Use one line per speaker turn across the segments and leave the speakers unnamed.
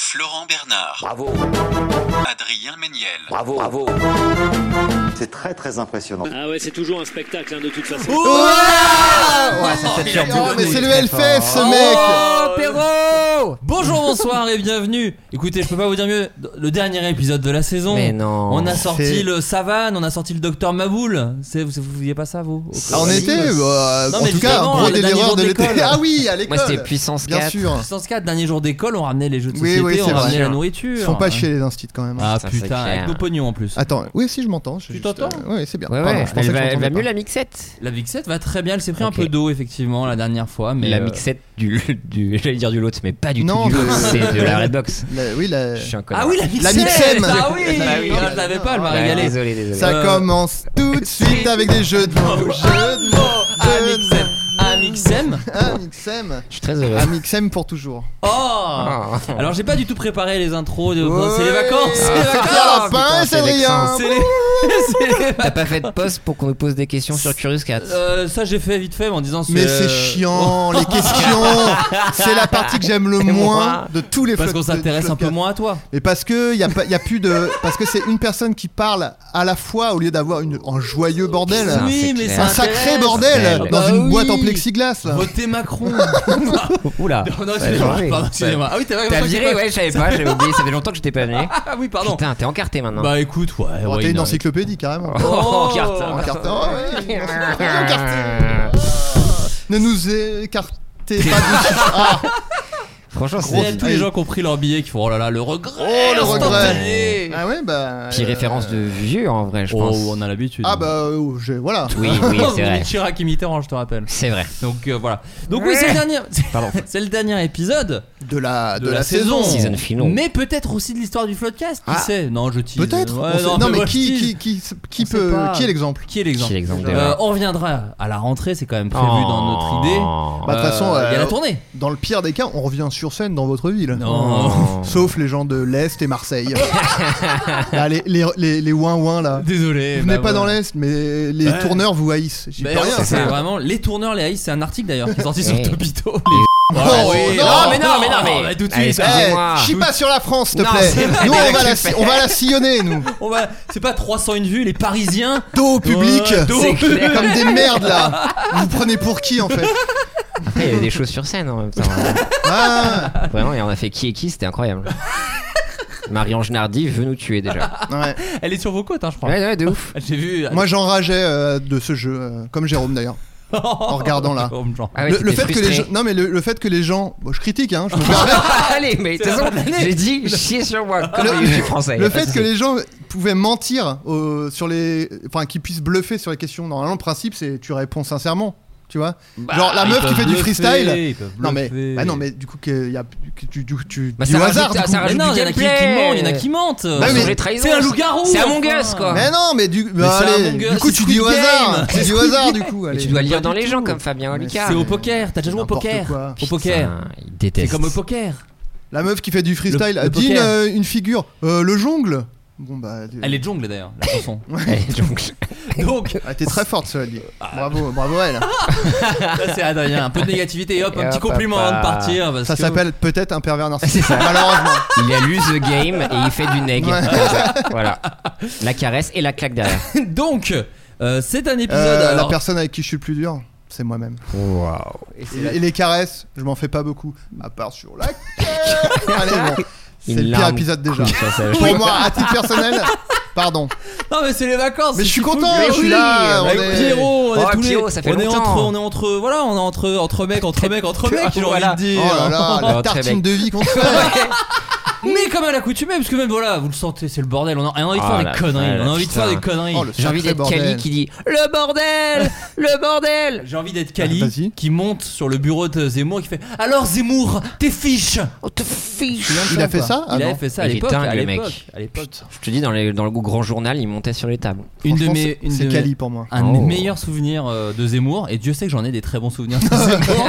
Florent Bernard,
Bravo,
Adrien Méniel,
bravo, bravo.
C'est très très impressionnant.
Ah ouais, c'est toujours un spectacle hein, de toute façon.
Oh, mais c'est le LFF ce
Oh,
mec Perrault Bonjour, bonsoir et bienvenue Écoutez, je peux pas vous dire mieux, le dernier épisode de la saison.
Mais non.
On a
C'est-
sorti le Savane, on a sorti le Docteur Maboul. C'est- Vous vous vouliez pas ça, vous
Ah, en été, bah,
Non,
en
mais
tout cas,
justement,
un gros
le
des
dernier
erreurs
jour
de
de
l'été.
l'école.
Ah oui, à l'école.
Moi, c'était puissance
Bien
4.
sûr.
104, dernier jour d'école, on ramenait les jeux de
Oui,
société,
oui, c'est
on ramenait
vrai.
la nourriture.
Ils se font pas chier les instits quand même.
Ah
Ça, c'est
putain, avec
clair.
nos pognons en plus.
Ah. Attends, oui, si je m'entends. je-
Tu
juste,
t'entends
euh, Ouais, c'est bien.
Ouais,
Pardon,
ouais.
je pensais
Elle
que
va,
je
elle va
m'entendais
mieux
pas.
la mixette.
La Vixette va très bien, elle s'est pris un
Ok.
peu d'eau effectivement la dernière fois, mais
la
euh,
mixette du, du j'allais dire du lot, mais pas du
Non,
tout. du lot,
mais-
c'est de la Redbox.
La- Oui, la.
Je suis un connard.
Ah oui, la Vixette
Mixem.
Ah oui,
Bah oui.
Ah, je l'avais pas, elle m'a
Ouais,
régalé.
Désolé, désolé.
Ça
Euh,
commence tout de suite avec des jeux de
Oh,
mots. Jeux de mots. Ah, jeux de
Amixem.
mots.
Amixem.
Amixem.
Je suis très heureux.
Amixem Ah, pour toujours.
Oh
Ah.
Alors j'ai pas du tout préparé les intros, de-
Ouais. Ah,
c'est les vacances, c'est les
Pierre
vacances
Lapin,
putain,
c'est
c'est
rien.
vexant.
C'est les- c'est les-
T'as pas fait de poste pour qu'on nous pose des questions sur Curious Cat.
Euh, Ça j'ai fait vite fait mais en disant
Mais
euh,
c'est chiant, les questions. C'est la partie que j'aime le
C'est mon
moins
bras.
de tous les
Parce qu'on
flottes- de-
s'intéresse un peu
flottes-
moins à toi.
Mais parce que y a pas, y a plus de, parce que c'est une personne qui parle à la fois au lieu d'avoir une un joyeux bordel,
Putain,
oui,
c'est
mais
clair.
ça
un sacré
intéresse.
bordel
Bordel.
dans
Bah
une boîte en
oui.
plexiglas. Là.
Votez Macron.
Oula.
Non, non,
Ça a
excusez-moi.
changé.
Pardon, excusez-moi. Ah oui, t'as
T'as viré, ouais, je savais pas, j'avais oublié, ça fait longtemps que je t'ai pas venu.
Ah oui, pardon.
Putain, t'es encarté maintenant.
Bah écoute, ouais.
Oh,
why
T'as une
not.
encyclopédie carrément.
Oh,
Encarte.
En carte- oh, ouais, une encyclopédie en carte.
Franchement,
Ne nous écartez pas de ah,
Il y a
c'est
tous les gens qui ont pris leur billet qui font oh là là, le regret.
Oh le regret.
instantané.
Ah ouais bah.
Puis
euh,
référence de vieux en vrai, je
Oh,
pense.
on a l'habitude.
Ah bah euh, je- voilà.
Oui, oui, c'est vrai.
Chirac et Mitterrand, je te rappelle.
C'est vrai.
Donc euh, voilà. Donc oui, c'est le dernier.
Pardon.
c'est le dernier épisode
De la de,
de, la, saison.
Season finale.
Oh, Mais peut-être aussi de l'histoire du Floodcast. Qui
Ah.
sait Non, je tease.
Peut-être.
Ouais,
on sait- non
moi,
mais
je
qui
tease.
qui qui qui
On sait
peut
pas.
qui est l'exemple.
Qui est l'exemple
Qui est l'exemple
Euh,
déjà
On reviendra à la rentrée. C'est quand même prévu dans notre idée.
Oh.
Bah, de toute
Euh,
façon,
il y
euh,
a la tournée.
Dans le pire des cas, on revient sur scène dans votre ville.
Non.
Oh.
Sauf les gens de l'Est et Marseille. Là, les, les, les, les ouin-ouin, là.
Désolé.
Eh
Vous
bah
venez pas dans l'Est, mais les
Ouais.
tourneurs vous haïssent. J'y peux
Bah,
rien.
c'est vraiment les tourneurs, les haïs. C'est un article d'ailleurs qui est sorti sur
Ouais.
Topito.
Oh,
oui,
non,
non,
mais
mais non, mais non, mais
bah,
tout de
allez,
suite.
excusez-moi.
Eh,
Excusez-moi.
chie pas sur la France, s'il te
Non,
plaît.
c'est
Nous, on va, la, si- on va la sillonner, nous.
On va, c'est pas 301 vues, les Parisiens.
Dos au public.
Ouais, dos.
C'est clair.
Comme des merdes, là. Vous prenez pour qui, en fait
Après, il y avait des choses sur scène en même temps.
ah,
Vraiment, et on a fait qui et qui, c'était incroyable. Marie-Ange Nardi veut nous tuer déjà.
ouais.
Elle est sur vos côtes, hein, je crois.
Ouais, ouais, de ouf.
J'ai vu.
Moi, j'enrageais euh, de ce jeu, euh, comme Jérôme, d'ailleurs.
en
regardant, là.
Genre.
Ah ouais,
le, le
t'étais
fait que les
frustré.
gens, non mais le, le fait que les gens, bon, je critique hein, je me permets.
Allez, mais de toute
C'est la
façon,
fin de l'année.
j'ai dit chier sur moi comme
Le-
les youtubeurs français.
Le fait que les gens pouvaient mentir euh, sur les. Enfin, qu'ils puissent bluffer sur les questions. Normalement, le principe, c'est tu réponds sincèrement. Tu vois Genre
Bah,
la
Ils
meuf qui
peuvent
fait du
bluffer,
freestyle.
ils peuvent
Non mais,
bluffer.
bah non, mais du coup, que y a, que tu, du, tu,
Bah,
du
ça
hasard. du
rajoute- ça
coup.
Mais
rajoute
non,
du
il y en a qui,
gameplay.
qui mentent, il y en a qui mentent.
Bah oui,
Mensonge
mais-
et trahison,
C'est un loup-garou,
C'est
enfin.
Among Us quoi.
Mais non, mais du, bah,
Mais c'est
allez,
Among
du
Us,
coup,
c'est
tu dis au
Squid
hasard.
Game.
Tu dis au hasard, du coup. allez.
Tu dois lire dans les gens
tout.
comme Fabien Olicard.
C'est au poker. T'as déjà joué au
N'importe
poker
quoi.
Au poker.
Putain, Il
C'est
déteste.
comme au poker.
La meuf qui fait du freestyle,
Le- le
dit une,
poker.
euh, une figure. Euh, le jongle Bon bah. tu-
Elle est jungle d'ailleurs, la chanson.
Allez, donc,
Donc,
Ah, t'es très forte, cela dit.
Ah.
Bravo, bravo elle.
ça c'est Adrien, un peu de négativité et hop,
Et
un petit
hop,
compliment
hop,
avant de
hop.
partir. parce
Ça
que-
s'appelle peut-être un pervers narcissique.
C'est ça.
Malheureusement.
il a lu The Game et il fait du neg.
Ouais.
Comme ça, Voilà. La caresse et la claque derrière.
Donc, euh, c'est un épisode.
Euh, la
alors-
personne avec qui je suis le plus dur, c'est moi-même.
Waouh.
Et, et les caresses, je m'en fais pas beaucoup. À part sur la. Allez, bon. C'est
Une
le pire
larme
épisode déjà.
coule sur sa joue.
Pour moi, à titre personnel, pardon.
Non, mais c'est les vacances.
Mais je
c'est
suis
fou.
content,
Mais
je suis
oui,
là.
mais
on
Avec
est-
Ah Pierrot, on est
Oh,
tous les-
Pierrot, ça fait
on est
longtemps.
hein.
entre, on est entre, voilà, on est entre, entre mecs, entre mecs, entre mecs, j'ai
Voilà.
envie de dire.
Oh là là, la
Oh, très
tartine
mec.
de vie qu'on se fait.
Mais comme à l'accoutumée, parce que même voilà, vous le sentez, c'est le bordel. On a, on a envie de
Oh
faire
la
des conneries.
vache,
On a envie de faire des
putain.
conneries.
Oh, le
J'ai
sacré
envie d'être Cali
bordel.
qui dit Le bordel Le bordel
J'ai envie d'être
Ah,
Cali
vas-y.
qui monte sur le bureau de Zemmour qui fait Alors Zemmour, t'es fiche
Oh, te fiche
Il a fait ça Ah
Il avait
non.
fait ça à
Il est
l'époque.
dingue,
à
le mec.
l'époque, à l'époque.
Je te dis, dans, les- dans le grand journal, il montait sur les tables.
Une de
Franchement,
mes.
c'est-
une
C'est
de mes- Ah,
Cali pour moi.
Un de mes
Oh.
meilleurs souvenirs euh, de Zemmour, et Dieu sait que j'en ai des très bons souvenirs de Zemmour,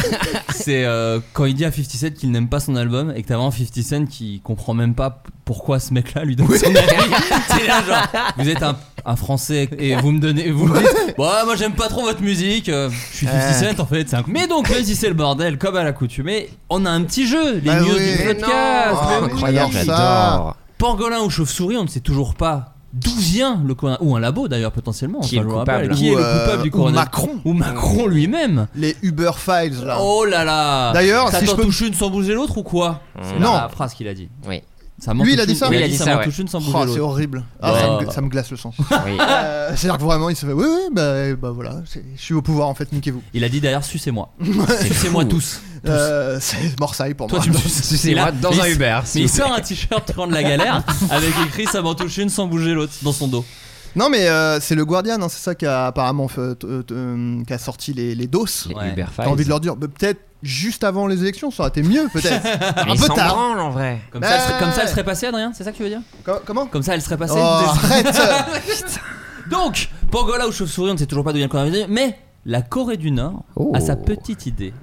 c'est euh, quand il dit à 50 Cent qu'il n'aime pas son album et que t'as vraiment 50 Cent qui comprend même pas p- pourquoi ce mec-là lui donne son avis. C'est là genre, vous êtes un, un français et vous me donnez, vous me dites, bah moi j'aime pas trop votre musique, euh, je suis 50 Cent en fait, c'est un... Mais donc, même si c'est le bordel, comme à l'accoutumée, on a un petit jeu, les
Bah
news
oui.
du
Oh, Mais
podcast,
non. Ah,
mais oui.
Incroyable,
j'adore.
j'adore.
Pangolin ou chauve-souris, on ne sait toujours pas d'où vient le corona ou un labo d'ailleurs potentiellement.
Qui est
enfin,
le
je vous rappelle.
coupable
Qui
Ou,
est le
euh,
coupable du
ou
corona
Macron.
ou Macron lui-même.
Les Uber Files là.
Oh là là.
D'ailleurs,
ça
si je
t'en
peux-
touche une sans bouger l'autre ou quoi C'est
Non.
la phrase qu'il a dit.
Oui.
Ça m'en
Lui, il a
touche
dit
une-
ça
Oui, il a
Oui,
dit
il
ça.
a dit ça,
m'en
ouais.
touche une sans
Oh,
bouger
c'est
l'autre.
horrible. Ah,
Ouais.
ça, me, ça me glace le sang.
Oui.
Euh, C'est-à-dire que vraiment, il se fait Oui, oui, bah, bah voilà, c'est- je suis au pouvoir en fait, niquez-vous.
Il a dit d'ailleurs sucez-moi. Sucez-moi
fou.
tous.
Euh, c'est Morsaille pour
Toi
moi.
tu me suces.
C'est
Et là,
moi Oh, dans
mais
un
il-
Uber.
Mais
s'il
il
vous plaît.
sort un t-shirt Quand de la galère avec écrit ça m'en touche une sans bouger l'autre dans son dos.
Non, mais euh, c'est le Guardian, hein, c'est ça qui a apparemment fait- euh, euh, qui a sorti les, les doses.
Les
Ouais.
Uber
T'as envie de
Files.
leur dire bah, peut-être juste avant les élections, ça aurait été mieux, peut-être.
Mais
un
il
peu
s'en
tard.
branle, en vrai.
Comme, ça, elle
Ouais.
serait, comme ça elle serait passée Adrien, c'est ça que tu veux dire
Com- comment
Comme ça elle serait passée
Oh, arrête
Donc, Pangola ou chauve-souris, on ne sait toujours pas d'où vient le coronavirus, mais la Corée du Nord
Oh. Bah.
a sa petite idée.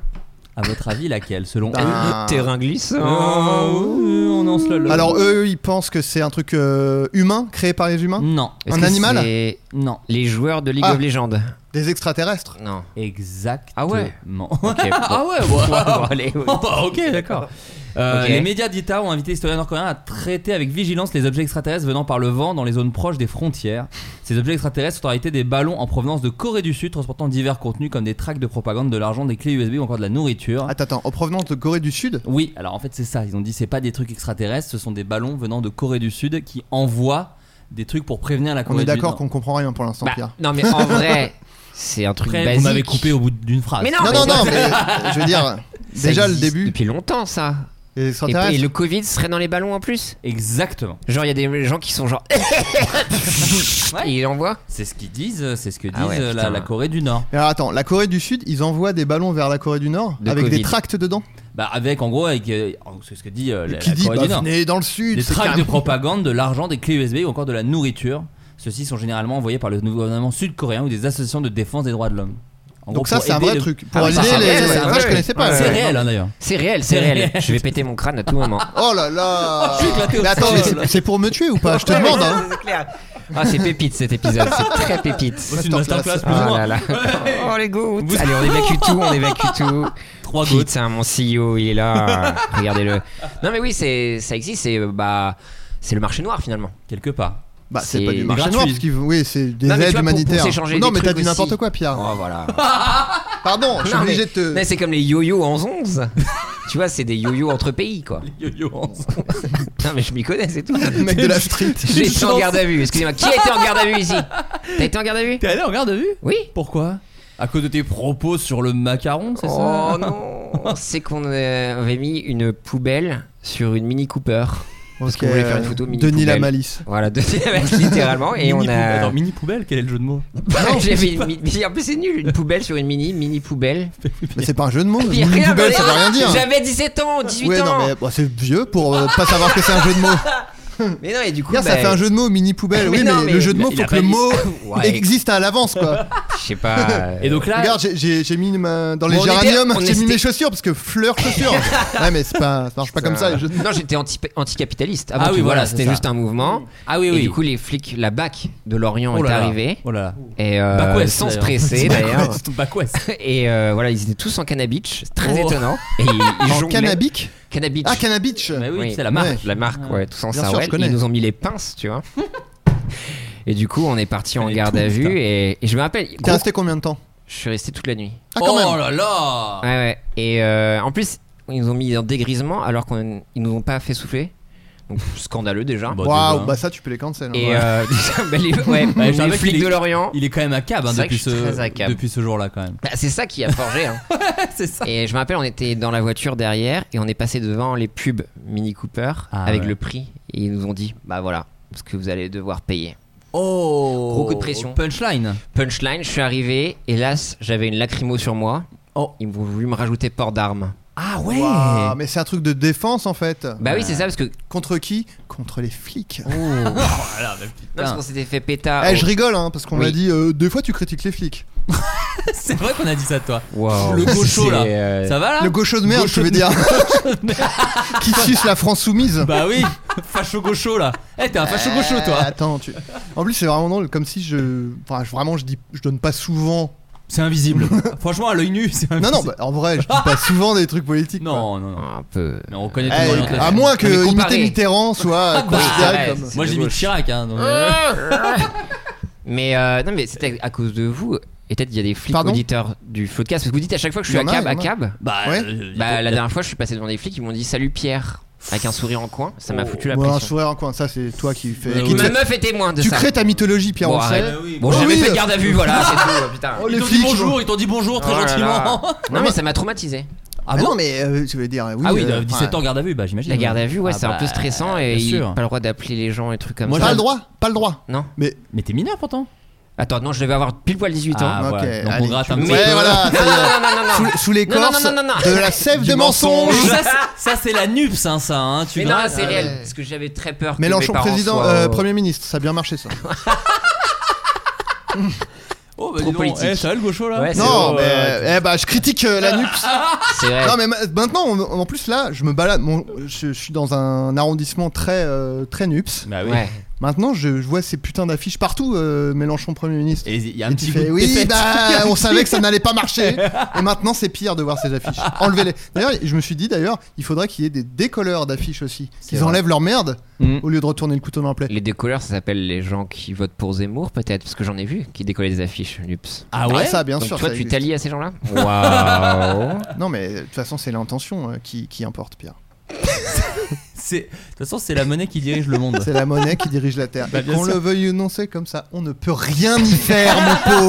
À votre avis, laquelle selon
Ah.
eux
Le terrain
Oh. glissant.
On est en slalom.
Alors eux, ils pensent que c'est un truc euh, humain, créé par les humains
Non,
Est-ce
Un
que
animal
c'est
non.
Les joueurs de League
Ah.
of Legends.
Des extraterrestres
Non.
Exactement.
Ah ouais Ok, bon.
Ah ouais, ouais.
Bon, allez, oui.
Oh, bah, ok, d'accord. Euh,
Ok.
Les médias d'État ont invité l'historien nord-coréen à traiter avec vigilance les objets extraterrestres venant par le vent dans les zones proches des frontières. Ces objets extraterrestres sont en réalité des ballons en provenance de Corée du Sud transportant divers contenus comme des tracts de propagande, de l'argent, des clés USB ou encore de la nourriture.
Attends, attends, en provenance de Corée du Sud
Oui, alors en fait c'est ça, ils ont dit c'est pas des trucs extraterrestres, ce sont des ballons venant de Corée du Sud qui envoient des trucs pour prévenir la
On
Corée
est
du
d'accord
Nord. Bah.
qu'on comprend rien pour l'instant, Pierre.
Non, mais en vrai, c'est un truc
Après,
basique.
vous m'avez coupé au bout d'une phrase.
Mais non,
Non, non, non,
ça-
mais euh, je veux dire,
ça
déjà le
existe
début,
Depuis longtemps, ça.
les
Et, et
extraterrestres.
le Covid serait dans les ballons en plus
Exactement.
Genre, il y a des gens qui sont genre.
Ouais.
Et ils envoient
C'est ce qu'ils disent, c'est ce que disent
Ah ouais,
euh, la,
putain.
la Corée du Nord.
Mais alors attends, la Corée du Sud, ils envoient des ballons vers la Corée du Nord
De
avec des
Covid.
tracts dedans.
Bah avec en gros, avec, euh, c'est ce que dit euh, la,
qui
la
dit
Corée
bah,
du Nord.
venez dans le Sud.
Des
c'est
tracts de
carrément-
propagande, de l'argent, des clés USB ou encore de la nourriture. Ceux-ci sont généralement envoyés par le gouvernement sud-coréen ou des associations de défense des droits de l'homme. En gros,
Donc ça,
pour
c'est un
aider
vrai
le-
truc.
Ah
Pour
oui, ça,
aider
c'est
les.
vrai, c'est
ouais,
vrai.
je connaissais pas.
C'est
ouais.
réel hein, d'ailleurs.
C'est réel, c'est réel. Je vais péter mon crâne à tout moment.
Oh là là.
Je suis éclaté au
Mais attends,
sol.
mais c'est- c'est pour me tuer ou pas Je te demande. hein.
Ah, c'est pépite cet épisode, c'est très pépite.
C'est une
Masterclass.
masterclass, plus ou
Ah
moins.
là là. Oh les gouttes.
Vous-
Allez, on évacue tout, on évacue tout.
Trois gouttes.
Putain, mon CEO, il est là. Regardez-le. Non mais oui, c'est ça existe, c'est bah c'est le marché noir finalement.
Quelque part.
Bah c'est
C'est
pas du marché
gratuit.
noir parce qu'ils oui c'est des
Non, mais tu
aides
vois, pour- pour
humanitaires.
s'échanger
non
des
mais t'as
trucs
dit n'importe
aussi.
quoi Pierre.
Oh Euh. voilà.
Pardon, je suis
Non, mais-
obligé de te.
mais c'est comme les yo-yo en 11. tu vois, c'est des yo-yo entre pays quoi. Non mais je m'y connais, c'est tout.
Le mec de la street.
J'ai été en garde à vue, excusez-moi. Qui a été en garde à vue ici T'as été en garde à vue
T'es allé en garde à vue
Oui.
Pourquoi À cause de tes propos sur le macaron, c'est
Oh
ça
non C'est qu'on euh, avait mis une poubelle sur une Mini Cooper. Parce
Ok,
qu'on voulait faire une photo mini
Denis la
poubelle.
malice.
Voilà, de littéralement. Et
Mini
on
poubelle.
a.
Attends, mini poubelle, quel est le jeu de mots
J'ai mis une mini- En plus, c'est nul, une poubelle sur une mini, mini poubelle.
Mais c'est pas un jeu de mots.
Puis
Une
rien,
poubelle
mais-
ça veut rien dire.
J'avais 17 ans, 18
Ouais
ans.
non mais bah, c'est vieux pour euh, pas savoir que c'est un jeu de mots.
mais... non, et du coup.
Regarde, ça
bah,
fait un jeu de mots mini poubelle.
Mais
Oui,
non,
mais,
mais
le jeu de
il a-
mots,
il
faut
a
que
pas
le
dit-
mot
Ouais.
existe à l'avance, quoi.
sais pas. euh,
Et donc là,
Regarde, j'ai- j'ai j'ai mis ma- dans les
Bon, on était-
géraniums,
on
j'ai mis
était-
mes chaussures parce que fleurs chaussures. ouais, mais c'est pas, ça marche pas comme ça.
euh,
Je...
Non, j'étais anti- anticapitaliste.
Ah
ah
oui,
oui,
voilà,
voilà,
c'est
c'était
ça.
juste un mouvement.
ah oui
Et
oui.
du coup, les flics, la BAC de Lorient
Oh là
est
là.
arrivée.
Oh là là.
Et euh,
Back West,
sans se
d'ailleurs.
presser d'ailleurs.
Back West.
Et euh, voilà, ils étaient tous en cannabis, c'est très
Oh.
étonnant. Et ils, ils
En
jonglaient.
cannabic
Cannabis.
Ah, cannabis
Mais Bah oui,
Oui.
c'est la marque.
Ouais.
La marque, ouais, tous en
Bien sûr,
sarouel.
je connais.
Ils nous ont mis les pinces, tu vois. Et du coup, on est parti en
Fallait
garde
tout,
à
putain.
hein.
vue et, et je me rappelle,
T'es
gros,
resté combien de temps
je suis resté toute la nuit.
Ah, quand
oh
même.
là là.
Ouais, ouais. Et euh, en plus, ils nous ont mis en dégrisement alors qu'ils nous ont pas fait souffler. Donc, scandaleux déjà.
Bon,
Waouh,
Ah, déjà.
bah ça, tu peux les cancel. hein.
Et
Ouais.
euh, déjà, bah, les, ouais,
Ouais, je
les
rappelle
flics
qu'il est-
de Lorient.
Il est quand même à cab hein,
C'est vrai
depuis,
que je suis très à
ce...
cab.
depuis ce jour-là quand même.
Bah, c'est ça qui a forgé. hein.
c'est ça.
Et je me rappelle, on était dans la voiture derrière et on est passé devant les pubs Mini Cooper
Ah,
avec
ouais.
le prix. Et ils nous ont dit, bah voilà, ce que vous allez devoir payer.
Oh
Gros coup de pression.
Punchline.
Punchline, je suis arrivé. Hélas, j'avais une lacrymo sur moi.
Oh.
Ils ont voulu me rajouter port d'armes.
Ah ouais.
Waouh, mais c'est un truc de défense en fait.
Bah oui, c'est ça parce que.
Contre qui Contre les flics.
Voilà, Oh. mais
Non, parce
putain.
qu'on s'était fait pétard. Oh,
Eh, je rigole, hein, parce qu'on
Oui.
m'a dit euh, deux fois tu critiques les flics.
c'est vrai qu'on a dit ça de toi.
Wow.
Le gaucho,
C'est,
là.
euh,
Ça va là
Le gaucho de merde,
Ah. Gaucho
je veux
de
dire. qui suce la France soumise.
Bah oui. Facho gaucho là. Eh t'es un facho gaucho
Euh,
toi.
Attends, tu... en plus c'est vraiment drôle, comme si je, enfin je- vraiment je dis, je donne pas souvent.
C'est invisible. Franchement à l'œil nu c'est invisible.
Non non, bah, en vrai je dis pas souvent des trucs politiques. quoi.
Non, non, non.
Un peu.
Mais on connaît
Eh,
ton orientation.
à moins que
Non, mais
imiter
comparé.
Mitterrand soit
bah,
considéré
ouais,
comme.
c'est
Moi
de
j'ai mis
gauche.
Chirac. Hein, donc, euh,
Ah.
Mais euh, non, mais c'était à cause de vous. Et peut-être il y a des flics
Pardon
auditeurs du podcast. Parce que vous dites à chaque fois que je
Il y
suis à
en a,
cab, à
il y en a.
cab.
Bah,
Ouais.
euh,
Bah,
y a-
la dernière fois, je suis passé devant des flics, ils m'ont dit Salut Pierre, avec un sourire en coin. Ça m'a
Oh.
foutu la
Bon, un
pression.
sourire en coin, ça c'est toi qui fais.
Ouais,
qui te
Ma
Euh, ouais.
fait-
meuf est témoin de
Tu
ça.
crées ta mythologie, Pierre,
Bon,
on le
arrête.
sait.
Bah oui,
Bon,
Oh
j'avais
oui.
fait garde à vue, voilà, c'est tout. euh, Putain.
Oh,
Ils
les
t'ont dit
flics,
bonjour, ils t'ont dit bonjour très
Oh là
gentiment.
là. Non, mais ça m'a traumatisé.
Ah
Ah
bon
non, mais euh, je veux dire, oui.
Ah oui,
euh,
17
enfin,
ans garde à vue, bah j'imagine.
La garde à vue, ouais,
Ah
c'est un
bah,
peu stressant et
bien
il
sûr.
a pas le droit d'appeler les gens et trucs comme
Moi,
ça.
Pas le droit, pas le droit.
Non.
Mais
Mais t'es mineur pourtant.
Attends, non, je devais avoir pile poil 18 ans.
Ah,
ok,
ouais. Donc on
allez,
gratte
tu-
un petit
ouais,
peu. Ah,
voilà, ça
Non,
y
non,
est.
non, non, non, non.
bah, euh, Sous, sous l'écorce
Non, non, non, non, non.
de la sève
Du
de mensonges.
mensonge.
Ça, c'est- ça, c'est la nups, hein, ça. Hein. Tu
Mais non,
grattes,
c'est
euh,
réel, parce que j'avais très peur. que mes
Ah, Mélenchon
parents
président,
soient,
euh,
euh,
premier ministre, ça a bien marché ça.
Oh, bah,
Trop
dis donc.
politique.
Eh, ça va le gaucho là
Ouais, c'est
Non,
vrai,
mais
ouais,
euh, eh bah je critique euh, la NUPS.
C'est
Eh.
vrai.
Non mais ma- maintenant, on- en plus là, je me balade. Mon- je, je suis dans un arrondissement très euh, très NUPS.
Bah oui.
Ouais.
Maintenant, je, je vois ces putains d'affiches partout, euh, Mélenchon premier ministre.
Et il y a un
Et tu
petit
fais,
goût de
oui,
défaite.
bah, on savait que ça n'allait pas marcher. Et maintenant, c'est pire de voir ces affiches. Enlevez-les. D'ailleurs, je me suis dit, d'ailleurs, il faudrait qu'il y ait des décolleurs d'affiches aussi.
C'est
Ils
vrai.
enlèvent leur merde
Mm.
au lieu de retourner le couteau dans la plaie.
Les décolleurs, ça s'appelle les gens qui votent pour Zemmour, peut-être, parce que j'en ai vu qui décollaient des affiches, Nups.
Ah ouais
ça, bien
Donc
sûr.
toi,
ça
tu
existe.
t'allies à ces gens-là Waouh
Non, mais de toute façon, c'est l'intention euh, qui, qui importe, Pierre.
C'est- De toute façon, c'est la monnaie qui dirige le monde.
C'est la monnaie qui dirige la Terre.
Bah,
Et
bien
qu'on
sûr.
le veuille ou non, c'est comme ça. On ne peut rien y faire, mon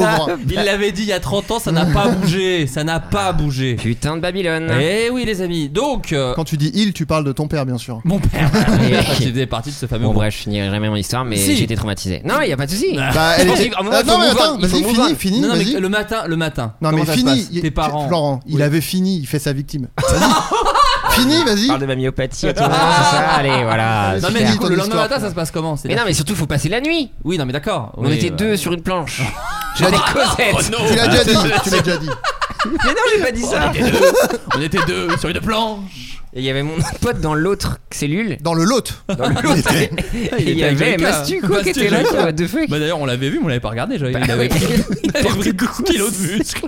pauvre.
Il l'avait dit il y a 30 ans, ça n'a pas bougé. Ça n'a pas bougé.
Putain de Babylone
Eh oui, les amis. Donc, euh,
Quand tu dis il, tu parles de ton père, bien sûr.
mon père
Et-
qui faisait partie de ce fameux
Bon,
groupe.
bref, je finirai jamais mon histoire, mais
Si.
j'ai été traumatisé. Non, il y a pas de souci.
Bah, elle était-
Ah, non,
Ah,
il faut
non, mais
move on,
attends,
il faut
vas-y,
move
fini,
on.
fini,
non, non, mais
vas-y.
le matin, le matin.
Non,
comment
mais
ça se
fini.
passe
il-
Tes parents.
Florent, il
Oui.
avait fini, il fait sa victime. Vas-y. fini, vas-y.
Parle de ma myopathie et tout. Ah, c'est ça Allez, voilà.
Ah. Non, mais
Fini
du coup,
ton
le lendemain
histoire,
matin, ça se passe comment C'est
Mais
la-
non, mais surtout, faut passer la nuit.
Oui, non, mais d'accord.
On
Oui, Oh,
était
bah.
deux sur une planche. J'ai des Cosette.
Tu l'as déjà dit, tu l'as déjà dit.
Mais non, j'ai pas dit ça.
On était deux sur une planche.
Et il y avait mon pote dans l'autre cellule.
Dans le lot.
Dans l'autre. Et
Ah, Il
il y
était
avait
avec Jacques,
Mastu,
hein.
quoi, qui
Mastu,
était là,
Jacques.
quoi, what the fuck.
Bah d'ailleurs on l'avait vu mais on l'avait pas regardé j'avais il avait
oui.
il avait pris 12 kilos de muscle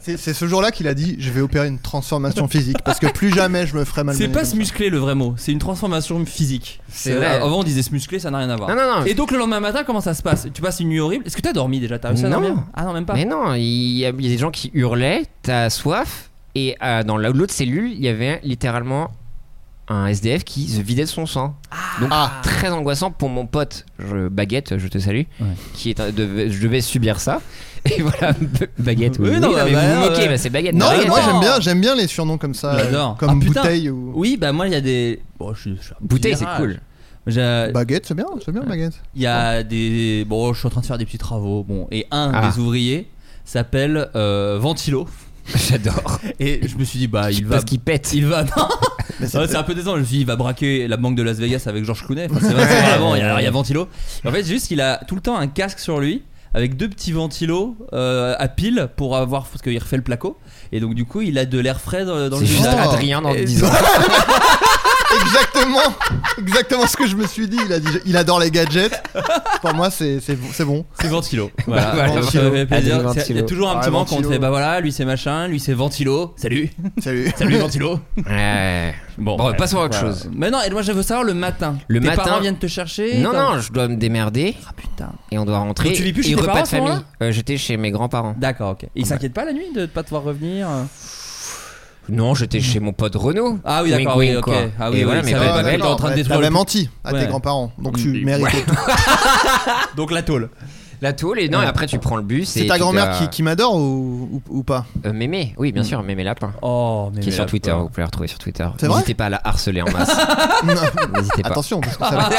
C'est c'est ce jour-là qu'il a dit je vais opérer une transformation physique parce que plus jamais je me ferai mal.
c'est pas se muscler le vrai mot c'est une transformation physique
C'est
Euh,
vrai.
avant on disait se muscler ça n'a rien à voir
Non, non, non.
et donc le lendemain matin comment ça se passe tu passes une nuit horrible est-ce que t'as dormi déjà t'as réussi à
Non.
dormir ah non même pas
Mais non, il y, a, il y a des gens qui hurlaient, t'as soif, et euh, dans la- l'autre cellule, il y avait littéralement un SDF qui se vidait de son sang. Donc
Ah.
très angoissant pour mon pote je, Baguette, je te salue,
Ouais.
qui est, un- devait- je devais subir ça. Et voilà, B- Baguette, oui,
Oui,
oui,
non,
non,
bah,
mais
bah,
vous vous
euh,
moquez, bah, c'est Baguette.
Non,
Baguette.
mais moi
non.
j'aime bien, j'aime bien les surnoms comme ça, euh,
J'adore.
comme
Ah, putain.
bouteille ou
oui bah moi il y a des bon je, suis- je suis un Bah,
Bouteille, c'est
virage.
cool.
J'ai-
baguette, c'est bien, c'est bien baguette.
Il y a des. Bon, je suis en train de faire des petits travaux. Bon, et un
Ah.
des ouvriers s'appelle euh, Ventilo.
J'adore.
Et je me suis dit, bah, il va.
Parce qu'il pète.
Il va. Non,
Mais
Ouais, c'est un peu décevant. Je me suis dit, il va braquer la banque de Las Vegas avec Georges Clooney. Enfin, c'est vrai, c'est vraiment. Il y, a- il y a Ventilo. Et en fait, c'est juste qu'il a tout le temps un casque sur lui. avec deux petits ventilos euh, à pile pour avoir parce qu'il refait le placo et donc du coup il a de l'air frais dans, dans le
C'est juste
visage.
Oh.
Adrien dans
Et-
10 ans.
Exactement, exactement ce que je me suis dit. Il a dit, il adore les gadgets. Pour moi, c'est c'est bon. c'est bon.
C'est ventilo. Voilà.
Voilà,
Donc,
ventilo.
ça fait plaisir.
Allez,
C'est- Il y a
ventilo.
toujours un
Ouais,
petit moment quand on
ventilo.
fait bah voilà lui c'est machin, lui c'est ventilo. Salut.
Salut.
Salut ventilo.
Ouais. Bon,
voilà.
passons à autre
Voilà.
chose.
Mais non, et moi je veux savoir le matin.
Le
Tes
matin-
parents viennent te chercher.
Non,
quand-
non, je dois me démerder
Ah putain.
et on doit rentrer.
Donc tu vis plus
Et
chez tes
repas
parents à
de
ce moment-là
famille. Euh, J'étais chez mes grands-parents.
D'accord, ok. Ils
Ouais.
s'inquiètent pas la nuit de pas te voir revenir
Non, j'étais chez mon pote Renaud.
Ah oui, d'accord,
Wink,
oui,
wink,
ok.
quoi.
Ah oui,
Et
oui,
voilà,
ils
mes
savaient
parents-
pas que t'étais en train de
ouais,
détruire
T'avais
le-
menti à
Ouais.
tes grands-parents, donc tu
Ouais.
mérites.
Donc la tôle.
La tôle et non,
Ouais.
et après tu prends le bus. et
C'est ta
tu euh,
grand-mère
dois-
qui, qui m'adore ou, ou, ou pas
Euh, Mémé, oui,
Mmh.
bien sûr, Mémé Lapin.
Oh, mais
Qui est
mais
sur
là,
Twitter,
quoi.
vous pouvez la retrouver sur Twitter.
C'est vrai
N'hésitez pas à la harceler en masse.
Non.
N'hésitez pas.
Attention, parce que ça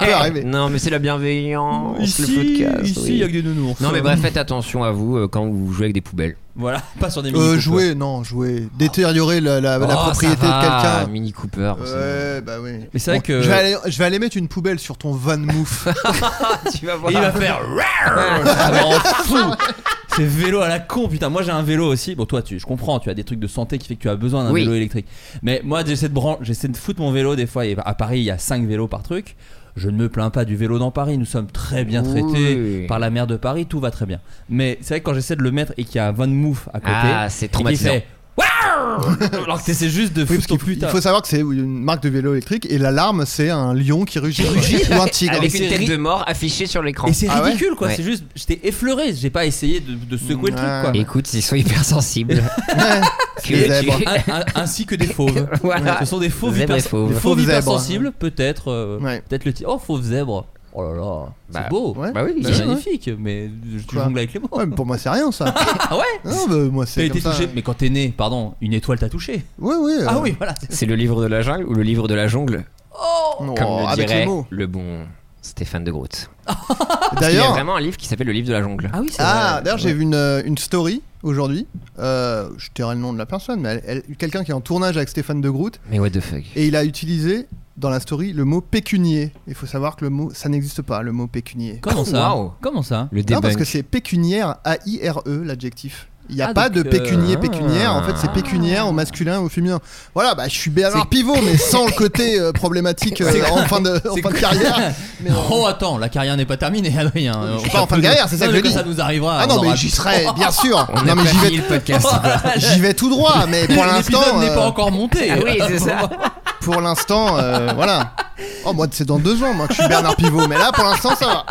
peut arriver.
Non, mais c'est la bienveillance,
Ici,
le podcast.
ici,
oui.
il y a que des nounours.
Non, mais bref, faites attention à vous euh, quand vous jouez avec des poubelles.
Voilà, pas sur des mini
Euh,
Cooper.
jouer, non, jouer. Détériorer la, la, la
Oh, ça
propriété
va,
de quelqu'un.
Mini Cooper. c'est-
Ouais, bah oui.
Mais c'est vrai que-
Je vais, aller, je vais aller mettre une poubelle sur ton van mouf.
Tu vas
Et
voir.
il va faire. Ah, mais on fout. C'est vélo à la con, putain. Moi j'ai un vélo aussi. Bon, toi, tu, je comprends, tu as des trucs de santé qui fait que tu as besoin d'un
Oui.
vélo électrique. Mais moi, j'essaie de, bran- j'essaie de foutre mon vélo des fois. Et à Paris, il y a 5 vélos par truc. Je ne me plains pas du vélo dans Paris. Nous sommes très bien traités
Oui.
par la maire de Paris. Tout va très bien. Mais c'est vrai que quand j'essaie de le mettre et qu'il y a un Van Mouf à côté,
Ah, c'est
et qu'il
traumatisant.
fait, Waouh Alors que t'essaies juste de
Oui,
foutre
parce
ton
qu'il faut-
putain.
il faut savoir que c'est une marque de vélo électrique et l'alarme c'est un lion qui rugit, ou un tigre.
Avec
Et
une
c'est
tête
ri-
de mort affichée sur l'écran.
Et c'est
Ah ouais
ridicule quoi,
Ouais.
c'est juste, j'étais effleuré, j'ai pas essayé de, de secouer le truc
Ouais.
quoi.
Ah. Écoute, ils sont hypersensibles. Que
Les
tu-
zèbres.
Un- un- ainsi que des fauves.
Voilà.
Ce sont des fauves, hyper-
Zèbres et fauves.
des fauves
Fauves zèbres.
hypersensibles, peut-être. euh,
Ouais.
Peut-être le titre. Oh, fauve zèbre. Oh là là, c'est
Bah,
beau.
ouais.
Bah oui,
C'est
Ouais, ouais.
magnifique, mais je- tu
Quoi
jongles avec les mots.
Ouais, mais pour moi c'est rien ça.
Ah ouais
Non, bah, moi
T'as
c'est
été
comme ça.
touché, mais quand t'es né, pardon, une étoile t'a touché.
Oui, oui. euh,
Ah oui, voilà.
C'est le livre de la jungle ou le livre de la jungle,
non,
comme le
euh, Oh, ah, avec
dirait
les mots.
le bon Stéphane de Groot. Il y a
D'ailleurs,
vraiment un livre qui s'appelle le livre de la jungle.
Ah oui, c'est
Ah,
vrai.
d'ailleurs, j'ai
Ouais.
vu une, euh, une story aujourd'hui. Euh, je tairai le nom de la personne, mais elle- elle- quelqu'un qui est en tournage avec Stéphane De Groot
Mais what the fuck.
et il a utilisé dans la story le mot pécunier. Il faut savoir que le mot ça n'existe pas, le mot pécunier.
Comment ça
Waouh.
Comment ça
Le
Non, parce
débunk.
que c'est pécuniaire, A-I-R-E, l'adjectif. Il n'y a
Ah,
pas
donc, ah.
de pécunier,
euh,
pécuniaire. En fait, c'est pécuniaire au masculin ou au féminin. Voilà, bah, je suis Bernard Pivot, mais sans le côté euh, problématique euh, en fin de, en
c'est
fin
quoi
de carrière. Mais, euh,
Oh, attends, la carrière n'est pas terminée, Adrien.
Je suis
On
pas en fin de
peut-
carrière, c'est ça
Non,
que
mais
je
quand
dis.
ça nous arrivera.
Ah
on
non,
aura-
mais j'y serai, bien sûr.
On
non,
n'a
mais
pas
j'y
fini
vais,
le podcast.
j'y vais tout droit, mais pour l'instant.
L'épisode n'est pas
euh,
encore monté.
Ah oui, c'est ça.
pour l'instant, euh, voilà. Oh, moi, c'est dans deux ans, moi, que je suis Bernard Pivot. Mais là, pour l'instant, ça va.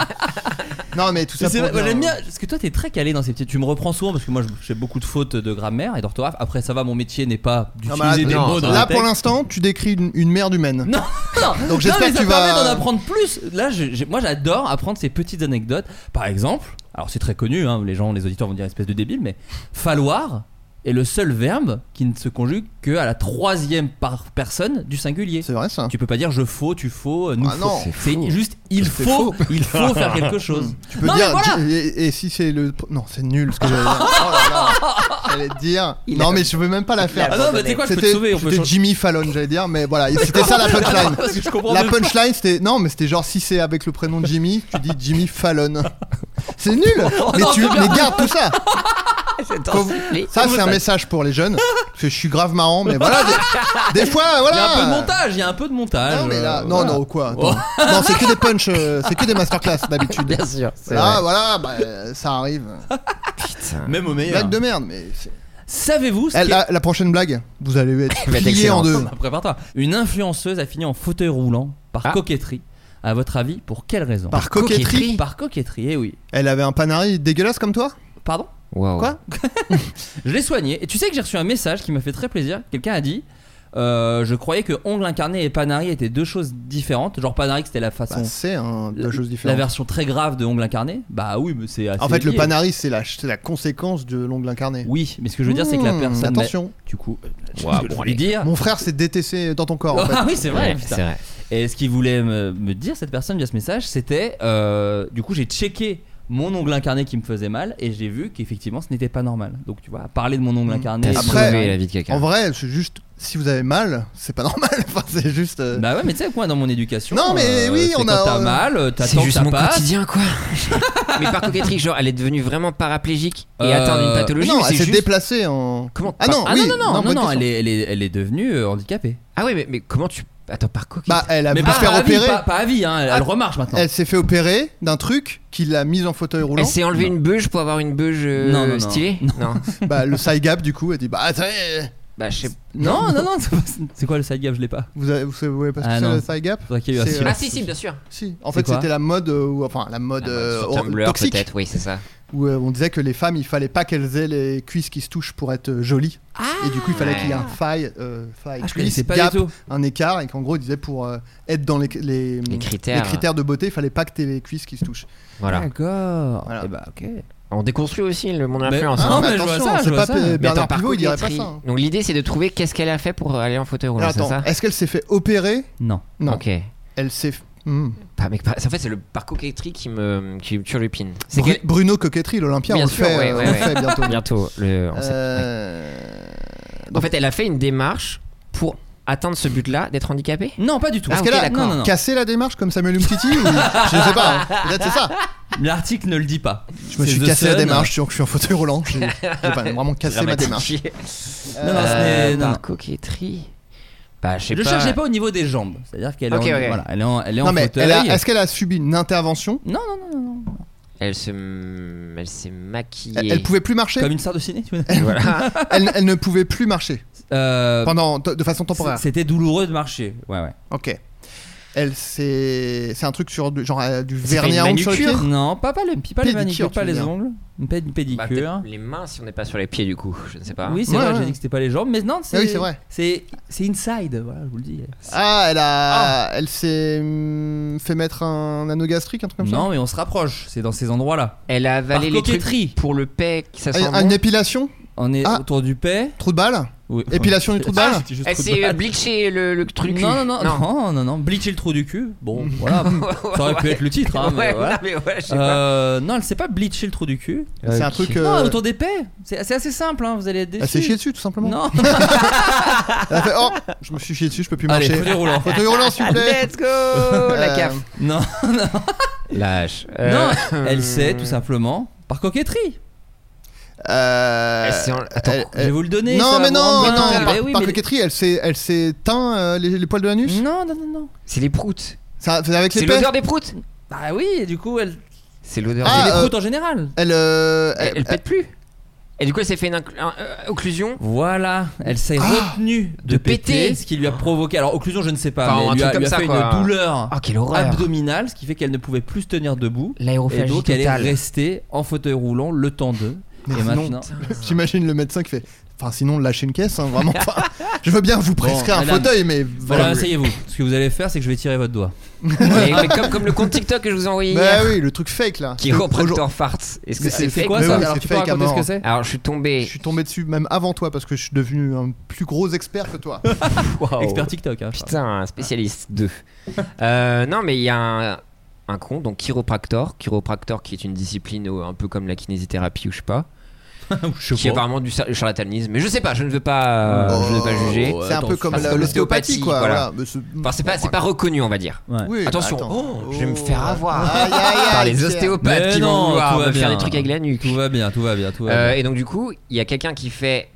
Non, mais tout ça.
C'est
pour
vrai, moi,
dire- euh,
j'aime bien parce que toi t'es très calé dans ces petites. Tu me reprends souvent parce que moi je- j'ai beaucoup de fautes de grammaire et d'orthographe. Après ça va, mon métier n'est pas
Non, mais là,
d'utiliser des
non,
mots dans
là,
le texte.
pour l'instant, tu décris une, une merde humaine.
Non, non.
Donc, j'espère
Non, mais
que
ça
tu
permet
vas-
d'en apprendre plus. Là, je- j'ai- moi j'adore apprendre ces petites anecdotes. Par exemple, alors c'est très connu, hein, les gens, les auditeurs vont dire espèce de débile, mais falloir est le seul verbe qui ne se conjugue que à la troisième par personne du singulier.
C'est vrai, ça.
Tu peux pas dire je faux, tu faux, nous
Hein Ah non.
faux. C'est juste il
C'est
faut,
faux. Hmm.
il faut faire quelque chose.
Tu peux
Non, mais
dire.
voilà.
tu- et, et si c'est le. Non, c'est nul ce que j'allais dire. Oh là là. J'allais te dire. non, mais je veux même pas la faire.
Ah non, mais tu sais quoi, je peux te
C'était-
sauver, on peut
c'était
changer-
Jimmy Fallon, j'allais dire. Mais voilà, et c'était ça la punchline.
Parce que je comprends
La
même pas.
punchline, c'était. Non, mais c'était genre si c'est avec le prénom de Jimmy, tu dis Jimmy Fallon. C'est nul!
Oh
mais
non,
tu
c'est bien.
mais garde tout ça!
Attends, les-
Ça, c'est un message pour les jeunes. Parce que je suis grave marrant, mais voilà! Des, des fois,
Il y
voilà!
a un peu de montage, il y a un peu de montage.
Non, mais là,
euh,
non,
voilà.
non, quoi? attends. Non, c'est que des punchs, euh, c'est que des masterclass d'habitude.
Bien sûr. c'est
Là,
vrai.
voilà, bah, euh, ça arrive.
Même au meilleur.
Blague de merde, mais. c'est-
Savez-vous ce
Eh,
qu'est-
la, la prochaine blague, vous allez être
Elle va être
plié en
excellente.
deux.
Prépare-toi. Une influenceuse a fini en fauteuil roulant par
Ah.
coquetterie. À votre avis, pour quelle raison
Par coquetterie.
Par coquetterie, eh oui.
Elle avait un panari dégueulasse comme toi
Pardon
Waouh.
Quoi
Je l'ai soignée. Et tu sais que j'ai reçu un message qui m'a fait très plaisir. Quelqu'un a dit. euh, je croyais que ongle incarné et panari étaient deux choses différentes. Genre panari que c'était la façon,
Bah, C'est un, deux choses
la
différentes.
version très grave de ongle incarné. Bah oui, mais c'est.
en
assez
fait, le
lié.
panari, c'est la, c'est la conséquence de l'ongle incarné.
Oui, mais ce que je veux dire, c'est que la
Hmm,
personne. bah, Ah.
Attention,
Du coup, euh, je
Ouah,
je
bon,
voulais
allez.
dire.
mon frère, c'est DTC dans ton corps. En fait.
Ah oui, c'est vrai.
Ouais,
putain.
c'est vrai.
Et ce qu'il voulait me, me dire, cette personne, via ce message, c'était euh, du coup, j'ai checké mon ongle incarné qui me faisait mal et
Hmm.
j'ai vu qu'effectivement ce n'était pas normal. Donc, tu vois, à parler de mon ongle incarné. euh,
T'as
de mon
Après-
sauvé
ongle-
la vie de
En
quelqu'un.
vrai, c'est juste, si vous avez mal, c'est pas normal. Enfin, c'est juste. euh,
Bah ouais, mais tu sais quoi, dans mon éducation. euh,
Non, mais oui,
c'est
on
quand
a- euh,
T'as
on-
mal,
C'est
t'attends que
juste
ça
mon
passe.
quotidien, quoi. mais par coquetterie, genre, elle est devenue vraiment paraplégique et
Euh,
atteinte d'une pathologie.
non,
ou c'est
elle s'est
juste-
déplacée en.
Comment
Ah non,
Ah
oui,
non, non, non, non,
bonne
non,
question.
elle est, elle, est, elle est devenue euh, handicapée.
Ah ouais, mais, mais comment tu. Attends, par coquetterie
Bah, elle a voulu
pas,
se faire
pas à vie,
opérer.
pas, pas à vie, hein, elle, elle remarche maintenant.
Elle s'est fait opérer d'un truc qui l'a mise en fauteuil roulant.
Elle s'est enlevée une beuge pour avoir une beuge euh,
Non, non, non.
stylée Non.
Bah, le side gap, du coup, elle dit Bah, attends, euh,
Bah, je sais pas.
Non, non, non, c'est pas- c'est quoi le side gap Je l'ai pas.
vous, avez- vous savez pas ce que
Ah,
c'est
non.
le side gap
Faudrait qu'il y ait eu un
C'est,
silence.
euh,
Ah, si, si, bien sûr.
Si, en
C'est
fait,
quoi Ah, bah,
c'était la mode, euh, où- enfin, la mode, euh,
Ah, bah, Sur
or-
Tumblr,
toxique,
peut-être, oui, c'est ça.
où euh, on disait que les femmes, il fallait pas qu'elles aient les cuisses qui se touchent pour être euh, jolies. et du coup, il fallait
Ouais.
qu'il y ait un faille, euh, faille
Ah, je
cuisse,
connaissais pas
gap,
du tout.
un écart, et qu'en gros, il disait pour euh, être dans les, les,
Les critères.
les critères de beauté, il fallait pas que t'aies les cuisses qui se touchent.
Voilà.
D'accord.
Voilà.
Eh bah, ok.
On déconstruit aussi le monde de
Mais-
l'influence.
Ah,
hein.
mais je vois
attention,
ça, je
c'est
vois
pas
ça.
P-
Mais
Mais attends,
Bernard
par
Pivot, il dirait pas
coquetterie.
ça. hein.
Donc, l'idée, c'est de trouver qu'est-ce qu'elle a fait pour aller en fauteuil roulant, c'est
Alors,
ça
attends, est-ce qu'elle s'est fait opérer
eh, Non.
Non,
Ok.
elle s'est. Hmm.
Pas- mais pas- En fait, c'est le par coquetterie qui me, qui me turlupine. C'est
Bru-
qu'elle-
Bruno Coquetterie, l'Olympia,
Bien
on
sûr,
le fait,
ouais,
euh,
ouais,
on le
ouais.
fait bientôt.
bientôt. Le... en sept- ouais.
Euh,
En fait, elle a fait une démarche pour atteindre ce but-là d'être handicapée.
Non, pas du tout.
Parce
Ah,
qu'elle
ok,
a-
d'accord. Non, non, non.
Casser la démarche comme Samuel Umtiti ou... Je sais pas, hein. peut-être c'est ça.
L'article ne le dit pas.
Je me
C'est
suis
The
cassé la
Sun.
démarche, je suis- je suis en fauteuil roulant. J'ai j'ai pas- vraiment cassé ma démarche.
Dramatifié.
Non, non, ce
Euh,
n'est- Ah, non, non.
par coquetterie. Bah, je sais
Je
pas.
le cherchais pas au niveau des jambes. C'est-à-dire qu'elle est
Ok,
en-
ok.
voilà, elle est en, elle est en
Non, mais
fauteuil.
elle a- est-ce qu'elle a subi une intervention
Non, non, non, non, non.
Elle se, elle s'est maquillée.
elle, elle pouvait plus marcher
Comme une star de ciné, tu vois.
Voilà. Bah,
elle, elle ne pouvait plus marcher
Euh,
pendant, de de façon temporaire.
C'était douloureux de marcher. Ouais, ouais.
Ok. Elle c'est c'est un truc sur du- genre euh, du
s'est fait
vernis à
une
ongles sur le pied.
manucure
Non, pas, pas, les, pas les
Pédicure,
manicures,
tu
pas
veux
les
dire.
ongles. Une pé- une
Bah,
pédicure.
peut-être les mains si on n'est pas sur les pieds du coup, je ne sais pas.
oui, c'est
Ouais,
vrai,
ouais.
j'ai dit que c'était pas les jambes, mais non, c'est
Ah oui, c'est vrai.
C'est c'est inside, voilà, je vous le dis.
Ah, elle a elle s'est hum, fait mettre un anneau gastrique un truc comme
Non, mais on se rapproche, c'est dans ces endroits-là.
Elle a avalé
Par
les
coquetterie.
trucs pour le pec, ça
ça.
sent
Ah, Une
bon.
épilation,
On est
Ah.
autour du paix.
trou de balle,
Oui. Ah.
épilation du trou de balle.
C'était juste
Elle
trou de
s'est
balle.
euh, bleachée le, le truc. du
Non,
cul.
non, non, non, non, non, bleacher le trou du cul. Bon, voilà, ça aurait pu être le titre, hein, mais
ouais,
voilà.
non, mais ouais, je sais pas.
Euh, non, elle s'est pas bleacher le trou du cul.
C'est un
Ok.
truc.
Non,
euh,
autour des paix. C'est c'est assez simple, hein, vous allez être déçus.
Elle s'est chiée Ah, dessus tout simplement.
Non,
Elle a fait oh, je me suis chiée dessus, je peux plus
allez,
marcher.
fauteuil roulant.
Fauteuil roulant s'il vous plaît.
Let's go La
Euh,
CAF.
Non,
Lâche.
non, elle s'est tout simplement par coquetterie.
Euh,
Elle s'est Eh, en- Attends.
elle-
Je vais
elle-
vous le donner. ça
Non
va
mais
vous
non,
rendre
mais
bien.
non,
Mais
par,
oui,
par
mais- Mmh.
coquetterie, elle s'est elle s'est teint euh, les, les poils de l'anus.
Non, non, non, non.
C'est les proutes.
Ça c'est avec
C'est
les pelles.
l'odeur des proutes.
Bah oui, et du coup, elle.
C'est l'odeur
Ah,
des
les
euh,
croûtes en général.
Elle, euh,
Elle,
elle-
elle pète plus. Et du coup, elle s'est fait une incl- un- euh, occlusion.
Voilà, elle s'est retenue de,
Ah, de
péter,
péter.
ce qui lui a provoqué. Alors, occlusion, je ne sais pas,
Enfin,
mais
un
elle lui
truc
a,
comme
lui a
ça,
fait
quoi.
une douleur
Oh, quelle horreur.
abdominale, ce qui fait qu'elle ne pouvait plus se tenir debout. Et
L'aérophagie
donc, elle est
totale.
restée en fauteuil roulant le temps d'eux.
Mais
Et
sinon-
maintenant.
J'imagine le médecin qui fait. Enfin, sinon, lâchez une caisse, hein, vraiment. Enfin, je veux bien vous prescrire un
madame.
fauteuil, mais
Voilà,
voilà.
asseyez-vous. Ce que vous allez faire, c'est que je vais tirer votre doigt.
Mais- mais comme, comme le compte TikTok que je vous ai envoyé
Bah
hier,
oui, le truc fake là.
qui reprend ton fart. Est-ce que
Mais
c'est
C'est
fake
quoi
mais
ça
oui,
Alors,
c'est
tu peux
fake à
raconter ce que
mort.
c'est
Alors, je suis
Je
tombé.
suis tombé dessus même avant toi parce que je suis devenu un plus gros expert que toi.
Wow.
Expert TikTok. hein, je crois.
Oh. Putain, un spécialiste 2. Euh, non, mais il y a un, un con, donc chiropractor. Chiropractor qui est une discipline euh, un peu comme la kinésithérapie ou je sais pas.
Je
qui est
crois.
vraiment du char- charlatanisme. Mais je sais pas, je ne veux pas, euh,
Oh.
je ne veux pas juger.
Ouais,
c'est un
attends,
peu comme
c'est
la-
comme l'ostéopathie,
l'ostéopathie, quoi.
voilà.
voilà. Mais c'est-
Enfin, c'est pas, c'est pas reconnu, on va dire.
Ouais.
Oui,
Attention, Oh,
bah, attends.
je vais me faire avoir
Aïe, aïe, aïe,
par les
Pierre.
ostéopathes
Mais
qui
non,
vont vouloir
tout va
me faire
bien.
des trucs avec la nuque.
Tout va bien, tout va bien, tout va
Euh,
bien.
et donc du coup, il y a quelqu'un qui fait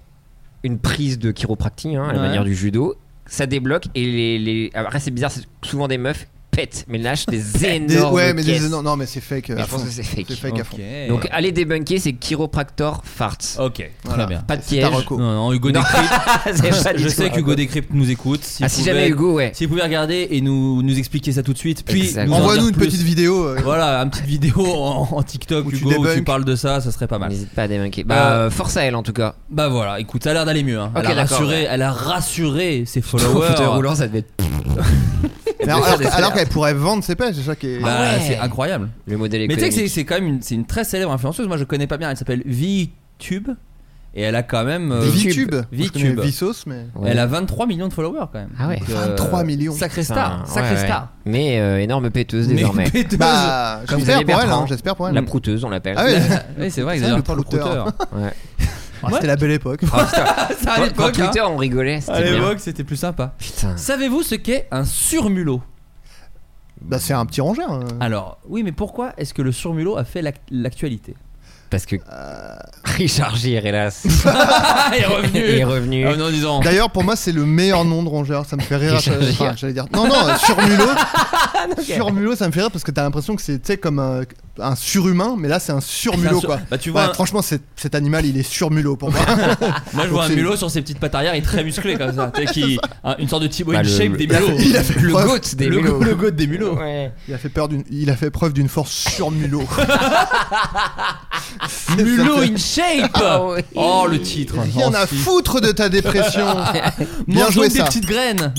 une prise de chiropractie, hein, à la
Ouais.
manière du judo. Ça débloque et les, les... ah, après c'est bizarre, c'est souvent des meufs pètent, mais lâchent des
Des-
énormes
ouais, mais des-
caisses.
non, non, mais c'est fake.
Mais
à
je pense
fond.
que c'est fake.
C'est fake à fond.
Ok.
Donc allez débunker, c'est chiropractor farts.
ok, très
Voilà.
bien.
Pas de
C'est ta
piège.
reco.
Non, non, Hugo
Non.
Décrypte.
C'est pas du
je
tout
sais
un
qu'Hugo
reco.
Décrypte nous écoute.
Ah si
pouvait-
jamais Hugo, ouais.
Si vous pouvez regarder et nous, nous expliquer ça tout de suite, puis
Exact.
nous en
Envoie-nous
dire
une
plus.
petite vidéo. euh,
Voilà, une petite vidéo en, en TikTok,
Où tu
Hugo, où tu
débunkes.
parles de ça, ça serait pas mal.
N'hésite pas à débunker. Bah,
Euh,
euh, force à elle en tout cas.
Bah voilà, écoute, ça a l'air d'aller mieux. hein.
Ok,
elle, a
d'accord,
rassuré,
ouais.
elle a rassuré ses
Au fauteuil
followers.
roulant, ça devait être
mais alors alors- alors qu'elle pourrait vendre ses pêches, c'est ça qui est.
Bah,
Ah ouais.
C'est incroyable.
le modèle
Mais tu sais que
économique.
c'est- c'est quand même une, c'est une très célèbre influenceuse. Moi, je connais pas bien. Elle s'appelle VTube et elle a quand même.
Ah,
euh,
VTube.
VTube.
VTube. Vsauce, mais.
Ouais.
Elle a 23 millions de followers quand même.
Ah ouais.
Donc,
23 millions.
Sacrée star,
Enfin,
sacrée
ouais, ouais.
star.
Mais euh, énorme péteuse
Mais
désormais.
péteuse.
Bah,
Comme
j'espère
Xavier
pour elle, hein,
Bertrand.
Ah
j'espère pour elle.
La prouteuse, on l'appelle.
Ah ouais.
oui, c'est vrai,
Ça,
d'ailleurs,
le polluteur.
Ouais.
Ah, C'était la belle époque.
Ah, putain.
Ça, à
Quand- quand
l'époque, hein.
Twitter, on rigolait.
à
C'était bien.
l'époque, c'était plus sympa.
Putain.
Savez-vous ce qu'est un surmulot
Bah, c'est un petit rongeur. euh.
Alors, oui, mais pourquoi est-ce que le surmulot a fait l'ac- l'actualité
Parce que
Euh.
Richard Gere, hélas,
Ah, il est revenu
est revenu.
Ah non, disons.
D'ailleurs, pour moi, c'est le meilleur nom de rongeur. Ça me fait rire. à chaque-
J'allais
enfin,
dire.
J'allais dire. Non, non, euh, surmulot. Surmulot, ça me fait rire parce que t'as l'impression que c'est tu sais, comme un, un surhumain, mais là, c'est un surmulot,
C'est un sur-
quoi.
Bah, tu vois,
Ouais,
un-
Franchement, c'est- cet animal, il est surmulot pour moi.
moi je vois un
Donc, c'est-
mulot sur ses petites pattes arrière, il est très musclé comme ça. Tu sais, qui, un- une sorte de Thibaut
Bah,
in
le-
shape
le-
des mulots.
il a fait
Le
preuve-
goat des
le,
mulots.
le goat des mulots.
Ouais.
Il a fait peur d'une, il a fait preuve d'une force surmulot. C'est- ça
Mulot
fait-
in shape
Ah oui.
Oh, le titre.
Rien
Oh,
à
si.
foutre de ta dépression. Bien
Mangeons
joué
des
ça.
petites graines.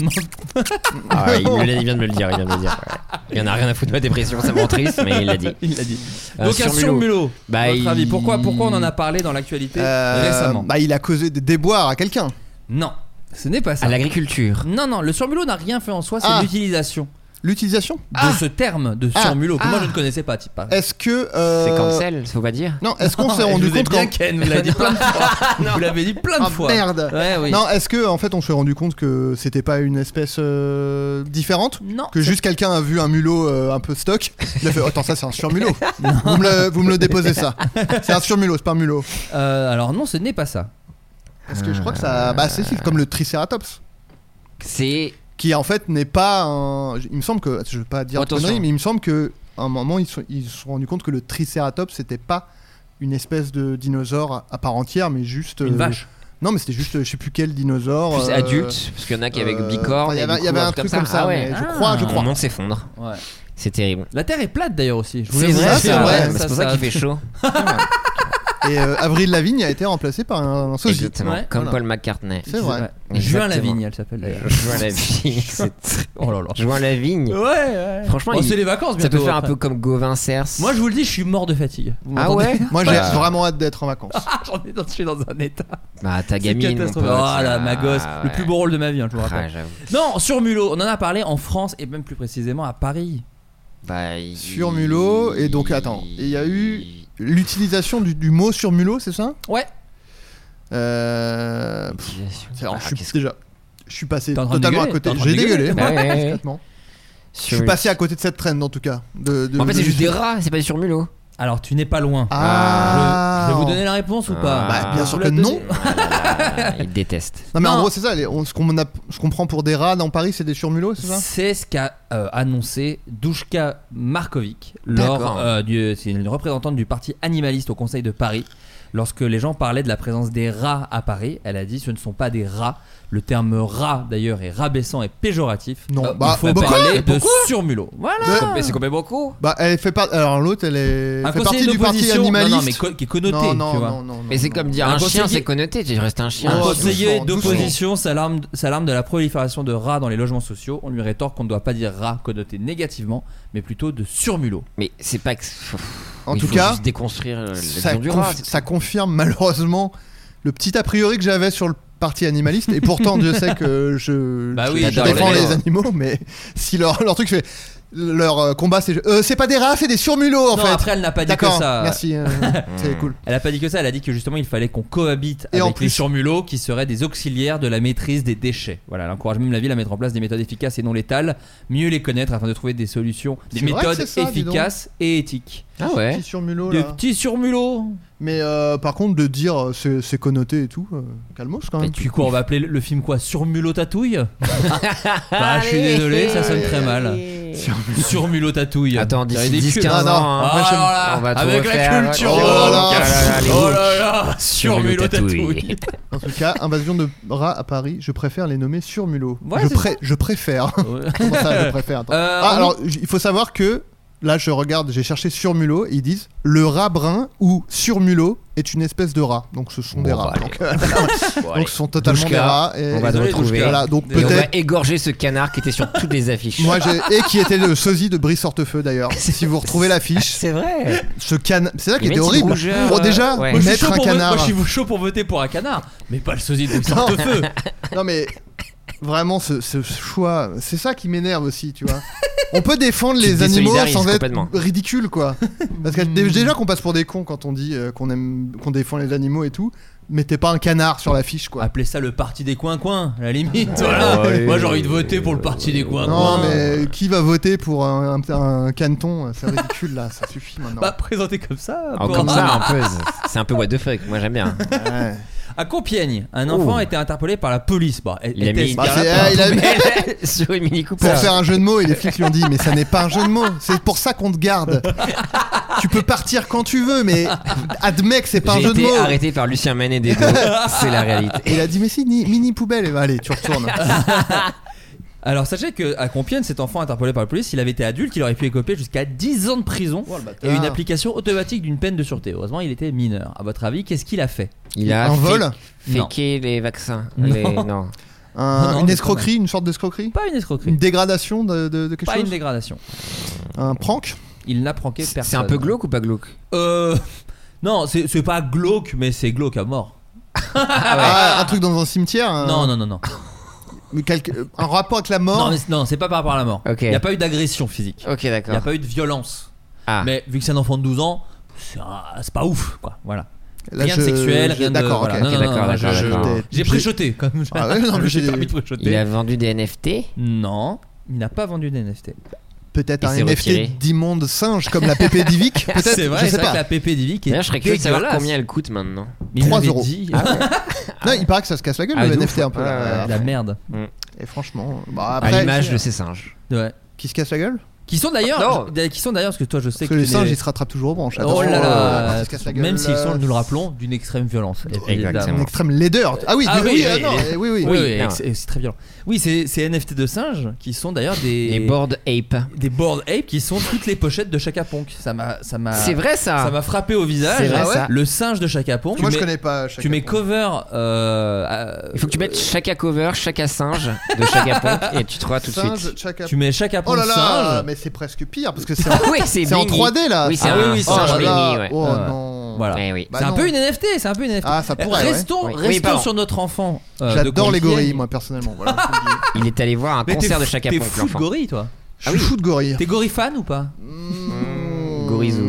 Ah ouais, il, me l'a- il vient de me le dire, il vient de me le dire. ouais. Il y en a rien à foutre de ma dépression, ça me rend triste, mais il l'a dit.
Il l'a dit.
Euh,
Donc un
surmulot.
surmulot.
Bah,
votre
il-
avis, pourquoi, pourquoi on en a parlé dans l'actualité
Euh,
récemment
bah, il a causé des déboires à quelqu'un.
Non, ce n'est pas ça.
À l'agriculture.
Non, non, le surmulot n'a rien fait en soi, c'est
Ah.
l'utilisation
L'utilisation.
de ce terme de
Ah.
surmulot que moi
Ah.
je ne connaissais pas. Type, pas.
Est-ce que euh,
C'est cancel, faut pas dire.
Non, est-ce qu'on s'est
Je
rendu
vous ai
compte
bien
qu'en-
Ken, vous l'avez dit plein de fois. Vous l'avez dit plein de
Ah,
fois.
merde.
Ouais, oui.
Non, est-ce que en fait on s'est rendu compte que c'était pas une espèce euh, différente
Non.
que juste quelqu'un a vu un mulot euh, un peu stock, il a fait attends ça c'est un surmulot. vous, me le, vous me le déposez ça. C'est un surmulot, c'est pas un mulot.
Euh, alors non, ce n'est pas ça.
Parce que je crois que
Euh.
ça bah c'est c'est comme le triceratops
C'est.
qui en fait n'est pas un il me semble que je veux pas dire de
Attention.
conneries, mais il me semble que à un moment ils se sont, ils se sont rendu compte que le triceratops c'était pas une espèce de dinosaure à- à part entière mais juste
Une
euh,
vache.
Non mais c'était juste je sais plus quel dinosaure
Plus
euh,
adulte, parce qu'il y en a qui avec
euh,
bicorne.
Il y
et
avait,
du
il y avait
coup,
un truc comme ça,
Ah
mais
ouais.
je crois, je
Mon
crois.
monde s'effondre.
Ouais.
C'est terrible.
La Terre est plate d'ailleurs aussi. Je voulais
C'est
vous
vrai,
dire
c'est
ça.
vrai.
Ouais,
C'est pour ça, qu'il fait chaud.
Et euh, Avril Lavigne a été remplacée par un, un sosie.
Exactement.
Ouais. Oh
Comme
Voilà.
Paul McCartney.
C'est vrai.
Ouais. Juin
Exactement.
Lavigne, elle s'appelle d'ailleurs.
Joint la vigne. c'est très-
Oh là là.
Joint la vigne.
Ouais, ouais.
Franchement,
Oh,
il-
c'est les vacances
Ça
bientôt.
peut faire un
après.
peu comme Gauvin Cers.
Moi, je vous le dis, je suis mort de fatigue. Vous
Ah
m'entendez
ouais
Moi, j'ai
Bah.
vraiment hâte d'être en vacances.
Ah, J'en ai dans, je suis dans un état.
Bah, ta
C'est
gamine. mon pote.
catastrophique. Oh là, ma
Ah,
gosse. Le
ouais.
plus beau rôle de ma vie, hein, je vous
Ah,
rappelle.
j'avoue.
Non, sur Mulot, on en a parlé en France et même plus précisément à Paris.
Bah, il-
Sur Mulot, et donc, attends, il y a eu- L'utilisation du, du mot sur mulot, c'est ça
Ouais.
Euh, pff,
Utilisation.
c'est- alors,
Ah,
je suis
qu'est-ce que-
déjà. Je suis passé
T'es en train de
totalement à
dégueuler, t'es
côté.
en train de
J'ai dégueulé.
dégueuler. Eh,
moi,
Bah ouais, ouais.
complètement. Je
Sur-
suis passé à côté de cette traîne, en tout cas. De, de-
En fait, c'est
de-
juste des rats, c'est pas des surmulots.
Alors, tu n'es pas loin.
Ah.
Je, je vais vous donner la réponse ou pas
Ah. Bah, bien
Je
sûr
vous la
que
donne.
non.
Ils détestent.
Non mais en
Non.
gros c'est ça, les- on- ce qu'on a- ce qu'on prend pour des rats dans Paris c'est des surmulots c'est ça
C'est ce qu'a euh, annoncé Dushka Markovic,
D'accord.
lors, euh, du- c'est une représentante du parti animaliste au Conseil de Paris. Lorsque les gens parlaient de la présence des rats à Paris, elle a dit ce ne sont pas des rats. Le terme rat d'ailleurs est rabaissant et péjoratif.
Non,
Euh,
bah,
il faut
bah,
parler
pourquoi
de surmulot. Voilà.
Ouais. Mais c'est
complètement con.
Bah elle fait partie, alors l'autre elle est
Un
fait
conseiller
partie du parti
d'opposition-
animaliste.
Non, non, mais co- qui est connoté.
non,
tu
non,
vois.
non, non,
Mais c'est
non,
comme
non.
dire
Un
un chien,
conseiller-
c'est connoté, tu restes un
Un
chien.
Oh,
conseiller
doucement,
d'opposition s'alarme s'alarme de la prolifération de rats dans les logements sociaux. On lui rétorque qu'on ne doit pas dire rat connoté négativement, mais plutôt de surmulot.
Mais c'est pas que.
En
Il
tout
faut
cas,
juste déconstruire euh,
ça,
l'action du
conf-
rat.
ça confirme malheureusement le petit a priori que j'avais sur le parti animaliste et pourtant Dieu sait que je,
Bah
je-
oui,
je
j'adore
défends
les
les
rats.
animaux mais si leur, leur truc fait leur euh, combat c'est euh, c'est pas des rats c'est des surmulots en
non,
fait
après, elle n'a pas dit que
d'accord
ça.
merci euh, c'est cool
Elle n'a pas dit que ça, elle a dit que justement il fallait qu'on cohabite
Et en
avec
plus-
les surmulots qui seraient des auxiliaires de la maîtrise des déchets. Voilà, elle encourage même la ville à mettre en place des méthodes efficaces et non létales, mieux les connaître afin de trouver des solutions, des
C'est vrai que
méthodes
c'est ça, dis donc.
efficaces et éthiques.
Ah ouais.
petit surmulot
Des
là
petits surmulots
mais euh, par contre de dire euh, c'est c'est connoté et tout euh, calmos quand
Et
même
puis quoi, on va appeler le- le film quoi Surmulot tatouille Bah, je suis
Allez.
désolé, ça sonne très mal. Surmulot tatouille.
Attends, d'ici
J'avais des
10-15
pieux.
Ah, non.
ans, hein,
Ah, alors là,
on va tout
avec la
refaire.
culture,
Oh là là, les
oh
bouches.
là là,
Surmulot
surmulot tatouille.
tatouille.
en tout cas invasion de rats à Paris je préfère les nommer surmulots
Ouais,
je,
c'est
pré- je préfère Comment ça, je préfère Attends.
Euh,
Ah,
on-
alors, j- il faut savoir que là, je regarde, j'ai cherché sur mulot, et ils disent le rat brun ou sur mulot est une espèce de rat. Donc, ce sont des
Bon,
rats.
bah,
donc, euh,
Bon,
donc,
allez.
ce sont totalement
Douchka,
des rats. Et,
on va te
Désolé,
retrouver.
Douchka.
voilà, donc
Et on
Et on va
peut-être.
égorger ce canard qui était sur toutes les affiches.
Moi, j'ai et qui était le sosie de Brice Hortefeux d'ailleurs. si vous retrouvez l'affiche,
c'est vrai.
ce canard, c'est ça qui
Il
était
met une
horrible.
rougeur,
Bon,
euh,
déjà,
ouais.
Moi, je suis chaud
mettre un
pour voter-
canard.
moi, je suis chaud pour voter pour un canard, mais pas le sosie de sorte feu.
Non mais vraiment ce, ce choix. C'est ça qui m'énerve aussi, tu vois. On peut défendre
Tu te
les animaux
désolidarises
sans être
complètement.
ridicule, quoi. Parce que dé- déjà qu'on passe pour des cons quand on dit euh, qu'on aime, qu'on défend les animaux et tout, mais t'es pas un canard sur l'affiche,
Ah,
quoi.
Appelez ça le parti des coins-coins, à la limite. Voilà.
ouais,
Moi j'aurais envie de
ouais,
voter pour le parti des
Non,
coins-coins.
mais qui va voter pour un, un- un caneton C'est ridicule, là. Ça suffit maintenant.
Pas Bah, présenté comme ça.
Oh,
pour-
comme ça, un peu. c'est- C'est un peu what the fuck. Moi, j'aime bien.
Ouais.
À Compiègne, un enfant
Oh.
a été interpellé par la police. Bah,
Il a
était-ce
mis-
qu'il
Bah,
y a
c'est-
là-
ah, il a mis-
Sur une mini
Pour
Cooper.
faire un jeu de mots, et les flics lui ont dit Mais ça n'est pas un jeu de mots, c'est pour ça qu'on te garde. tu peux partir quand tu veux, mais admets que c'est pas un
J'ai
jeu de
été
mots.
arrêté par Lucien Manet des deux. C'est la réalité.
Et il a dit Mais si, ni- mini poubelle. Et bah, allez, tu retournes.
Alors sachez que à Compiègne, cet enfant interpellé par la police, il avait été adulte, il aurait pu écoper jusqu'à 10 ans de prison et
Ah.
une application automatique d'une peine de sûreté. Heureusement, il était mineur. À votre avis, qu'est-ce qu'il a fait
Il a
Un
fait-
vol
Non.
faker les vaccins.
Non.
Les- non.
Un-
Non, non,
Une
mais quand
escroquerie, une sorte d'escroquerie
Pas une escroquerie,
Une dégradation de, de- de quelque
pas une
chose
dégradation.
Un prank
Il n'a pranké personne.
C'est un peu glauque ou pas glauque
Euh, non, c'est c'est pas glauque, mais c'est glauque à mort.
Ah, Un truc dans un cimetière
Ah.
un-
Non, non, non, non.
mais quelque- Un rapport avec la mort
Non, mais c'est- non, c'est pas par rapport à la mort.
Ok.
Il n'y a pas eu d'agression physique.
Ah. Ok,
Il n'y a
d'accord.
pas eu de violence.
Ah.
Mais vu que c'est un enfant de 12 ans, c'est un- c'est pas ouf, quoi. Voilà.
Là,
rien de
je-
sexuel,
je-
rien de.
D'accord,
voilà.
ok.
Non, non, non,
d'accord,
non,
d'accord,
je-
Je-
je-
d'accord.
J'ai
J'ai-
préchoté quand même.
Ah ouais, non, mais
j'ai
j'ai-
permis de préchoter.
Il a vendu des NFT.
Non, il n'a pas vendu des NFT.
Peut-être
Il
un
s'est retiré.
NFT d'immonde singe comme la PP Divic Peut-être
Ah, C'est vrai,
Je
c'est
sais
vrai
pas.
que la PP Divi qui est.
D'ailleurs, je serais curieux de savoir
dégueulasse.
combien elle coûte maintenant.
Mais il
3
l'avait
euros.
dit.
Ah,
euh,
Non, il paraît que ça se casse la gueule
Ah,
le
de ouf.
NFT un peu. là.
Ouais,
La merde.
Et franchement, bah,
à
après,
l'image de ces singes.
Ouais.
qui se casse la gueule
Qui sont d'ailleurs.
Non.
je- Qui sont d'ailleurs, parce que toi, je sais
Parce
que.
que les
tu
singes,
n'es-
ils se rattrapent toujours aux branches.
Oh
Attention,
là
euh,
là,
qui se casse la gueule,
même s'ils
là.
sont, nous le rappelons, d'une extrême violence.
Une
Exactement.
extrême laideur. Ah oui,
Ah
oui,
oui,
ah
oui,
non,
oui.
eh oui, oui.
Oui, oui,
non.
ex- et c'est très violent. Oui, c'est c'est NFT de singes qui sont d'ailleurs des
Les board ape.
des board ape qui sont toutes les pochettes de Chaka Ponk. Ça m'a ça
Ah.
m'a
C'est vrai
ça
ça.
m'a frappé au visage.
Ah. C'est vrai,
Ah ouais.
ça.
Le singe de Chaka Ponk.
Moi,
Tu
je
mets-
connais pas.
Tu
Chaka
mets
Khan.
cover. euh,
Il faut que tu mettes chaque cover, chaque singe de chaque pompe et tu trouveras tout de
Singe,
suite.
Chaka-
tu mets Chaka Ponk
Oh là là,
singe.
mais c'est presque pire parce que c'est en,
Oui, Ah c'est
c'est en
Biggie.
3D là.
Oui, c'est
Ah
un
oui, oui,
oh
c'est
singe
là
un
béni,
là,
ouais.
oh
Ouais.
non.
Voilà.
Ouais, oui.
Bah
c'est un
non.
peu une NFT, c'est un peu une NFT.
Ah, ça pourrait, ouais.
Restons,
Oui. Oui,
restons
pardon.
sur notre enfant. euh, de Ah
J'adore les
Compiègne.
gorilles, moi personnellement. Voilà, je vous le dis.
Il est allé voir un
Mais t'es
concert de
fou-
chaque
T'es
pompe,
fou de
l'enfant.
gorille, toi.
Je suis fou de gorilles.
T'es gorille fan ou pas
Mmh.
Gorizou.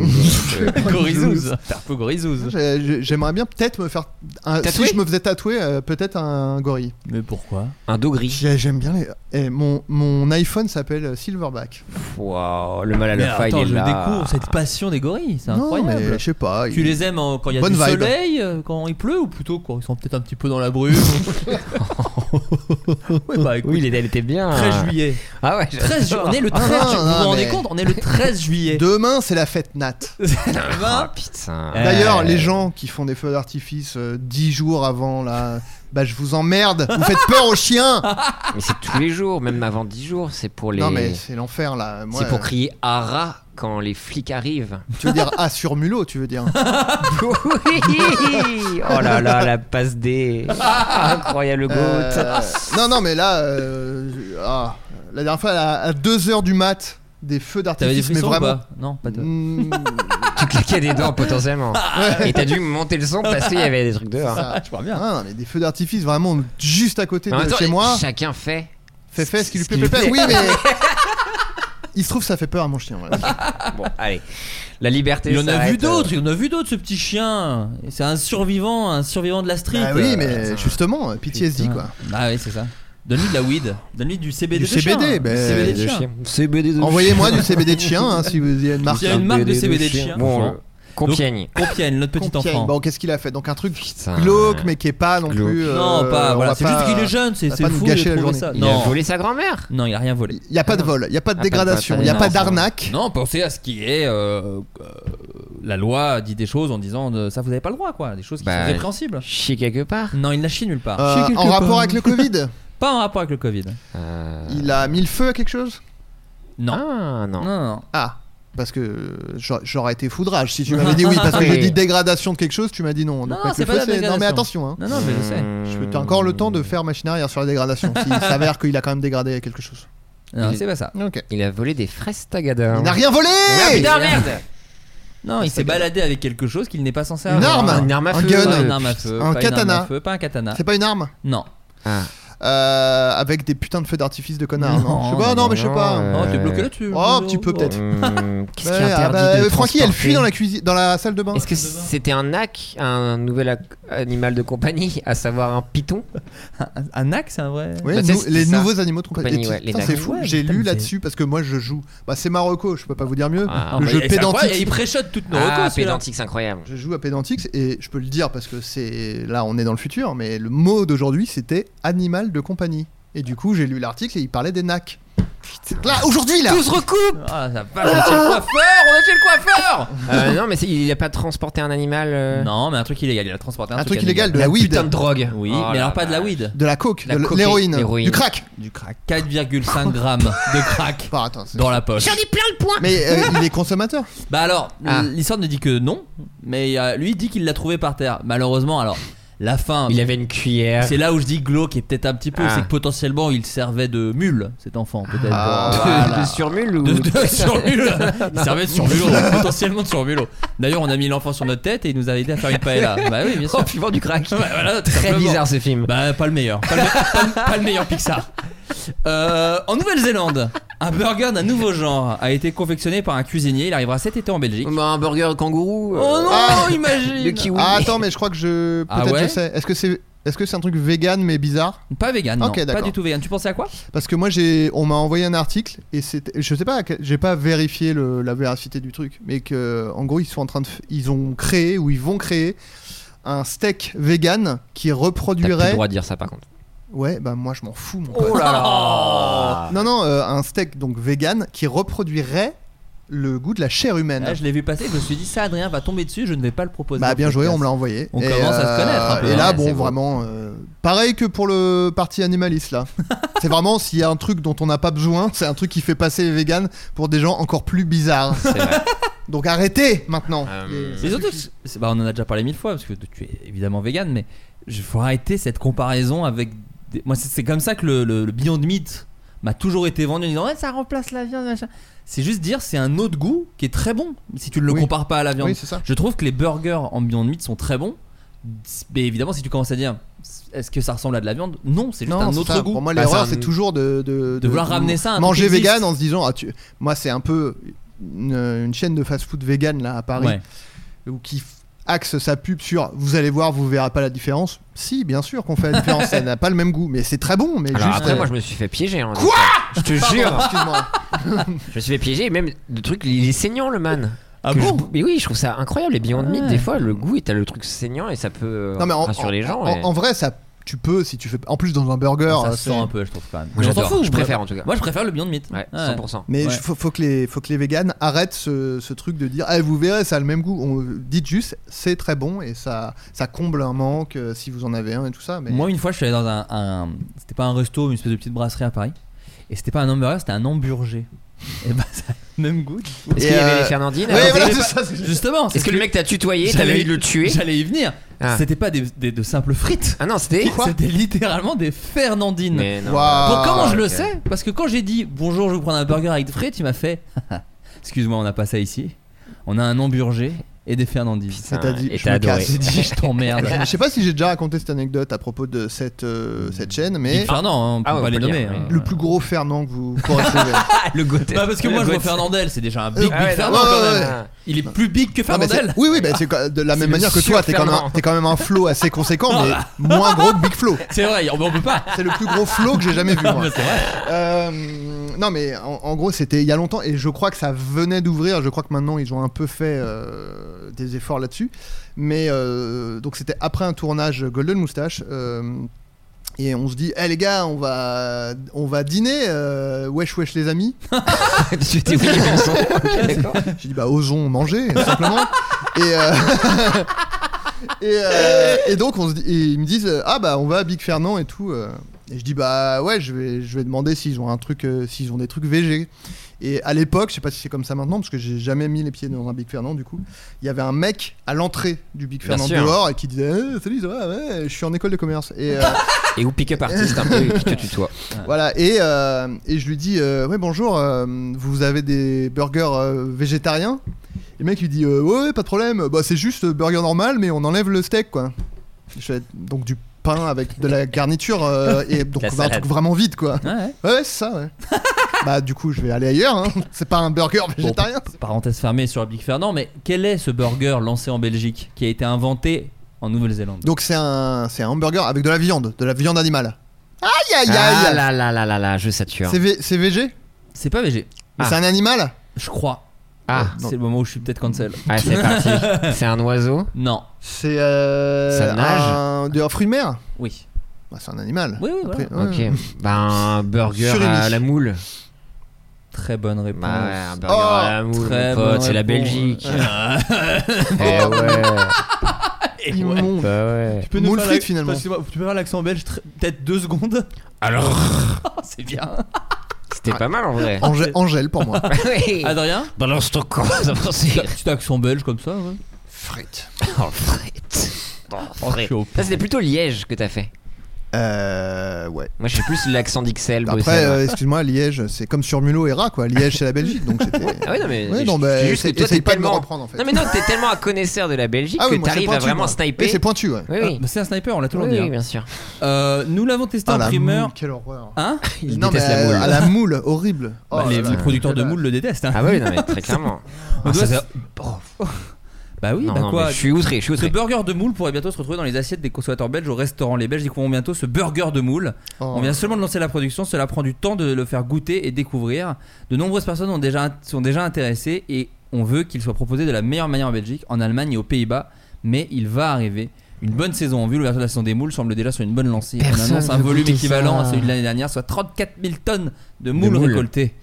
Gorizouz. T'es un peu gorizouz.
J'ai- j'ai- J'aimerais bien peut-être me faire. un- si
Tatouer
je me faisais tatouer, euh, peut-être un gorille.
Mais pourquoi
Un dos gris.
J'ai- J'aime bien les. eh, mon, mon iPhone s'appelle euh, Silverback.
Waouh, Ah, le mal à
Mais
la fin, il
attends,
est
je
là.
découvre cette passion des gorilles, c'est
Non,
incroyable.
mais je sais pas.
Tu
il-
les aimes en- quand il y a
Bonne
du
vibe.
soleil, euh, quand il pleut, ou plutôt quand ils sont peut-être un petit peu dans la brume Ouais, bah écoute,
Oui, il est- elle était bien.
13 juillet.
Ah ouais,
13 ju- on est le 13
Ah,
ju-
non,
vous vous
non,
rendez
mais-
compte On est le 13 juillet.
Demain, c'est la fête Nat.
Ah putain.
Euh,
D'ailleurs, les gens qui font des feux d'artifice euh, dix jours avant, là, bah je vous emmerde. Vous faites peur aux chiens.
Mais c'est tous les jours, même avant 10 jours, c'est pour les.
Non mais c'est l'enfer là. Moi,
c'est pour
euh,
crier Ara quand les flics arrivent.
Tu veux dire ah sur mulot, tu veux dire.
Oui oh là là, la passe D. Incroyable goat.
Euh, non non mais là, euh, je- ah, la dernière fois à 2 heures du mat, des
T'avais
feux
des
d'artifice, mais
frissons ou
vraiment.
pas Non, pas de.
Mm,
Tu claquais des dents potentiellement. Et t'as dû monter le son parce qu'il y avait des trucs dehors.
ça.
Je vois
Ah,
bien.
non, mais des feux d'artifice vraiment juste à côté
Mais en
de
même temps,
chez moi.
Chacun fait.
Fait fait ce qui lui
ce qui lui
plaît. plaît,
plaît.
plaît. Oui mais. Il se trouve ça fait peur à mon chien. voilà.
Bon, allez. La liberté.
Il y en
ça
a
arrête,
vu
euh,
d'autres, il y en a vu d'autres, ce petit chien. C'est un survivant, un survivant de la street.
Ah oui mais justement, PTSD
Putain.
quoi.
Ah oui, c'est ça. Donne-lui de la weed, donne-lui du CBD.
Du
de chien.
CBD, ben,
CBD de
euh, de
chien.
chien. CBD de
Envoyez-moi du CBD de chien hein, si vous avez une marque.
Il y a une marque de CBD de chien.
Bon, euh,
Donc,
Compiègne.
Compiègne, notre petit
Compiègne.
enfant.
Bon, qu'est-ce qu'il a fait Donc un truc
Putain.
glauque, mais qui est pas non
Glauque.
plus. euh,
non, pas.
on
Voilà,
va
c'est
pas-
juste qu'il est jeune, c'est
va
c'est
pas nous
fou
gâcher
de
la
trouver ça.
journée.
Il
non.
a volé sa grand-mère.
Non, il a rien volé.
Il y a pas de vol, il y a pas de
Ah, pas de
dégradation,
vol,
il y a
non,
pas
ça-
d'arnaque.
Non, pensez à ce qui est euh, euh, la loi dit des choses en disant euh, ça vous avez pas le droit quoi, des choses qui
Bah,
sont répréhensibles.
Chier quelque part.
Non, il n'a chié nulle part.
Euh,
Chié quelque
en
part.
rapport avec le Covid,
Pas en rapport avec le Covid.
Euh,
il a mis le feu à quelque chose
Non.
Ah non.
non, non, non.
Ah, parce que euh, j'aurais- j'aurais été foudrage si tu m'avais dit oui, parce que j'ai dit dégradation de quelque chose, tu m'as dit non. Donc
Non,
mettre
c'est
le
pas
feu,
la
c'est- non mais
dégradation.
attention, hein.
Non, non, mais je sais.
Hmm.
Je- T'as encore le temps de faire machine arrière sur la dégradation s'il s'avère qu'il a quand même dégradé quelque chose.
Non,
Il-
c'est pas ça.
Ok.
Il a volé des fraises tagada.
Il n'a rien volé
Ah, putain,
Il-
merde
Non, il s'est baladé avec quelque chose qu'il n'est pas censé
Une
avoir.
arme
Ah, Une arme à
Un
feu. Euh,
Pas
gun
une arme à feu,
Un
pas une arme à
katana.
feu, pas un katana.
C'est pas une arme
Non.
Ah,
euh, avec des putains de feux d'artifice de connards. Non, je sais pas, non, mais je sais pas.
euh,
Oh, t'es bloqué là-dessus.
Oh, un petit peu, peut-être.
Hum, Qu'est-ce qui
Ouais, ah
interdit
bah,
de
euh, Francky, elle fuit
transporter
dans la cuisine, dans la salle de bain.
Est-ce que c'était un ac, un nouvel ac- animal de compagnie, à savoir un python
Un axe, c'est un vrai.
Oui,
Bah,
nous-
c'est- c'est
les
ça.
nouveaux animaux de compagnie.
Compagnie,
Et
ouais,
tu-
les
putain,
dingues.
c'est fou.
Ouais,
J'ai
putain,
lu
mais c'est-
là-dessus parce que moi je joue. Bah, c'est Marocco, je peux pas vous dire mieux.
Ah,
le
bah,
jeu
et c'est incroyable,
pédantique.
Il préchote toute nos
Ah,
recos, celui-là.
pédantique, c'est incroyable.
Je joue à Pedantix et je peux le dire parce que c'est là on est dans le futur, mais le mot d'aujourd'hui c'était animal de compagnie. Et du coup j'ai lu l'article et il parlait des nacs. Là aujourd'hui là.
Tout se recoupe
Ah, ça va, on est chez le coiffeur, on est chez le coiffeur
Euh, Non, mais c'est- il a pas transporté un animal. euh,
Non, mais un truc illégal, il a transporté un,
Un truc illégal de la weed,
Putain de drogue.
Oui,
Oh
mais
là
alors pas de la
vache.
weed,
de la coke,
La
de
cocaïne,
l'héroïne,
l'héroïne.
du crack.
du crack. 4,5 grammes de crack
Enfin, attends, c'est-
dans la poche.
mais euh, il est consommateur.
Bah alors,
Ah.
l'histoire ne dit que non, mais euh, lui il dit qu'il l'a trouvé par terre. Malheureusement, alors, la fin.
Il avait une cuillère.
C'est là où je dis glauque et peut-être un petit peu,
Ah.
c'est que potentiellement il servait de mule, cet enfant, peut-être.
Ah,
Bon,
De-
voilà.
de surmule ou
de, de surmulot. Il servait de surmulot, ouais, potentiellement de surmulot. D'ailleurs, on a mis l'enfant sur notre tête et il nous a aidé à faire une paella. Bah oui, bien sûr.
en buvant du crack.
Bah voilà, tout
Très
simplement.
bizarre ce film.
Bah, pas le meilleur. Pas le, pas le- pas le meilleur Pixar. Euh, en Nouvelle-Zélande, un burger d'un nouveau genre a été confectionné par un cuisinier. Il arrivera cet été en Belgique.
Bah, un burger kangourou. euh,
Oh non,
Euh, Ah.
imagine
Le kiwi.
Ah, attends, mais je crois que je
Ah
peut-être
ouais
je sais. Est-ce que c'est est-ce que c'est un truc vegan mais bizarre
Pas vegan, non.
Ok,
pas
d'accord.
du tout vegan. Tu pensais à quoi
Parce que moi j'ai on m'a envoyé un article et c'était je sais pas à quel- j'ai pas vérifié le- la véracité du truc mais que en gros ils sont en train de f- ils ont créé ou ils vont créer un steak vegan qui
T'as plus le
reproduirait
droit de dire ça par contre.
ouais bah moi je m'en fous mon pote.
là
non non euh, un steak donc vegan qui reproduirait le goût de la chair humaine
Eh, Je l'ai vu passer, je me suis dit ça, Adrien va tomber dessus, je ne vais pas le proposer.
bah bien
au
joué on
podcast.
me l'a envoyé
On
Et, euh,
commence à se connaître un peu,
et là
ouais,
bon
c'est bon.
vraiment euh, pareil que pour le parti animaliste là c'est vraiment s'il y a un truc dont on n'a pas besoin c'est un truc qui fait passer les vegans pour des gens encore plus bizarres
C'est vrai.
Donc arrêtez maintenant.
Euh,
Et-
Mais surtout, que c'est- bah, on en a déjà parlé mille fois parce que tu es évidemment vegan, mais il faut arrêter cette comparaison avec. des- Moi, c'est c'est comme ça que le, le- le Beyond Meat m'a toujours été vendu en disant ouais, ça remplace la viande. machin. C'est juste dire c'est un autre goût qui est très bon si tu ne le
Oui.
compares pas à la viande.
oui, c'est ça.
Je trouve que les burgers en Beyond Meat sont très bons, mais évidemment, si tu commences à dire est-ce que ça ressemble à de la viande Non, c'est juste
Non,
un
c'est
autre
ça.
goût.
Pour moi,
Bah,
l'erreur,
c'est un-
c'est toujours de, de,
vouloir ramener ça à un truc
Manger
qui existe.
vegan en se disant, ah, tu... moi, c'est un peu une, une chaîne de fast-food vegan là à Paris,
Ouais.
ou qui f- axe sa pub sur vous allez voir, vous verrez pas la différence. Si, bien sûr qu'on fait la différence, ça n'a pas le même goût, mais c'est très bon. Mais
Alors
juste.
après,
euh,
moi je me suis fait piéger. hein, donc, euh, Je te
pardon,
jure,
excuse-moi.
je me suis fait piéger. Et même le truc, il est saignant le man.
Ah
Que
bon
je- Mais oui, je trouve ça incroyable. Les Beyond Meat,
Ouais.
des fois, le goût, et t'as le truc saignant et ça peut euh,
Non, mais en,
rassurer les gens.
en-
et-
en vrai, ça, tu peux si tu fais. En plus, dans un burger,
Ça
euh,
se
c'est-
sent un peu, je trouve quand même.
Moi,
Mais on s'en
j'adore.
fout,
Je
moi-
préfère, en tout cas.
Moi, je préfère le Beyond Meat.
Ouais,
Ouais.
100%.
Mais
Ouais.
je- faut, faut que les, faut que les véganes arrêtent ce, ce truc de dire ah, vous verrez, ça a le même goût. On, dites juste c'est très bon et ça, ça comble un manque euh, si vous en avez un et tout ça. Mais...
Moi, une fois, je suis allé dans un. un- c'était pas un resto, mais une espèce de petite brasserie à Paris. Et c'était pas un hamburger, c'était un hamburger. Et bah, ça a le même goût. du coup.
Est-ce qu'il y
Et,
avait
euh,
les Fernandines
Ouais,
alors,
voilà,
t'es-
c'est ça, c'est-
Justement, Oh, c'est
Est-ce que le mec t'a tutoyé T'avais
j'allais-
envie de le tuer
J'allais y venir.
Ah.
C'était pas des, des- de simples frites.
Ah non, c'était.
C'était littéralement des Fernandines.
Mais non.
Waouh.
Bon, comment je le
ok.
sais Parce que quand j'ai dit bonjour, je vais vous prendre un burger avec des frites, il m'a fait excuse-moi, on n'a pas ça ici. On a un hamburger et des Fernandines.
Et t'as dit,
Ah, Et
je
t'as
me
adoré.
casse.
J'ai dit je t'emmerde.
Je sais pas si j'ai déjà raconté cette anecdote à propos de cette,
Hmm.
euh, cette chaîne, mais
Big Fernand, hein, on peut
Ah ouais,
pas
on
les
peut le
nommer.
dire,
hein.
oui.
le plus gros Fernand que vous pourrez trouver.
Ah, le goûter.
Bah parce que moi je vois
Gauthier.
Fernandel, c'est déjà un big,
Euh,
big
Ah ouais, non,
Fernand
ouais,
quand
ouais,
même.
ouais.
Il est plus big que
Non, mais
Fernandel.
c'est- oui, oui, bah, c'est quoi- de la
C'est
même
le
manière que
sûr
toi, t'es quand, même
Fernand. Oh.
un- t'es quand même un flow assez conséquent, mais moins gros que Big Flow.
C'est vrai, on, on peut pas.
C'est le plus gros flow que j'ai jamais vu. moi.
Bah, c'est vrai.
Euh, non mais en, en gros c'était il y a longtemps et je crois que ça venait d'ouvrir. Je crois que maintenant ils ont un peu fait euh, des efforts là-dessus. Mais euh, donc c'était après un tournage Golden Moustache. euh, et on se dit, eh les gars, on va, on va dîner, euh, wesh wesh les amis.
Tu t'es oublié mon son. Ok, d'accord.
J'ai dit, bah osons manger, tout simplement. et, euh, et, euh, et donc on se dit- et ils me disent, euh, ah bah on va à Big Fernand et tout. euh. Et je dis, bah ouais, je vais, je vais demander s'ils ont un truc, euh, s'ils ont des trucs VG. Et à l'époque, je sais pas si c'est comme ça maintenant, parce que j'ai jamais mis les pieds dans un Big Fernand du coup. Il y avait un mec à l'entrée du Big
Bien
Fernand
sûr.
dehors et qui disait, Eh, salut, ça va, ouais, je suis en école de commerce. Et, euh,
Et ou pick-up artiste un peu qui te tutoie.
voilà, et, euh, et je lui dis euh, Ouais, bonjour, euh, vous avez des burgers euh, végétariens Et le mec lui dit euh, Ouais, ouais, pas de problème, bah, c'est juste euh, burger normal, mais on enlève le steak, quoi. Je fais, Donc du pain avec de la garniture euh, et donc
La
on veut un
salade.
truc vraiment vide quoi.
Ouais, ouais.
Ouais, ouais, c'est ça, ouais. bah, du coup, je vais aller ailleurs, hein. c'est pas un burger végétarien.
Parenthèse fermée sur le Big Fernand, mais quel est ce burger lancé en Belgique qui a été inventé en Nouvelle-Zélande
Donc, c'est un, c'est un hamburger avec de la viande, de la viande animale. Aïe aïe aïe
Ah là là là là là, je sature.
C'est vé- c'est végé
C'est pas VG,
Mais
Ah.
C'est un animal
je crois.
Ah,
c'est le moment où je suis peut-être cancel.
ah, c'est parti. C'est un oiseau.
Non,
C'est. Euh,
Ça nage
un, de, un fruit de mer
oui.
bah, C'est un animal.
Oui, oui, voilà.
Après, ouais.
Ok. Bah, un burger
Surimi.
à la moule.
Très bonne réponse.
Bah, ouais, un burger
Oh,
à la moule,
très
mon pote,
bonne
c'est la
réponse.
Belgique. Eh ouais.
Immonde.
Bah ouais.
Tu peux
Moule
faire
frite,
la-
finalement.
Excuse-moi, Tu peux faire l'accent belge tr- peut-être deux secondes
Alors,
Oh, C'est bien.
c'était pas mal en vrai.
Angèle, Angèle pour moi.
Oui.
Adrien
Balance ton corps.
T'as- Petit accent belge comme ça, ouais.
Frites.
Oh, frite.
Oh, je suis au
Ça, c'était plutôt Liège que t'as fait.
Euh. Ouais.
Moi, j'ai plus l'accent d'Ixelles.
Après,
bruxelles.
euh, excuse-moi, Liège, c'est comme sur Mulot et Rat, quoi. Liège, c'est la Belgique, donc c'était.
Ah ouais, non, mais.
Ouais,
je-
non,
je-
bah,
c'est juste que
c'est-
toi,
essaye
t'es
pas de me
tellement-
reprendre, en fait.
Non, mais non, t'es tellement un connaisseur de la Belgique
Ah oui,
que
moi, c'est
t'arrives à
pointu,
vraiment
moi. Oui,
sniper.
c'est Ah, pointu, ouais.
Oui, oui.
Bah, c'est un sniper, on l'a toujours
Oui,
dit.
oui,
hein.
bien sûr.
Euh, nous l'avons testé
Ah,
en
la
primeur.
moule, quelle horreur.
Hein
Il
non, mais
déteste la
euh,
moule.
à la moule, horrible.
Bah,
Oh
les,
là
les
là.
producteurs de moules le détestent. hein.
Ah oui, non, mais très clairement.
On
Ah,
doit-
ça-
Bah oui,
non,
bah
non,
quoi
mais je suis outré, je suis
Ce
outré.
burger de moule pourrait bientôt se retrouver dans les assiettes des consommateurs belges au restaurant. Les Belges découvriront bientôt ce burger de moule.
Oh.
On vient seulement de lancer la production, cela prend du temps de le faire goûter et découvrir. De nombreuses personnes ont déjà, sont déjà intéressées et on veut qu'il soit proposé de la meilleure manière en Belgique, en Allemagne et aux Pays-Bas. Mais il va arriver. Une bonne saison en vue, l'ouverture de la saison des moules semble déjà sur une bonne lancée.
Personne
on annonce un
veut
volume
goûter
équivalent
ça.
à celui de l'année dernière, soit 34 000 tonnes de moules,
moules.
récoltées.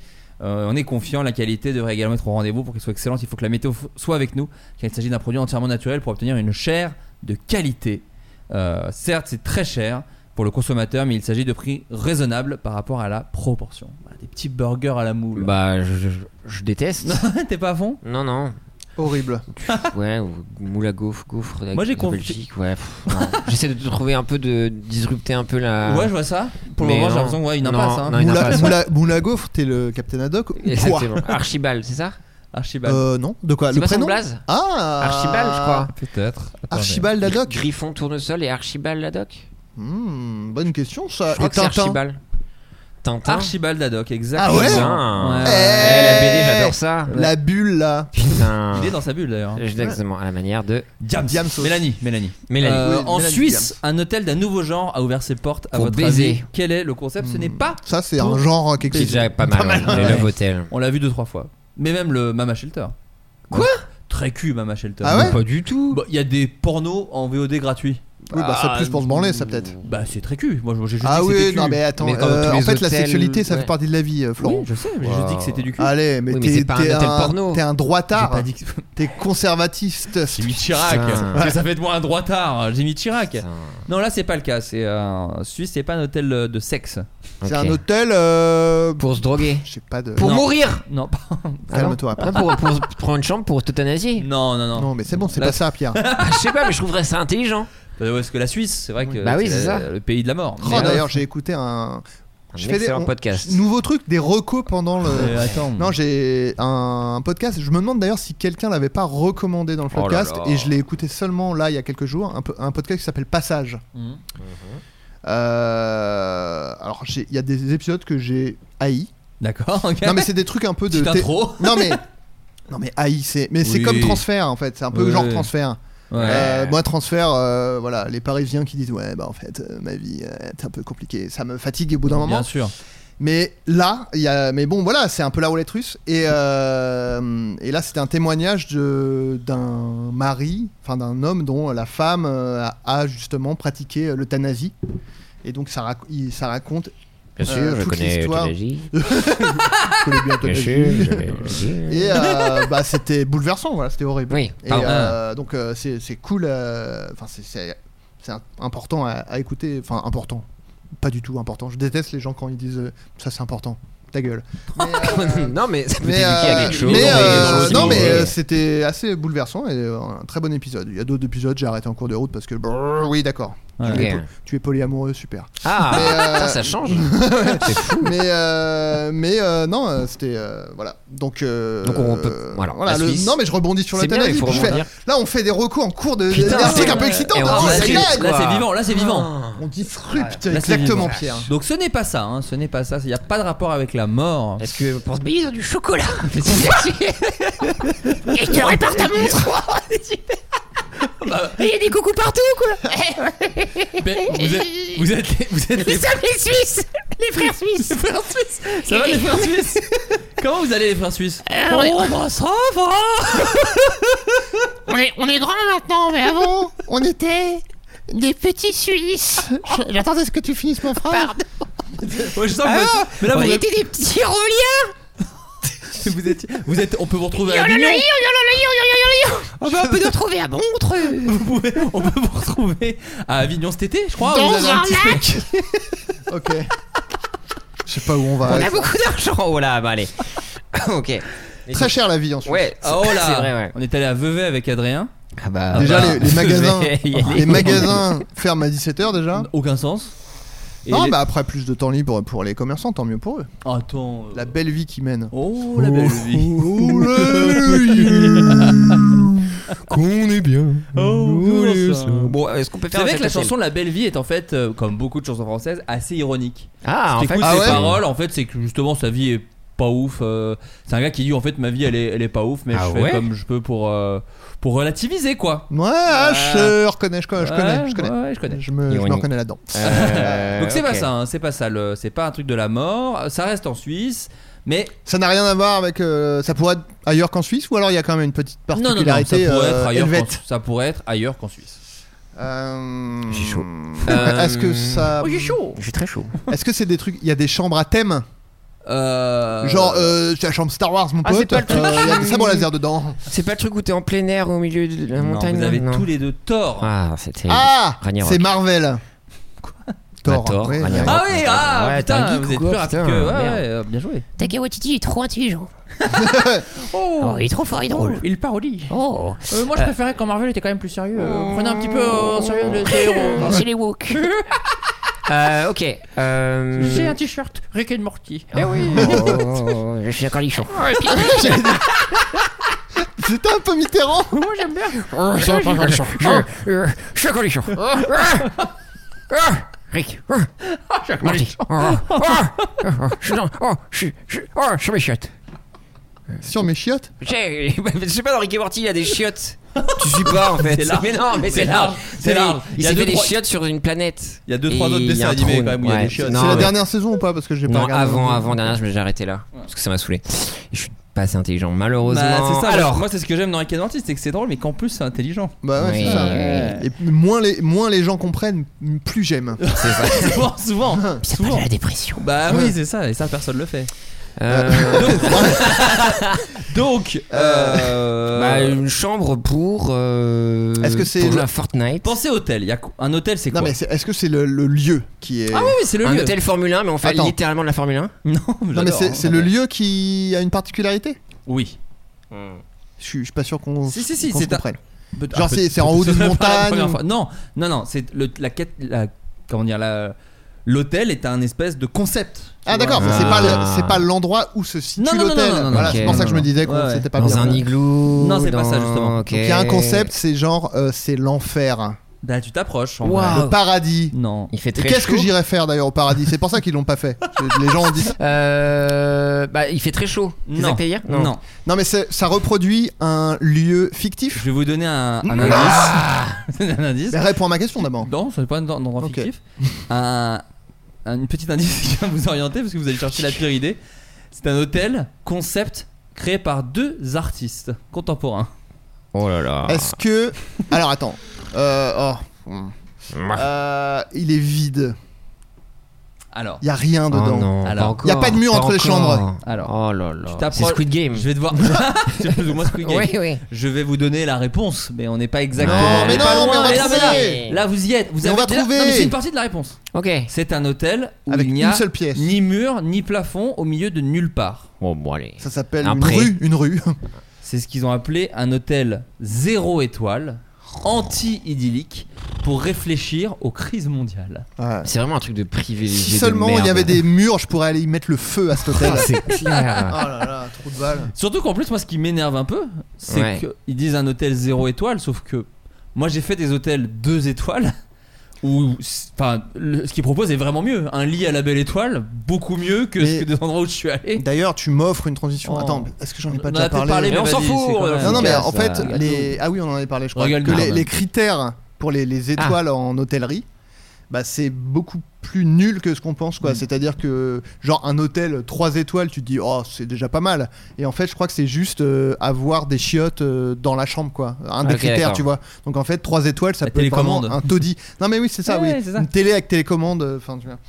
Euh, on est confiant, la qualité devrait également être au rendez-vous pour qu'elle soit excellente. Il faut que la météo f- soit avec nous, car il s'agit d'un produit entièrement naturel pour obtenir une chair de qualité. Euh, certes, c'est très cher pour le consommateur, mais il s'agit de prix raisonnables par rapport à la proportion. Voilà, des petits burgers à la moule.
Bah, je, je- je déteste.
T'es pas à fond
Non, non.
Horrible.
Ouais, ou moule à gaufre, gaufre. de-
Moi, j'ai
de
confi-
Belgique, ouais. pff, non. J'essaie de te trouver un peu de disrupter un peu la.
Ouais, je vois ça. Pour le
Ah. Mais
moment, j'ai
non.
l'impression que, ouais, une
Non,
impasse. hein.
non, une-
Moula,
impasse.
moula, moula gaufre, t'es le capitaine Haddock ou quoi
Exactement. Archibald, c'est ça
Archibald.
Euh, non, de quoi
C'est
Le
pas son
prénom
blaze
Ah
Archibald, je crois.
Peut-être. Attendez.
Archibald Haddock
Griffon tournesol et Archibald la doc
Hmm, Bonne question ça.
Je crois
Et
que c'est
Tintin
Archibald. Tintin
Archibald Haddock, exactement.
Ah ouais
Putain.
Ouais, ouais.
Eh, la
Eh.
BD, j'adore ça.
La bulle là.
Putain.
Il est dans sa bulle d'ailleurs.
Eh. Exactement, à la manière de
Diams.
Diams.
Mélanie, Mélanie.
Mélanie.
Euh,
Oui,
en
Mélanie
Suisse, un hôtel d'un nouveau genre a ouvert ses portes à
Pour
votre
baiser.
avis. Quel est le concept Ce n'est pas.
Ça c'est un genre hein, qui
C'est
existe.
déjà pas mal. ouais.
ouais.
Le Love Hotel.
On l'a vu deux trois fois. Mais même le Mama Shelter.
Quoi
Ouais. Très cul Mama Shelter.
Ah ouais
Pas du tout.
Bah, Il y a des pornos en VOD gratuits.
Oui, bah c'est
Ah,
plus pour se branler ça peut-être.
Bah c'est très cul. Moi j'ai juste
Ah
dit que c'était
oui,
cul.
non mais attends,
Mais comme
euh,
tous les
en fait la
hôtels,
sexualité ça
ouais.
fait partie de la vie euh, Florent. Ah,
Oui, je sais, j'ai juste dit que c'était du cul.
Allez, mais
Oui, mais
t'es
c'est pas un
t'es
hôtel porno.
t'es un
J'ai
droitard,
pas dit que
t'es conservatiste.
c'est Jimmy Chirac.
Putain.
Parce que ça fait de moi un droitard, Jimmy Chirac.
Putain.
Non, là c'est pas le cas. C'est euh, Suisse, c'est pas un hôtel euh, de sexe.
C'est
Ok.
un hôtel. euh,
Pour se droguer.
Je sais pas de.
Pour
Non.
mourir.
Non, pas-
Calme-toi.
Ah Non, pour, pour se prendre une chambre pour t'euthanasier.
non, non, non.
Non mais c'est bon, c'est
Là,
pas ça Pierre.
Bah, je sais pas, mais je trouverais ça intelligent.
Euh, ouais, Parce que la Suisse, c'est vrai que
Bah oui, c'est
la-
ça.
le pays de la mort.
Oh,
Mais non,
D'ailleurs j'ai écouté un
Un
Je fais des-
excellent
on-
podcast.
nouveau truc, des recos pendant le.
euh, attends.
Non, j'ai un podcast. Je me demande d'ailleurs si quelqu'un l'avait pas recommandé dans le
Oh là
podcast
là.
et je l'ai écouté seulement là il y a quelques jours. Un, peu- un podcast qui s'appelle Passage.
Mmh.
Mhm.
Euh, alors j'ai- il y a des épisodes que j'ai haï.
D'accord, ok.
Non mais c'est des trucs un peu de.
Petite
thé-
intro.
Non mais. Non mais haï c'est mais c'est
Oui.
comme transfert en fait c'est un peu
Oui.
genre transfert
Ouais.
Euh, moi transfert euh, voilà les Parisiens qui disent ouais bah en fait euh, ma vie euh, est un peu compliquée ça me fatigue au bout d'un moment
Bien sûr.
mais là, il y a, mais bon, voilà, c'est un peu la roulette russe. Et, euh, et là, c'était un témoignage de- d'un mari, enfin d'un homme dont la femme euh, a a justement pratiqué euh, l'euthanasie. Et donc, ça, rac- il- ça raconte.
Bien sûr,
euh,
je
toute
connais
l'histoire.
l'euthanasie.
que les
Bien
biothéologies-
sûr, je connais l'euthanasie.
Et euh, bah, c'était bouleversant, voilà, c'était horrible.
Oui,
Et,
pardon.
euh, donc, euh, c'est c'est cool. euh, Enfin, c'est- c'est c'est un- important à, à écouter. Enfin, important. Pas du tout important. Je déteste les gens quand ils disent euh, ça, c'est important. Ta gueule. Mais, euh,
non, mais ça peut
Mais,
t'éduquer à
euh,
quelque chose.
mais,
on va aller
euh,
dans le
non,
cinéma.
mais euh, c'était assez bouleversant et euh, un très bon épisode. Il y a d'autres épisodes, j'ai arrêté en cours de route parce que brrr, oui, d'accord.
Ouais.
Tu, es,
Ok.
po- tu es polyamoureux, super. euh,
Ah,
Mais, euh,
putain, ça change.
mais euh, mais euh, non, euh, c'était euh, voilà. Donc euh,
Donc on peut- voilà, la
le-
Suisse.
non, mais je rebondis sur
C'est bien,
l'euthanasie.
il faut
puis je fais-
rebondir.
Là, on fait des recours en cours de
Putain,
d'un
c'est-
truc un peu excitant.
et on Ah.
Oh,
dit
c'est
la Suisse.
dingue.
Là,
quoi.
c'est vivant, là, c'est vivant.
On disrupte,
Voilà.
exactement,
La série,
Pierre.
Donc ce n'est pas ça, hein, ce n'est pas ça. Il n'y a pas de rapport avec la mort.
Est-ce que pour ce pays ils ont du chocolat Et tu répares ta montre Et Il y a des coucous partout quoi
Eh, Mais vous êtes, vous êtes, les- vous êtes les,
Les hommes les Suisses Les frères Suisses
les frères suisses. Ça va les frères suisses Comment vous allez les frères suisses
Ah ouais.
hein.
on, est, on est grands maintenant, mais avant, on était des petits Suisses
J'attends à ce que tu finisses mon frère.
Ouais, je sens que vous- mais là,
On
vous,
était des petits reliens
êtes, vous, êtes, vous êtes- on peut vous retrouver
Yo,
à
yo, yo, yo,
Avignon.
yo, yo, yo, yo, yo. On va- on peut nous retrouver à Montreux
Vous pouvez- on peut vous retrouver à Avignon cet été, je crois.
Dans
vous avez
un
petit
lac.
Ok. Je sais pas où on va.
On a beaucoup d'argent Oh là, bah allez Ok
Très cher la vie en Suisse.
Ouais,
Ah, oh là
c'est vrai, ouais.
On est allé à Vevey avec Adrien.
Ah bah,
Déjà,
bah,
les, les
je
magasins,
vais y aller.
les magasins ferment à 17h déjà.
Aucun sens. Et
non,
les-
bah après, plus de temps libre pour les commerçants, tant mieux pour eux.
Attends. euh,
La belle vie qu'ils mènent.
Oh la belle vie.
Oh, la- Qu'on est bien.
Oh, ça.
Bon, est-ce qu'on peut
C'est
faire
vrai
cette
que la
scène
chanson La Belle Vie est en fait, euh, comme beaucoup de chansons françaises, assez ironique.
Ah, en fait,
T'écoutes
Ah
ses
ouais
paroles, en fait, c'est que justement sa vie est pas ouf. euh, c'est un gars qui dit en fait ma vie elle est, elle est pas ouf, mais
Ah
je fais
ouais
comme je peux pour euh, pour relativiser quoi.
Ouais, ah, je reconnais, je connais, je connais.
Ouais,
Je connais.
ouais, je connais.
Je me, je me
Ironie.
reconnais là-dedans.
Euh,
Donc c'est pas
ok.
ça, hein, c'est pas ça. le- C'est pas un truc de la mort. Ça reste en Suisse, mais
Ça n'a rien à voir avec. euh, ça pourrait être ailleurs qu'en Suisse ou alors il y a quand même une petite
non, non, non, ça pourrait
particularité
être
euh,
ailleurs. qu'en-
helvète.
Ça pourrait être ailleurs qu'en Suisse.
Euh,
J'ai chaud.
Est-ce que ça.
Oh,
Je suis très chaud.
Est-ce que c'est des trucs. Il y a des chambres à thème
Euh,
Genre, euh, c'est la chambre Star Wars, mon
Ah,
pote.
c'est pas le truc.
euh, Il y a des sabres laser dedans.
C'est pas le truc où t'es en plein air au milieu de la
non,
montagne
vous avez
non.
tous les deux tort.
Ah, c'était.
Ah
Ragnarok. Bah,
C'est Marvel. Quoi Thor.
Thor,
ouais.
Ragnarok.
Ah oui, ah
Ouais, t'es un
putain,
geek
vous
ou
êtes
quoi,
plus rapide
putain,
que. Ouais,
merde.
ouais, euh, bien joué.
Taka Waititi est trop intelligent. Oh, il est trop fort, il est drôle.
il parodie.
Oh,
Euh, moi, je préférais quand Marvel était quand même plus sérieux. Euh,
Oh.
prenez un petit peu en sérieux les héros.
c'est les woke. euh, ok. Euh...
t-shirt Rick and Morty.
Eh oui. je suis un cornichon.
C'était un peu Mitterrand.
Moi, j'aime bien.
Oh, je suis un cornichon. Je, euh, je suis un cornichon. Ah, ah, Rick. Ah, Marty. Ah, ah, ah, Je suis dans- oh, je suis- je- oh, sur mes chiottes.
Sur mes chiottes.
J'ai- Je sais pas, dans Rick et Morty, il y a des chiottes. Tu suis pas en fait.
C'est large.
Mais non, mais
C'est
c'est large.
large. C'est large.
Il
y a
s'est
deux,
fait des
trois-
chiottes sur une planète.
Il y a deux, trois
Et
autres
il y a
dessins
un
animés,
trône.
quand même, où il y a des chiottes.
Non,
C'est la
mais-
dernière saison ou pas Parce que j'ai pas
Ah Non,
regardé.
avant, avant dernière, je me suis arrêté là parce que ça m'a saoulé. Et je suis pas assez intelligent, malheureusement.
Bah,
c'est ça. Alors,
Alors,
moi, c'est ce que j'aime dans Rick and Morty, c'est que c'est drôle, mais qu'en plus, c'est intelligent.
Bah ouais,
Oui.
c'est ça.
euh,
Et puis, moins les, moins les gens comprennent, plus j'aime.
c'est ça.
souvent, souvent,
Ça parle
souvent.
de la dépression.
Bah oui, c'est ça, et ça, personne le fait.
Euh,
Donc, euh,
bah, une chambre pour. euh,
Est-ce que c'est
pour
le-
la Fortnite
pensez hôtel. Il y a co- un hôtel, c'est
Non,
quoi
mais c'est- est-ce que c'est le, le lieu qui est.
Ah oui, oui, c'est le
Un
lieu.
hôtel Formule 1, mais on fait
Attends.
littéralement de la Formule 1.
Non,
non, mais
j'adore, hein,
c'est c'est le
j'adore.
lieu qui a une particularité
Oui.
Je suis, je suis pas sûr qu'on
Si, si, si,
qu'on se
c'est un-
comprenne.
Peut-
Genre,
peut-
c'est- c'est en
peut-
haut
ce
d'une
serait pas Ah, la
montagne
première
ou-
fois. Non, non, non, c'est le- la quête. La, comment dire la- L'hôtel est un espèce de concept. tu
Ah
vois.
d'accord,
Ah.
c'est pas le- c'est pas l'endroit où se situe
Non, non, non,
l'hôtel.
non, non, non,
Voilà,
ok,
c'est pour
non,
ça que je me
non.
disais qu'on
Ouais, ouais.
c'était pas
Dans
bien.
un igloo.
Non, c'est pas ça,
dans-
justement.
Donc
ok.
il y a un concept, c'est genre euh, c'est l'enfer,
Bah, tu t'approches. en
Waouh.
vrai.
le paradis.
Non.
Il fait
Et
très
qu'est-ce que
chaud.
j'irais faire d'ailleurs au paradis C'est pour ça qu'ils l'ont pas fait. Les gens ont dit
Euh, bah, il fait très chaud. C'est ça
Non.
que t'allais dire
Non.
Non mais c'est- ça reproduit un lieu
Je
fictif.
vais vous donner un, un indice. un indice.
Mais réponds à ma question d'abord.
Non, c'est pas un un endroit
Ah. Bah. Ok.
fictif. Un, un- une petite indice qui va vous orienter parce que vous allez chercher la pire idée. C'est un hôtel concept créé par deux artistes contemporains.
Oh là là.
Est-ce que alors attends, Euh, oh.
Ah,
Euh, il est vide,
Alors,
il y a rien
Oh
dedans.
non,
Alors,
pas
y a pas de mur
encore,
entre les
pas
chambres.
encore.
Alors,
oh là
tu
là.
t'approches-
C'est Squid
Oh.
Game.
je vais devoir. c'est plus ou moins Squid Game.
Oui, oui.
Je vais vous donner la réponse, mais on n'est pas exactement.
Non,
on
mais
n'est
non,
pas
mais on
loin.
va
là, là,
trouver.
là, vous y êtes. Vous
Mais on
avez
va
déjà-
trouver.
Non, mais c'est une partie de la réponse.
Ok.
C'est un hôtel où
Avec
il n'y
une
a
seule pièce.
ni mur ni plafond au milieu de nulle part.
Bon, bon, allez.
Ça s'appelle
Un
une
pré.
rue, une rue.
C'est ce qu'ils ont appelé un hôtel zéro étoile, anti-idyllique, pour réfléchir aux crises mondiales.
Ouais.
C'est vraiment un truc de privilégié.
Si
de
seulement il y
merde.
avait des murs, je pourrais aller y mettre le feu à cet hôtel.
Ah, c'est
oh
clair.
là là, trou de balle.
Surtout qu'en plus, moi, ce qui m'énerve un peu, c'est
Ouais.
qu'ils disent un hôtel zéro étoile, sauf que moi, j'ai fait des hôtels deux étoiles. où c'est- enfin le- ce qu'il propose est vraiment mieux. Un lit à la belle étoile, beaucoup mieux que,
Mais-
que des endroits où je suis allé.
D'ailleurs, tu m'offres une transition.
Oh.
Attends, est-ce que j'en ai pas
On en a
déjà
peut-être
parlé,
mais
on s'en
vas-y,
fout,
c'est quand
euh,
même-
Non, non, mais
Casse,
en fait,
euh,
les... ah oui, on en avait parlé, je crois.
Regarde
Que
bien,
les,
même.
les critères pour les,
Ah.
les étoiles en hôtellerie, bah, c'est beaucoup plus nul que ce qu'on pense.
Mm.
quoi. C'est-à-dire que, genre, un hôtel 3 étoiles, tu te dis, oh, c'est déjà pas mal. Et en fait, je crois que c'est juste euh, avoir des chiottes euh, dans la chambre, quoi. Un des
Ok,
critères,
d'accord.
tu vois. Donc, en fait, 3 étoiles, ça
La
peut être vraiment
télécommande.
un taudis. Non, mais oui, c'est ça,
Ouais,
oui.
c'est ça.
Une télé avec télécommande. euh, Enfin, tu vois.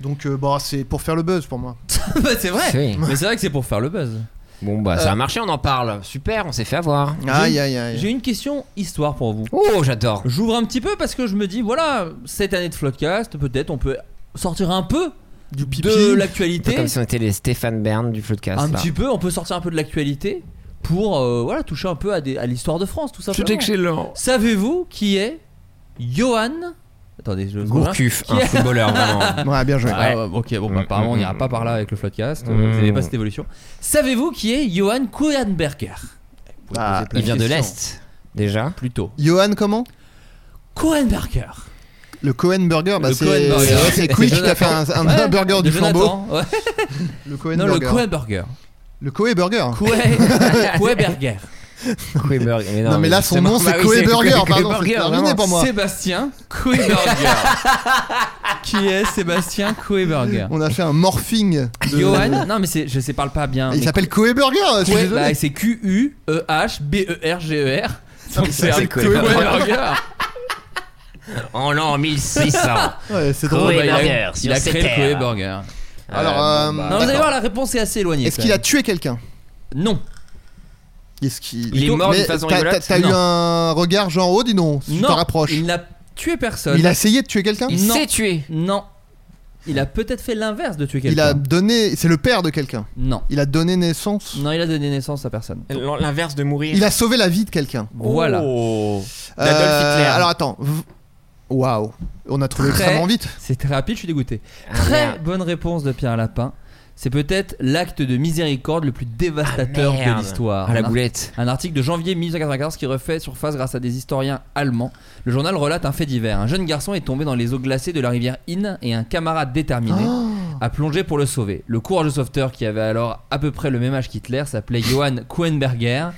Donc, euh, bon, c'est pour faire le buzz pour moi.
Bah, c'est vrai.
C'est-
Mais c'est vrai que c'est pour faire le buzz.
Bon, bah,
Euh.
ça a marché, on en parle. Super, on s'est fait avoir.
Aïe, aïe, aïe.
J'ai une question histoire pour vous.
Oh, j'adore.
J'ouvre un petit peu parce que je me dis voilà cette année de Floodcast peut-être on peut sortir un peu
Du pipi.
de
Un peu
l'actualité.
Comme si on était les Stéphane Bern du podcast.
Un
là.
petit peu on peut sortir un peu de l'actualité pour euh, voilà toucher un peu à, des- à l'histoire de France tout simplement.
excellent.
Savez-vous qui est Johan Attendez je
Gourcuff, un footballeur vraiment.
Ouais, bien joué.
Ah, ouais, ok, bon, bah,
Mm,
apparemment, on
mm,
n'ira
mm.
pas par là avec le Floodcast. euh,
Mm.
Vous n'avez pas cette évolution. Savez-vous qui est Johan Kohenberger
Ah,
Il vient de l'Est, déjà.
Plutôt.
Johan, comment
Kohenberger.
Le Cohen Burger, bah
Le
c'est
Cohen Burger.
c'est vrai, c'est Quick qui a fait un, un
Ouais,
burger
de
du flambeau.
Jonathan, ouais.
Le Cohen
Non,
Burger.
le Kohenberger.
Le Cohen Burger.
Kohenberger.
Koeberg.
Non, mais là, son
justement,
nom, c'est
bah oui,
Koe Burger,
Koe
pardon,
Burger,
c'est terminé
vraiment.
pour moi.
Sébastien Kohenberger. qui est Sébastien Kohenberger
On a fait un morphing. De...
Johan Non, mais c'est- je sais, parle pas bien.
Il
mais-
s'appelle Cohen Burger. je suis
Ouais,
désolé.
bah, c'est Q-U-E-H-B-E-R-G-E-R. Donc c'est un
c'est Koeberger.
Koeberger.
En l'an 1600.
Ouais, c'est drôle.
Koe
il a-
Burger,
Il
sur
a
ces
créé le
terres.
Koe Burger.
Alors, euh,
Non, vous allez
d'accord.
voir, la réponse est assez éloignée.
est-ce
quand
qu'il a
même.
tué quelqu'un
Non.
Est-ce qu'il
Il est mort
Mais
d'une façon
t'as-
rigolote
t'as- T'as eu
Non.
un regard genre oh dis donc, tu
non.
t'en rapproches.
Il n'a tué personne.
Il a essayé de tuer quelqu'un.
Il
Non.
s'est tué.
Non. Il a peut-être fait l'inverse de tuer
Il
quelqu'un.
a donné, c'est le père de quelqu'un.
Non.
Il a donné naissance.
Non, il a donné naissance à personne.
L'inverse de mourir.
Il a sauvé la vie de quelqu'un.
Voilà.
D'Adolf Hitler.
Euh, alors attends. V- Waouh, on a trouvé
Très-
extrêmement vite.
C'était rapide, je suis dégoûté.
Ah,
Très
merde.
bonne réponse de Pierre Lapin. C'est peut-être l'acte de miséricorde le plus dévastateur de
Merde.
l'histoire.
Ah, la
Un ar-
boulette.
Un article de janvier 1994 qui refait surface grâce à des historiens allemands. Le journal relate un fait divers. Un jeune garçon est tombé dans les eaux glacées de la rivière Inn et un camarade déterminé
Oh.
a plongé pour le sauver. Le courageux sauveteur qui avait alors à peu près le même âge qu'Hitler s'appelait Johann Kuenberger.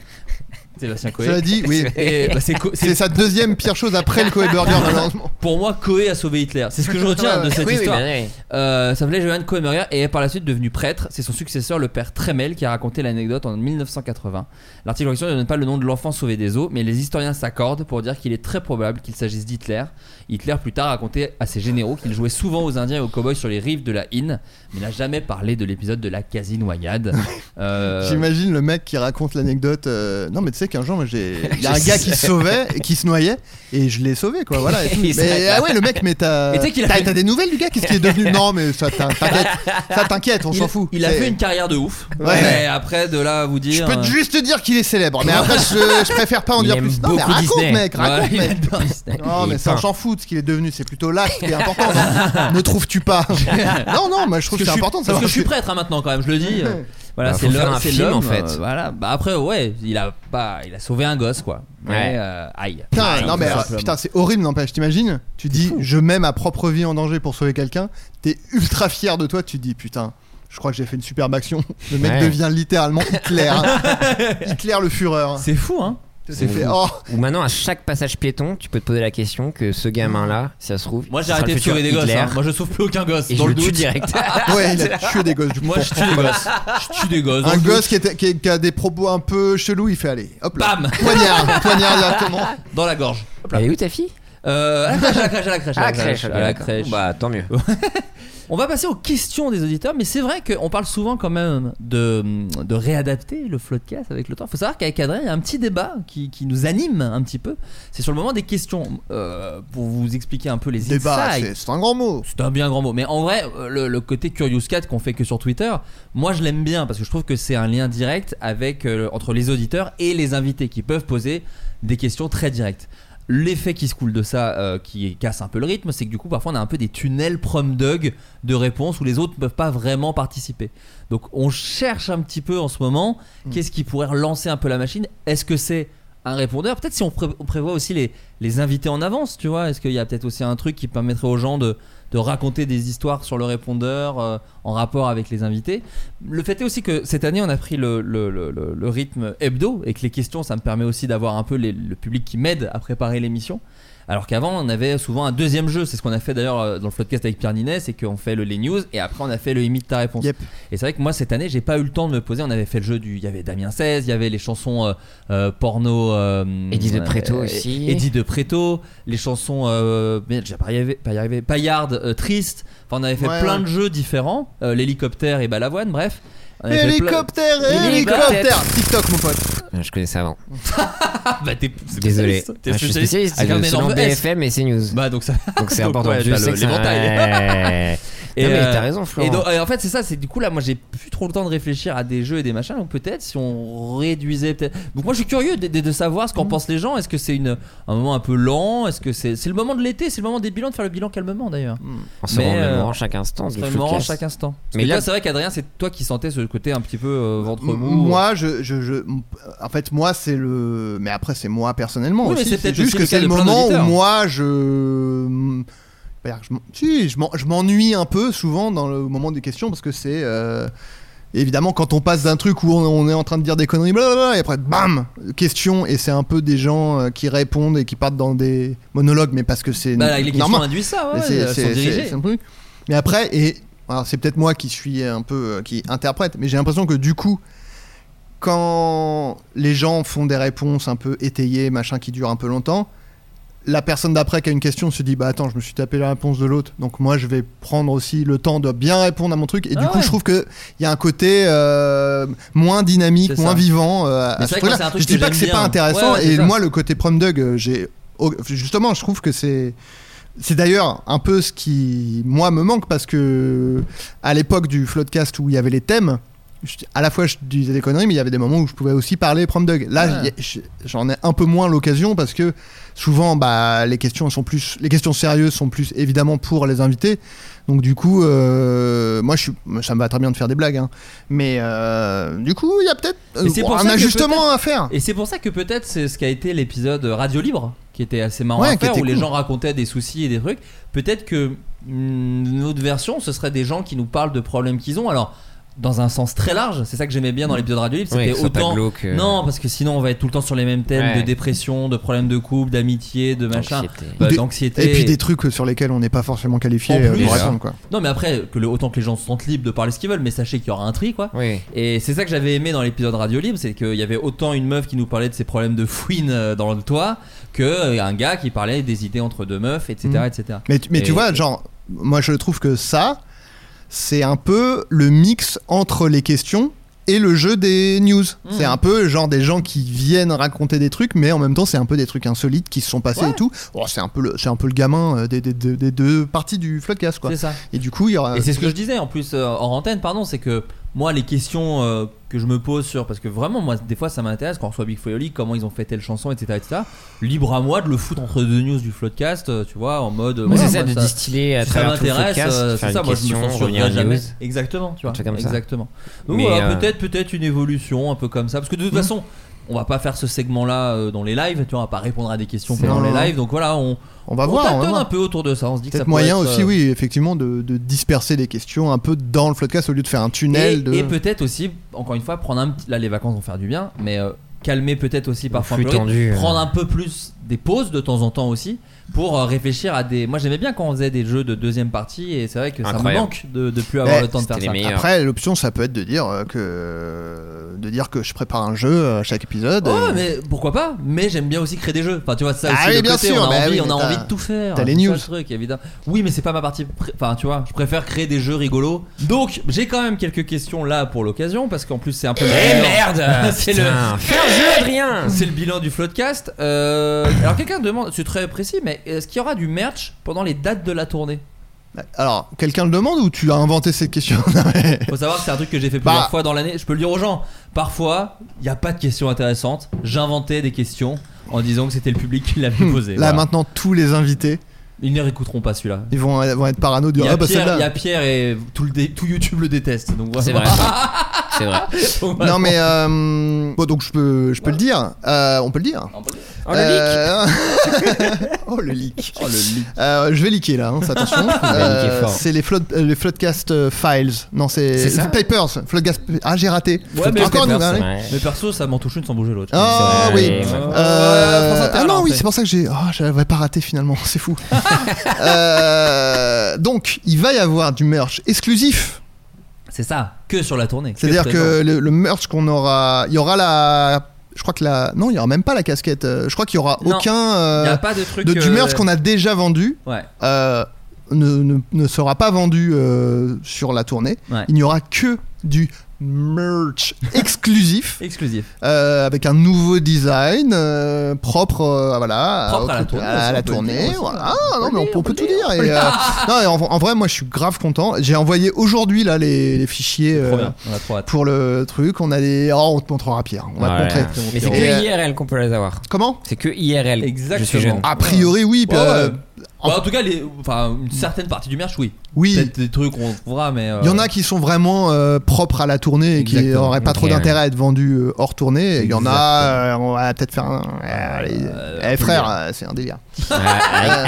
Sébastien Coé.
Cela dit, oui.
Et, bah, c'est Co- c'est-
C'est sa deuxième pire chose après le Coe Burger, malheureusement.
pour moi, Coé a sauvé Hitler. C'est ce que je
Ah,
retiens de cette
Oui, oui,
histoire.
bah, oui.
Euh, s'appelait Johann Koemerer et est par la suite devenu prêtre. C'est son successeur, le père Tremel, qui a raconté l'anecdote en 1980. L'article en question ne donne pas le nom de l'enfant sauvé des eaux, mais les historiens s'accordent pour dire qu'il est très probable qu'il s'agisse d'Hitler. Hitler plus tard racontait à ses généraux qu'il jouait souvent aux Indiens et aux cowboys sur les rives de la Inn, mais n'a jamais parlé de l'épisode de la quasi-noyade. Euh,
J'imagine le mec qui raconte l'anecdote. euh, Non, mais tu sais qu'un jour, moi, j'ai. Il y a un gars qui se sauvait et qui se noyait et je l'ai sauvé, quoi. Voilà. et tout.
Il s'arrête
mais
là.
ah ouais, le mec, mais t'as.
Et tu sais qu'il a
T'as
fait-
t'as des nouvelles du gars Qu'est-ce qu'il est devenu Non, mais ça t'in- t'inquiète. Ça t'inquiète, on
il-
s'en fout.
Il a
C'est-
fait une hein. carrière de ouf.
Ouais.
Mais après, de là à vous
Je
dire. euh,
peux juste te dire qu'il est célèbre, mais après, je, je préfère pas en
Il
dire
aime
plus. Non, mais
beaucoup
raconte,
Disney.
mec, raconte,
Ouais, il
mec.
adore Disney.
Non,
Il est
mais ça,
peint.
j'en fous de ce qu'il est devenu. C'est plutôt l'acte qui est important. non ne trouves-tu pas Non, non, moi, je
Parce que
trouve que c'est
je suis-
important
Parce
de savoir.
que je suis
ce que-
prêtre hein, maintenant quand même, je le dis. Euh, Voilà,
Bah,
c'est
faut faire
l'homme,
un
c'est
film,
l'homme,
en fait.
euh, voilà. Bah après ouais, il a pas, il a sauvé un gosse quoi. Mais,
Ouais.
euh, aïe.
Putain,
Aïe,
non mais
tout
euh,
simplement.
putain, c'est horrible, n'empêche. T'imagines Tu dis, je mets ma propre vie en danger pour sauver quelqu'un. T'es ultra fier de toi. Tu te dis, putain, je crois que j'ai fait une superbe action. Le mec
Ouais.
devient littéralement Hitler. hein. Hitler le Fureur.
C'est fou hein.
C'est fait. Oh,
Ou maintenant, à chaque passage piéton, tu peux te poser la question que ce gamin-là, si ça se trouve.
Moi j'ai
ce sera
arrêté
le
de
futur
sauver des gosses.
Hitler,
hein. Moi je sauve plus aucun gosse.
Et
dans
je
le
le tue
doute.
direct.
ouais, il a tué des gosses.
Moi je tue des gosses. Je tue des gosses. dans
Un
le doute.
gosse qui, était- qui- qui a des propos un peu chelous, il fait aller. Hop là.
Bam
Poignard, poignard exactement.
dans la gorge. Hop là.
Elle est où ta fille
Euh, à la crèche, à la crèche, à la crèche,
À la crèche.
à
ok,
la
d'accord.
crèche.
Bah, tant mieux.
On va passer aux questions des auditeurs, mais c'est vrai qu'on parle souvent quand même de, de réadapter le floodcast avec le temps. Il faut savoir qu'avec Adrien, il y a un petit débat qui, qui nous anime un petit peu. C'est sur le moment des questions. Euh, pour vous expliquer un peu les
Débat,
insights.
c'est c'est un grand mot.
C'est un bien grand mot. Mais en vrai, euh, le, le côté Curious Cat qu'on fait que sur Twitter, moi je l'aime bien parce que je trouve que c'est un lien direct avec, euh, entre les auditeurs et les invités qui peuvent poser des questions très directes. L'effet qui se coule de ça, euh, qui casse un peu le rythme, c'est que du coup parfois on a un peu des tunnels prom dog de réponses où les autres ne peuvent pas vraiment participer. Donc on cherche un petit peu en ce moment qu'est-ce qui pourrait relancer un peu la machine. Est-ce que c'est un répondeur. Peut-être si on, pré- on prévoit aussi les, les invités en avance, tu vois. Est-ce qu'il y a peut-être aussi un truc qui permettrait aux gens de, de raconter des histoires sur le répondeur euh, en rapport avec les invités Le fait est aussi que cette année, on a pris le, le- le- le- le rythme hebdo et que les questions, ça me permet aussi d'avoir un peu les- le public qui m'aide à préparer l'émission. Alors qu'avant, on avait souvent un deuxième jeu. C'est ce qu'on a fait d'ailleurs euh, dans le podcast avec Pierre Ninet, c'est qu'on fait le Les News et après on a fait le Imite ta réponse.
Yep.
Et c'est vrai que moi cette année, j'ai pas eu le temps de me poser. On avait fait le jeu du. Il y avait Damien 16, il y avait les chansons euh, euh, porno. euh,
Eddie de
euh,
Pretto
euh,
aussi.
Eddie de Préto, les chansons. Euh, merde, j'ai pas y arrivé, pas y arrivé. Paillard, euh, Triste. Enfin, on avait fait
Ouais,
plein
ouais.
de jeux différents. Euh, L'hélicoptère et Balavoine, bref. On avait fait plein-
Hélicoptère,
Les
hélicoptère. TikTok, mon pote.
Je connaissais avant.
Ah, bah, t'es- c'est
Désolé.
spécialiste. T'es
Ah, Je suis
spécialiste.
spécialiste.
Avec un
je- Selon
énorme S.
BFM et CNews.
Bah, donc ça.
Donc c'est
donc,
important.
ouais,
je
t'as
sais
le-
que c'est
l'éventail.
un-
Et,
Non, mais
euh,
t'as raison, hein. Florent.
Et donc, et en fait, c'est ça, c'est du coup là, moi j'ai plus trop le temps de réfléchir à des jeux et des machins, donc peut-être si on réduisait peut-être. Donc moi je suis curieux de, de- de savoir
Mm.
ce qu'en pensent les gens. Est-ce que c'est une un moment un peu lent Est-ce que c'est c'est le moment de l'été C'est le moment des bilans de faire le bilan calmement d'ailleurs.
On se
Mais,
rend
euh,
mémorant chaque instant.
On
du
se remémore
podcast.
chaque instant. Parce
Mais
que
là-
toi, c'est vrai qu'Adrien, c'est toi qui sentais ce côté un petit peu euh, ventre
M-
mou.
Moi, je, je, je- en fait, moi, c'est le. Mais après, c'est moi personnellement
Oui, mais
aussi.
c'est
C'est
peut-être
juste
aussi
que
le
c'est
cas
le
de plein
moment où
d'auditeurs.
moi, je. pas dire que je m'en- si, je m'en- je m'ennuie un peu souvent dans le moment des questions parce que c'est. euh, Évidemment, quand on passe d'un truc où on, on est en train de dire des conneries, blablabla, et après, bam, question, et c'est un peu des gens euh, qui répondent et qui partent dans des monologues, mais parce que c'est
Bah, là, les questions
normal.
induisent ça, ouais,
Mais c'est-
elles sont
c'est-
dirigées.
c'est- c'est un truc. Mais après, et alors c'est peut-être moi qui suis un peu euh, qui interprète, mais j'ai l'impression que du coup, quand les gens font des réponses un peu étayées, machin qui durent un peu longtemps, la personne d'après qui a une question se dit bah attends, je me suis tapé la réponse de l'autre, donc moi je vais prendre aussi le temps de bien répondre à mon truc. Et du
Ah
coup,
ouais.
je trouve que il y a un côté euh, moins dynamique,
C'est ça.
moins vivant euh, à-
Mais
à
c'est
ce
vrai que moi,
truc-là.
c'est un truc
Je dis
que
pas que
j'aime
c'est pas
bien.
intéressant.
Ouais, ouais, c'est
et
ça.
moi, le côté prom dog, euh, j'ai au- justement, je trouve que c'est c'est d'ailleurs un peu ce qui moi me manque parce que à l'époque du floodcast où il y avait les thèmes, je- à la fois je disais des conneries, mais il y avait des moments où je pouvais aussi parler prom dog. Là,
Ouais.
j'y- j'en ai un peu moins l'occasion parce que souvent, bah, les questions sont plus, les questions sérieuses sont plus évidemment pour les invités. Donc du coup, euh, moi, je suis, ça me va très bien de faire des blagues, hein. mais euh, du coup, il y a peut-être
Mais c'est
euh,
pour ça
un
que
ajustement à faire.
Et c'est pour ça que peut-être c'est ce qu'a été l'épisode Radio Libre, qui était assez marrant
Ouais,
à
qui
faire, où
était
les
cool.
gens racontaient des soucis et des trucs. Peut-être que mm, une autre version, ce serait des gens qui nous parlent de problèmes qu'ils ont. Alors, dans un sens très large, c'est ça que j'aimais bien dans l'épisode Radio Libre,
Ouais,
c'était
que ce soit pas
autant.
glauque, euh,
Non, parce que sinon on va être tout le temps sur les mêmes thèmes
Ouais.
de dépression, de problèmes de couple, d'amitié, de machin,
d'anxiété.
bah,
Des-
d'anxiété.
Et puis des trucs sur lesquels on n'est pas forcément qualifié
En
euh,
plus.
pour répondre quoi.
Non, mais après, que le, autant que les gens se sentent libres de parler ce qu'ils veulent, mais sachez qu'il y aura un tri quoi.
Oui.
Et c'est ça que j'avais aimé dans l'épisode Radio Libre, c'est qu'il y avait autant une meuf qui nous parlait de ses problèmes de fouine euh, dans le toit que euh, un gars qui parlait des idées entre deux meufs, etc.
Mhm.
etc.
Mais, tu- mais
Et-
tu vois, genre, moi je trouve que ça, c'est un peu le mix entre les questions et le jeu des news.
Mmh.
C'est un peu genre des gens qui viennent raconter des trucs, mais en même temps c'est un peu des trucs insolites qui se sont passés
Ouais.
et tout. Oh, c'est un peu le, c'est un peu le gamin euh, des, des- des- des deux parties du floodcast quoi. Euh,
C'est ça.
Et du coup il y aura.
Et c'est ce que je disais en plus euh, hors antenne, pardon, c'est que moi les questions euh, que je me pose sur, parce que vraiment moi des fois ça m'intéresse quand on reçoit Big Foyoli, comment ils ont fait telle chanson, etc., etc. Libre à moi de le foutre entre deux news du podcast, euh, tu vois, en mode. euh,
Moi,
voilà,
c'est ça,
moi,
de distiller à
si ça
travers tout le
m'intéresse,
podcast,
euh,
faire
c'est ça,
une
moi je me
question,
censurerai
revenir à
jamais.
news.
Exactement, tu vois.
Un truc comme ça.
exactement. Donc
Mais,
voilà,
euh, Mhm.
peut-être peut-être une évolution un peu comme ça parce que de toute façon, on va pas faire ce segment là dans les lives, tu vois, on va pas répondre à des questions
C'est-
pendant
Non,
les
non.
lives. Donc voilà, on
on va
on
voir. on va
tâtonne
voir.
un peu autour de ça, on se dit que ça
Peut-être
pourrait
moyen
être,
aussi,
euh,
oui, effectivement, de, de disperser les questions un peu dans le floodcast au lieu de faire un tunnel.
Et,
de...
et peut-être aussi, encore une fois, prendre un petit. Là, les vacances vont faire du bien, mais euh, calmer peut-être aussi parfois un
flux
peu le rythme,
tendu, euh.
prendre un peu plus des pauses de temps en temps aussi pour euh, réfléchir à des. Moi, j'aimais bien quand on faisait des jeux de deuxième partie, et c'est vrai que ça me
Incroyable.
manque de, de plus avoir
Ouais,
le temps de faire
c'était les
ça.
meilleurs. meilleur.
Après, l'option, ça peut être de dire euh, que de dire que je prépare un jeu à chaque épisode. euh,
Ouais,
et-
mais pourquoi pas Mais j'aime bien aussi créer des jeux. Enfin, tu vois, ça
Oh, Ah
aussi,
oui,
le
bien
côté,
sûr,
on a
bah
envie,
oui,
on a
mais
envie
t'as-
de tout faire.
t'as les
C'est ça
news.
le truc, évidemment. Oui, mais c'est pas ma partie. pré- Enfin, tu vois, je préfère créer des jeux rigolos. Donc, j'ai quand même quelques questions là pour l'occasion, parce qu'en plus, c'est un peu.
Eh merde
C'est le-
Putain, Fais un jeu, Adrien
C'est le bilan du Floodcast. Euh, alors quelqu'un demande, c'est très précis, mais est-ce qu'il y aura du merch pendant les dates de la tournée
Alors, quelqu'un le demande ou tu as inventé cette question Non, mais-
Faut savoir que c'est un truc que j'ai fait plusieurs
Bah.
fois dans l'année. Je peux le dire aux gens. Parfois, il n'y a pas de questions intéressantes. J'inventais des questions en disant que c'était le public qui l'avait posé.
Là,
Voilà.
maintenant, tous les invités,
Ils ne réécouteront pas celui-là.
ils vont, vont être parano de
Il y,
dire
a
Ah bah
Pierre, il y
celle-là.
a Pierre et tout, le dé- tout YouTube le déteste. Donc voilà.
C'est vrai. ça.
c'est vrai.
Non mais euh, bon, donc je peux je peux le dire, Euh, on peut le dire.
Oh, le leak.
Euh, oh le leak. Euh, je vais leaker là, hein, c'est attention. Euh,
leaker fort.
c'est les flood, euh, les floodcast euh, files. Non c'est
C'est ça
c'est papers. Floodcast. Ah j'ai raté.
Ouais, mais Floodcast
Encore une
Papers,
nouvelle.
Ouais.
Mais perso, ça m'en touche une sans bouger l'autre.
Ah
C'est-
oui.
Ouais, ouais.
Euh,
France Inter, là,
ah non,
en
oui,
fait.
c'est pour ça que j'ai. Oh, j'avais pas raté finalement, c'est fou. Euh, donc, il va y avoir du merch exclusif.
C'est ça, que sur la tournée.
C'est-à-dire
présent.
que le, le merch qu'on aura. Il y aura la. Je crois que la. Non, il y aura même pas la casquette. euh, Je crois qu'il y aura
Non.
aucun. euh,
Il y a pas de truc.
de, du
euh,
merch qu'on a déjà vendu.
Ouais.
euh, ne, ne- ne sera pas vendu euh, sur la tournée.
Ouais.
Il n'y aura que du merch exclusif
Exclusif.
euh, avec un nouveau design euh, propre, euh, voilà,
Propre à la
au-
tournée,
à
ça,
la
on peut le
tournée,
dire aussi,
voilà.
ouais.
Ah, non, mais on, peut- on peut tout dire. et, euh, non, et en, en vrai, moi, je suis grave content. J'ai envoyé aujourd'hui là les, les fichiers
Trop
euh,
bien. On a trop hâte.
pour le truc. On a des, oh, on te montrera Pierre. On va
Ouais.
te montrer.
Mais c'est
Et, euh,
que IRL qu'on peut les avoir.
Comment
C'est que IRL. Je suis jeune.
Exactement.
A priori, oui. puis,
Ouais,
euh,
ouais. Bah, en tout cas, les, enfin, une certaine partie du merch, oui.
oui.
Peut-être des trucs on trouvera, mais. euh,
Il y en a qui sont vraiment euh, propres à la tournée et qui
Exactement.
n'auraient pas trop
Ok,
d'intérêt à être vendus euh, hors tournée. Et Il y en a, euh,
Exactement.
on va peut-être faire un. allez,
Euh,
eh,
on peut
frère,
le
euh, c'est un délire.
Ah,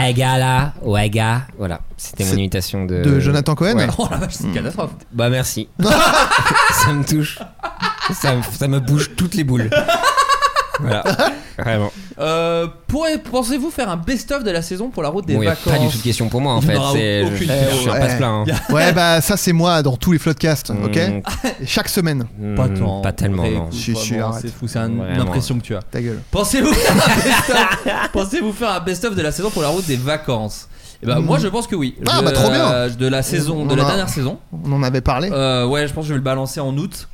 Aga là, ou Aga. Voilà, c'était mon
C'est-
imitation de.
De Jonathan Cohen
Ouais.
Oh la vache, c'est une catastrophe.
Bah merci. ça me touche. Ça, me- ça me bouge toutes les boules. Voilà. Vraiment.
Euh, pourrez- Pensez-vous faire un best-of de la saison pour la route des
Bon, y a
vacances
pas du tout de question pour moi en
Il n'y
fait.
aura
C'est- Je,
aucune
je suis un
question.
passe-plein. hein.
Ouais, bah ça, c'est moi dans tous les floodcasts, ok
Mm,
Et Chaque semaine,
mm,
Ah, Mmh, Pas tant.
Pas tellement, non.
Écoute,
Si,
vraiment,
si, arrête.
C'est fou, c'est un- une
Vraiment.
impression que tu as.
ta gueule.
Pensez-vous faire un best-of Pensez-vous faire un best-of de la saison pour la route des vacances Eh ben,
Mm.
moi je pense que oui.
Ah,
Je-
bah, trop bien.
euh, De la saison, de
On
la
a- Eh.
dernière saison.
On en avait parlé.
Euh, ouais, je pense que je vais le balancer en août.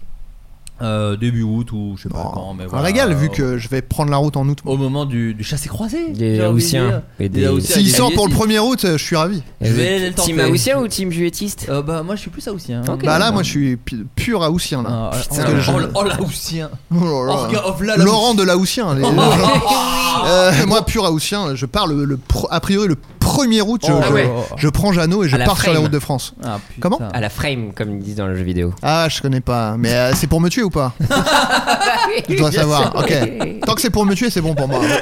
Euh, début août ou je sais pas
Bon,
quand. Mais
un
voilà.
régal, vu que je vais prendre la route en août.
Au moment du, du chassé-croisé.
Des
j'ai envie de
Haussiens.
dire.
Et
Des
des-
Haussiens et des
S'il sort pour le
Haïtiens.
1er août, euh, je suis ravi.
Je vais le tenter.
Team Aoussien ou Team Juétiste
Euh, Bah, moi je suis plus haussien.
Ok.
Bah là, moi, je suis pu- pur haoussien, là.
Ah,
Putain,
oh,
je-
oh, oh, là, haussien.
Oh là là.
Orga of la- Ah la-
Laurent de Laoutien. les-
Ah,
Euh, moi, pur haoussien, je pars le, le pro- a priori le 1er août. Je,
Oh,
je-
ouais.
je prends Jeannot et je
Ah À la
pars sur la
frame.
route de France.
Ah, putain.
Comment
À la frame, comme ils disent dans le jeu vidéo.
Ah, je connais pas. Mais euh, c'est pour me tuer ou pas Je dois savoir. Ok. Tant que c'est pour me tuer, c'est bon pour moi.
Euh.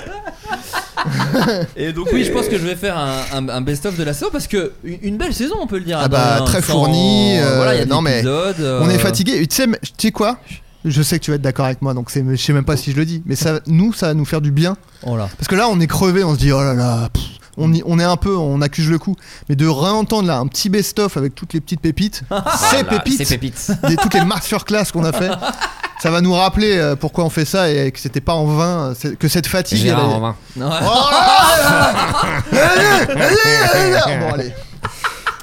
Et donc oui, je pense que je vais faire un, un- un best-of de la saison parce que une une belle saison, on peut le dire.
Ah
Adrien,
bah, très
sans-
fournie, euh,
voilà, il y a des
non, mais
épisodes, euh,
On est fatigué. Et Tu sais, mais- tu sais quoi Je sais que tu vas être d'accord avec moi, donc c'est- je sais même pas si je le dis. Mais ça, nous, ça va nous faire du bien.
Oh là.
Parce que là, on est crevé, on se dit, oh là là, pff, on, y- on est un peu, on accuse le coup. Mais de réentendre là un petit best-of avec toutes les petites pépites, ces
Voilà,
pépites,
Ah C'est Pépite.
des- toutes les masterclass qu'on a fait. Ça va nous rappeler euh, pourquoi on fait ça et que c'était pas en vain, euh, c'est- que cette fatigue. elle
Gérard
est-
en vain.
Oh là là là Allez, allez, allez Bon, allez.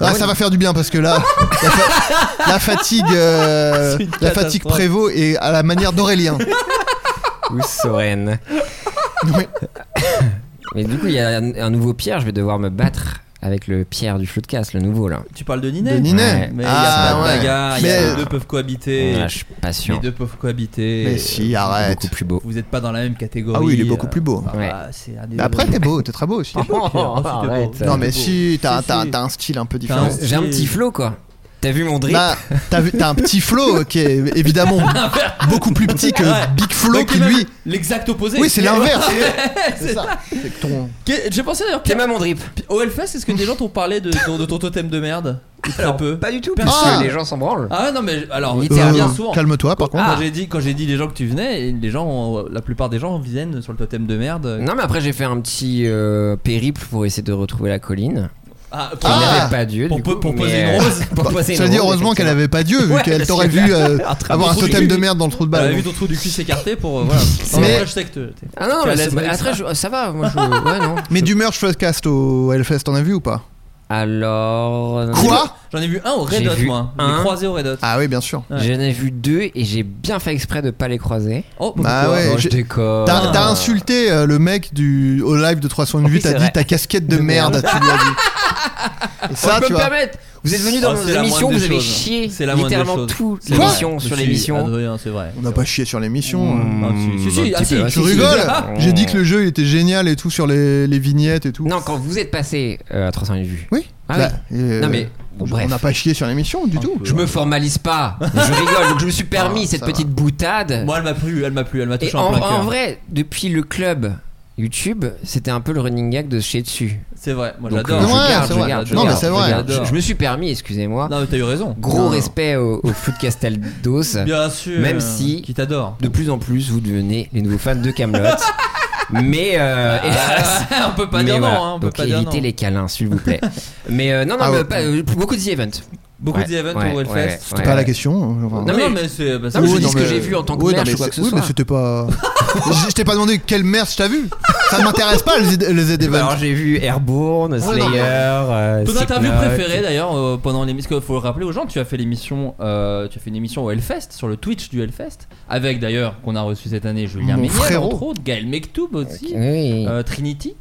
Ah, ça va faire du bien parce que là, la, fa- la fatigue, euh,
C'est une
la
catastrophe.
fatigue prévaut et à la manière d'Aurélien.
Ou Soren.
Oui.
Mais du coup, il y a un, un nouveau Pierre, je vais devoir me battre avec le Pierre du Floodcast, le nouveau là.
Tu parles de Ninet.
De Ninet.
Ouais.
Mais il
Ah,
y a pas de
ouais.
bagarre, il y a-
Mais-
les deux peuvent cohabiter.
Ah, je suis patient.
les deux peuvent cohabiter.
Mais si, arrête.
Beaucoup plus beau.
Vous n'êtes pas dans la même catégorie.
Ah oui, il est beaucoup plus beau.
Ah,
Ouais.
c'est un des
Mais après, t'es beau, t'es très beau aussi.
C'est beau, Pierre. Oh, si, t'es beau.
Arrête.
Non, mais si, t'as
Si,
t'as-
si.
t'as un style un peu différent.
T'as
J'ai un petit flow quoi. T'as vu mon drip
Là, t'as vu- t'as un petit flow qui est évidemment beaucoup plus petit que
Ouais.
Big Flow
Donc,
qui
même
lui.
L'exact opposé.
Oui, c'est l'inverse.
C'est ça.
C'est que ton-
Que- J'ai pensé d'ailleurs,
T'es
Pierre,
même mon drip
au Hellfest, est-ce que des gens t'ont parlé de, de- de ton totem de merde Ou Très peu.
Pas du tout,
parce que les
gens s'en branlent.
Ah non, mais alors,
Il
il bien
Euh,
souvent.
Calme-toi, par
Quand,
contre.
quand j'ai dit, quand j'ai dit les gens que tu venais, et les gens, ont- la plupart des gens viennent sur le totem de merde.
Non, mais après, j'ai fait un petit euh, périple pour essayer de retrouver la colline.
Ah, pour-
Qu'il n'y
Ah Bah,
avait pas Dieu.
Pour
du
po-
coup,
pour
mais,
poser une
euh,
rose.
pour poser une
Ça veut dire
rose,
heureusement qu'elle
effectivement.
avait pas Dieu, vu
Ouais,
qu'elle
parce
t'aurait
que-
vu euh,
Un trou
avoir un
de trou.
totem de merde dans le trou de
Bah,
balle.
vu ton trou du cul s'écarter pour euh, voilà. Non,
Mais-
mais après, je sais que te- t'es-
Ah non, non,
T'es à
mais
l'aise
c'est-
avec
après, je- ça va. Moi, je. Ouais, non.
Mais du merch podcast au Hellfest, t'en as vu ou pas
Alors.
Quoi
J'en ai vu un au Red
J'ai
Hot,
vu
moi. hein. J'ai
un.
croisé au Red Hot.
Ah oui, bien sûr.
Ouais.
J'en ai vu deux et j'ai bien fait exprès de pas les croiser.
Oh,
Bah
pourquoi
ouais,
Oh, je
j'ai-
déconne.
T'as t'as insulté euh, le mec du au live de 308,
Oui,
t'as
c'est
dit
vrai.
ta casquette de
De
merde,
merde.
tu lui as dit. Et
Ça,
ça,
peux
tu
me
vois.
permettre. Vous êtes venu dans
Ah,
nos
c'est la
émissions,
moindre
vous
des
avez
choses.
chié
C'est la moindre des
littéralement
choses.
toute
C'est vrai.
l'émission sur
Je suis
l'émission.
Adrien, c'est vrai.
On n'a pas chié sur l'émission. hein.
Ah, si, si, si,
un
ah,
petit
si,
peu,
tu
Tu
Mmh. si, si.
rigoles
Mmh.
J'ai dit que le jeu il était génial et tout sur les, les vignettes et tout.
Non, quand vous êtes passé euh, à 300 000 vues.
Oui.
Ah
Bah,
oui.
et, euh,
Non mais
on
Bon, bref.
On n'a pas chié sur l'émission du tout.
Je me formalise pas. Je rigole. Donc je me suis permis
Ah,
cette
ça
petite boutade.
Moi, elle m'a plu, elle m'a plu, elle m'a
Et
touché en
en,
plein
en
cœur.
vrai, depuis le club YouTube, c'était un peu le running gag de chez dessus.
C'est vrai, moi
Donc,
j'adore.
C'est
euh, je
vrai,
garde,
c'est
je
vrai.
garde, je
Non, mais
garde,
c'est
je
vrai.
garde. Je,
J'adore.
je me suis permis, excusez-moi.
Non, mais t'as eu raison.
Gros
Non.
respect au, au foot Castaldos.
Bien sûr. euh,
Même si-
Qui t'adore.
De plus en plus, vous devenez les nouveaux fans de Camelot. mais euh, hélas,
Ah, on peut pas
mais
dire
voilà.
non, hein, on peut
Donc
pas dire
évitez
non.
les câlins, s'il vous plaît. mais euh, non, non,
Ah
mais
ouais.
pas- euh, beaucoup de The Event.
Beaucoup
Ouais,
de events
ouais,
au Hellfest.
ouais, ouais.
C'était pas la question. enfin.
Non,
Non,
mais-
mais, c'est. bah,
Non,
c'est-
je
Oui,
dis
non,
ce que
mais-
j'ai vu en tant que
oui, non,
merch
mais
ou quoi
c'est-
que ce
oui,
soit.
mais c'était pas. je, je t'ai pas demandé quelle merch t'as vu. Ça m'intéresse pas les, les Z
Bah,
events.
Alors j'ai vu
non,
Airborne,
mais-
Slayer, euh,
Ton
Slipknot.
interview préférée d'ailleurs euh, pendant l'émission, parce qu'il faut le rappeler aux gens, tu as fait l'émission, euh, tu as fait une émission au Hellfest sur le Twitch du Hellfest, avec d'ailleurs qu'on a reçu cette année Julien
Mon
Méniel,
frérot.
entre autres, Gaël Mektoub aussi,
Oui.
euh, Trinity,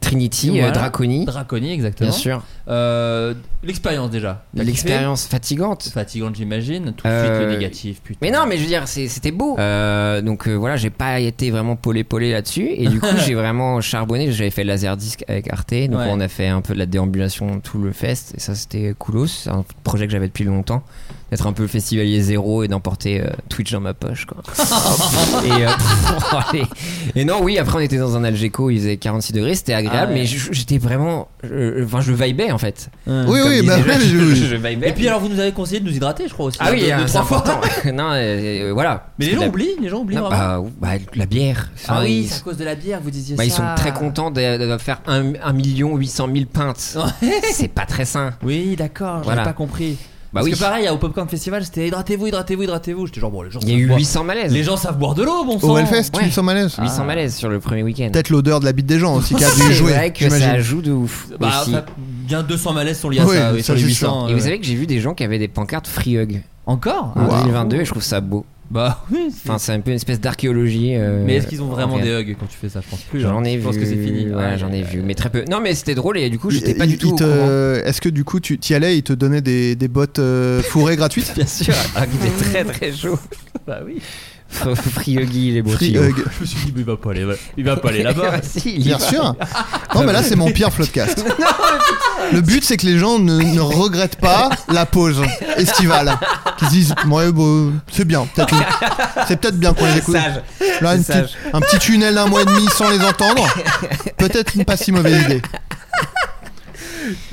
Trinity,
voilà.
euh, Draconi,
Draconi exactement.
bien sûr.
Euh, L'expérience déjà. T'as kiffé
L'expérience fatigante.
fatigante j'imagine, tout de
Euh,
suite le négatif putain.
Mais non, mais je veux dire, c'est- c'était beau. Euh, donc euh, voilà, j'ai pas été vraiment polé-polé là-dessus. Et du coup, j'ai vraiment charbonné. J'avais fait le laserdisc avec Arte. Donc
Ouais.
on a fait un peu de la déambulation tout le fest. Et ça, c'était coolos. C'est un projet que j'avais depuis longtemps. D'être un peu le festivalier zéro et d'emporter euh, Twitch dans ma poche. Quoi. et, euh, pff, allez. et non, oui, après, on était dans un Algeco. Il faisait 46 degrés. C'était agréable.
Ah ouais.
Mais je- j'étais vraiment. je- Enfin, je vibais en fait.
Ouais.
Oui,
Comme
oui,
disait
bah,
Jacques,
oui, oui, oui.
je, je vibais.
Et puis alors vous nous avez conseillé de nous hydrater je crois aussi.
Ah oui,
deux-
euh,
deux,
c'est
trois fois.
important. non, euh, euh, voilà.
Mais les
Parce que
gens
la-
oublient, les gens oublient. hein.
non,
vraiment.
bah, ou- bah, la bière.
ah
Enfin,
oui,
ils,
c'est à cause de la bière vous disiez
bah,
ça.
ils sont très contents de, de faire 1, 800 000 pintes.
Ouais.
C'est pas très sain.
Oui, d'accord, j'avais
Voilà.
pas compris.
Bah
Parce
oui.
que pareil, au Popcorn Festival, c'était hydratez-vous, hydratez-vous, hydratez-vous. J'étais genre, bon, les gens,
Il y a
savent
eu
boire-
800 malaises.
les gens savent boire de l'eau, bon sang.
Au Hellfest,
Ouais.
tu me sens mal à l'aise.
800 malaises sur le premier week-end.
Peut-être l'odeur de la bite des gens aussi qui a
Ah. C'est
dû jouer.
vrai que ça
j'imagine.
joue de ouf
Bah,
aussi.
ça- bien 200 malaises sont liés à
Oui,
ça, oui,
ça,
sur les
c'est
800.
Et
euh,
vous savez que j'ai vu des gens qui avaient des pancartes free hug
Encore
en
Waouh.
2022 et je trouve ça beau.
Bah oui. c'est-
Enfin, c'est un peu une espèce d'archéologie. euh,
mais est-ce qu'ils ont vraiment
en fait.
des hugs quand tu fais ça Je pense plus. hein.
J'en ai
Je
vu.
pense que c'est fini.
Ouais, j'en ai vu, mais très peu. Non, mais c'était drôle et du coup, j'étais pas
Il-
du
il
tout. au
te-
euh,
courant.
Est-ce que du coup tu t'y allais et ils te donnaient des, des bottes euh, fourrées gratuites
Bien sûr, alors qu'il était très très chaud.
Ah Bah oui.
Free huggy, les beaux
Free euh,
tuyaux.
hug.
Je me suis dit, mais il va pas aller, ouais. il va pas aller là-bas.
Ah, si, il y
Bien
va.
sûr. Non, mais là c'est mon pire floodcast. Le but c'est que les gens ne, ne regrettent pas la pause estivale. Qu'ils se disent, ouais, bon, c'est bien. peut-être- C'est peut-être bien qu'on les écoute.
Sage.
Là,
C'est
une
sage.
petite- un petit tunnel d'un mois et demi sans les entendre, peut-être une pas si mauvaise idée.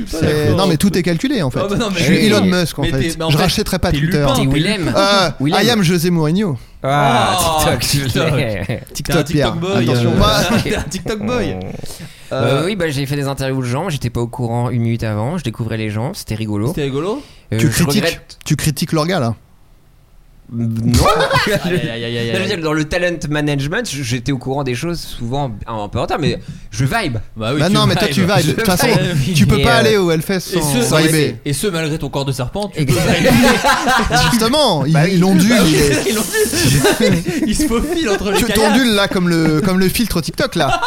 C'est-
d'accord.
Non, mais tout est calculé en fait.
Ah, bah non, mais
je suis
oui.
Elon Musk en
Mais
fait.
t'es- mais en
je
fait,
rachèterai pas
t'es
Twitter.
Lupin.
T'es
Non,
Willem.
Euh,
Willem.
I am José Mourinho.
Ah,
Ah,
TikTok, je
TikTok.
l'ai.
T'es un
TikTok, Pierre.
TikTok
Ah,
boy.
Attention,
euh,
pas-
T'es un TikTok boy.
Euh,
Euh,
oui, bah, j'ai fait des interviews de gens, j'étais pas au courant une minute avant, je découvrais les gens, c'était rigolo.
C'était rigolo
Euh,
Tu
je
critiques, Mmh,
regrette-
tu critiques leur gars là.
Non
Aïe, aïe, aïe, aïe,
Je veux
aïe.
dire, Dans le talent management, j- j'étais au courant des choses souvent un peu en retard, mais je vibe.
Bah oui.
bah
tu
non, mais toi
vibes.
tu vas. De
Je
toute façon,
vibe.
tu peux
Et,
pas
euh,
aller au Hellfest sans
Et ce,
sans
ouais,
IB.
et ce, malgré ton corps de serpent, tu peux
Exact.
Justement,
Bah
ils ils l'ondulent. il-
Ils l'ont- Ils se faufilent entre les
Tu
caillages.
t'ondules là comme le, comme le filtre TikTok là.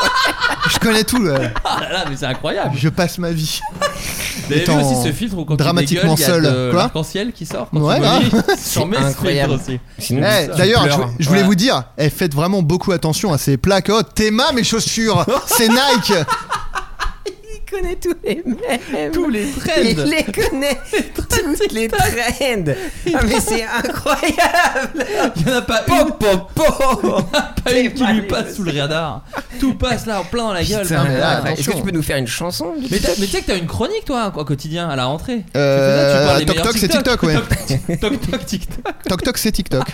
Je connais tout. là.
Ah là là, mais c'est incroyable.
Je passe ma vie.
Vous avez vu
Étant
aussi ce filtre où quand
dramatiquement
tu dégueules, il y a de
seul. Quoi
l'arc-en-ciel qui sort quand
Ouais,
tu
là.
vomis. J'en mets ce
incroyable.
filtre aussi.
Sinon,
Eh,
tu
D'ailleurs, je,
pleures.
hein.
je voulais
Voilà.
vous dire, eh, faites vraiment beaucoup attention à ces plaques. Oh, Théma, mes chaussures, c'est Nike.
Il connaît tous les mêmes.
Tous les
Il
trends.
les connaît. Tous les trends. Ah, mais c'est incroyable.
Il y en a pas une,
Pop, pop, pop.
pas une qui
pas
lui
les-
passe sous le radar. Tout passe là en plein dans la gueule.
Putain,
Enfin,
mais
voilà.
là,
Est-ce que tu
attention.
peux nous faire une chanson du
Mais t'as- mais tu sais que t'as une chronique toi au quotidien à la rentrée. Tu
Euh,
fais ça, tu parles des
toc,
meilleurs
toc, c'est TikTok, ouais.
Toc toc toc TikTok.
Toc toc, c'est TikTok.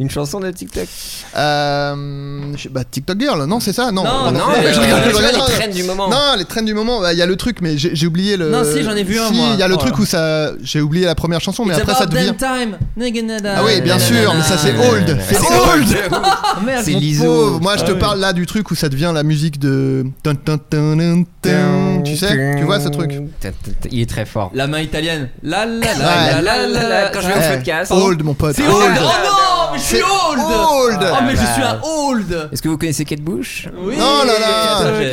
Une chanson de TikTok.
Euh, je sais- bah, TikTok Girl, non, c'est ça
Non,
Non, euh,
non,
Non,
mais
mais je
euh,
rigole,
euh,
je rigole,
non,
les
non.
traînes du moment.
Non, les trains du moment, bah, il y a le truc, mais j'ai j'ai oublié le.
Non, si, j'en ai vu un,
Si,
moi.
Il y a le
Oh
truc
là.
où ça. J'ai oublié la première chanson, Oh, mais
It's
après ça
about
devient.
damn time. Nigga-nada.
Ah oui, bien
Nanana.
sûr, mais ça c'est old. C'est old
Ah, merde,
C'est
mon
liso.
Pauvre. Oh, Moi, je
Ah
te
oui.
parle là du truc où ça devient la musique de. Tun, tun, tun, tun, tun. Tu sais, tu vois ce truc
Il est très fort. Ah,
La main italienne. La la la la
Ouais.
la la la.
Quand je vais au
Eh,
podcast.
Old, mon pote.
C'est old. Oh non, mais je suis
C'est
old.
old.
Oh mais je
Ah,
suis un
bah.
old.
Est-ce que vous connaissez Kate Bush
Oui.
Oh là Ah, là.
Ça j'ai, ça j'ai,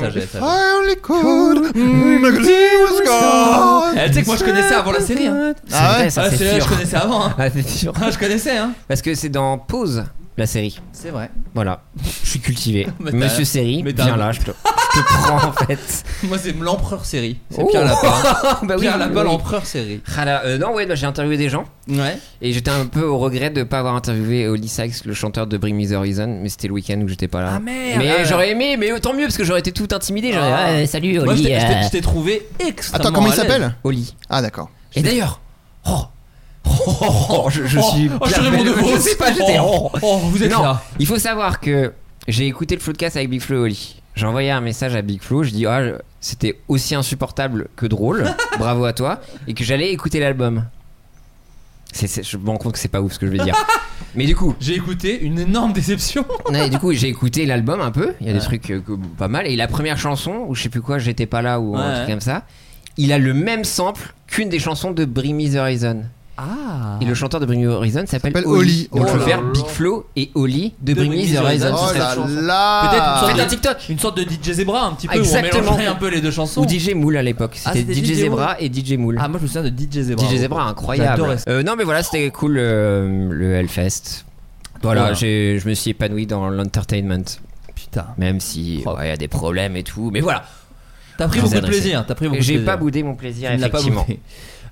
ça j'ai, ça j'ai.
I only could see what's gone.
Eh, tu sais que moi je connaissais avant la série. Hein.
C'est
Ah ouais
vrai, ça
Ah,
c'est
c'est-
sûr.
je connaissais avant. Hein.
Ah, c'est sûr.
Ah, je connaissais. Hein.
Parce que c'est dans Pause. la série.
C'est vrai.
Voilà, je suis cultivé.
Mais t'as-
Monsieur série,
mais t'as-
viens là, je te, je te prends en fait.
Moi, c'est l'empereur série. C'est
Oh.
Pierre Lapin.
bah
Pierre Lapin,
oui.
l'empereur série.
Ah là, euh, non, ouais, bah, j'ai interviewé des gens
Ouais.
et j'étais un peu au regret de pas avoir interviewé Oli Sykes, le chanteur de Bring Me the Horizon, mais c'était le week-end où j'étais pas là.
Ah, merde.
Mais
Ah, ouais.
j'aurais aimé, mais autant mieux parce que j'aurais été tout intimidé. J'aurais
Ah.
ah, salut
Moi, je
Oli.
t'ai- je t'ai-
euh,
je t'ai trouvé extrêmement.
Attends, comment
à
il
l'aise.
s'appelle
Oli.
Ah, d'accord.
Et d'ailleurs, oh, oh, oh, oh, je, je
Oh,
suis.
oh, je suis
bien-
Raymond Devos.
Je sais pas, j'étais.
Oh, oh, oh, vous êtes
Non,
là.
il faut savoir que j'ai écouté le podcast avec Big Flo et Oli. J'ai envoyé un message à Big Flo, je dis ah, je- c'était aussi insupportable que drôle, bravo à toi, et que j'allais écouter l'album. C'est- c'est- je me rends compte que c'est pas ouf ce que je vais dire. Mais du coup,
J'ai écouté une énorme déception.
non, et du coup j'ai écouté l'album un peu, il y a
Ouais.
des trucs euh, que- pas mal, et la première chanson, ou je sais plus quoi, j'étais pas là, ou
Ouais,
un truc
ouais.
comme ça, il a le même sample qu'une des chansons de Bring Me the Horizon.
Ah.
Et le chanteur de Bring Me the Horizon s'appelle
S'appelle Oli.
Oli. Donc
Oh
je vais
là
faire
là.
Big Flo et Oli de Bring Me the Horizon.
ce
Oh
serait
là
une chanson.
là
Peut-être une
Faites
sorte
un
de-
TikTok
Une sorte de DJ Zebra, un petit peu, où on
Exactement.
mélangerait un peu les deux chansons.
Ou DJ Moule à l'époque.
Ah,
C'était
c'était
DJ
DJ Moule.
Zebra et DJ Moule.
Ah, moi je me souviens de DJ Zebra.
DJ Zebra, incroyable.
J'adorais ça.
Euh, non, mais voilà, c'était cool euh, le Hellfest. Voilà,
Voilà.
j'ai- je me suis épanoui dans l'entertainment.
Oh, Putain.
Même si
Oh.
ouais, il y a des problèmes et tout. Mais voilà,
T'as pris
Je vous
beaucoup de
adressais.
plaisir. T'as pris beaucoup de
j'ai
plaisir.
pas boudé mon plaisir,
Tu ne l'as pas
effectivement.
bouffé.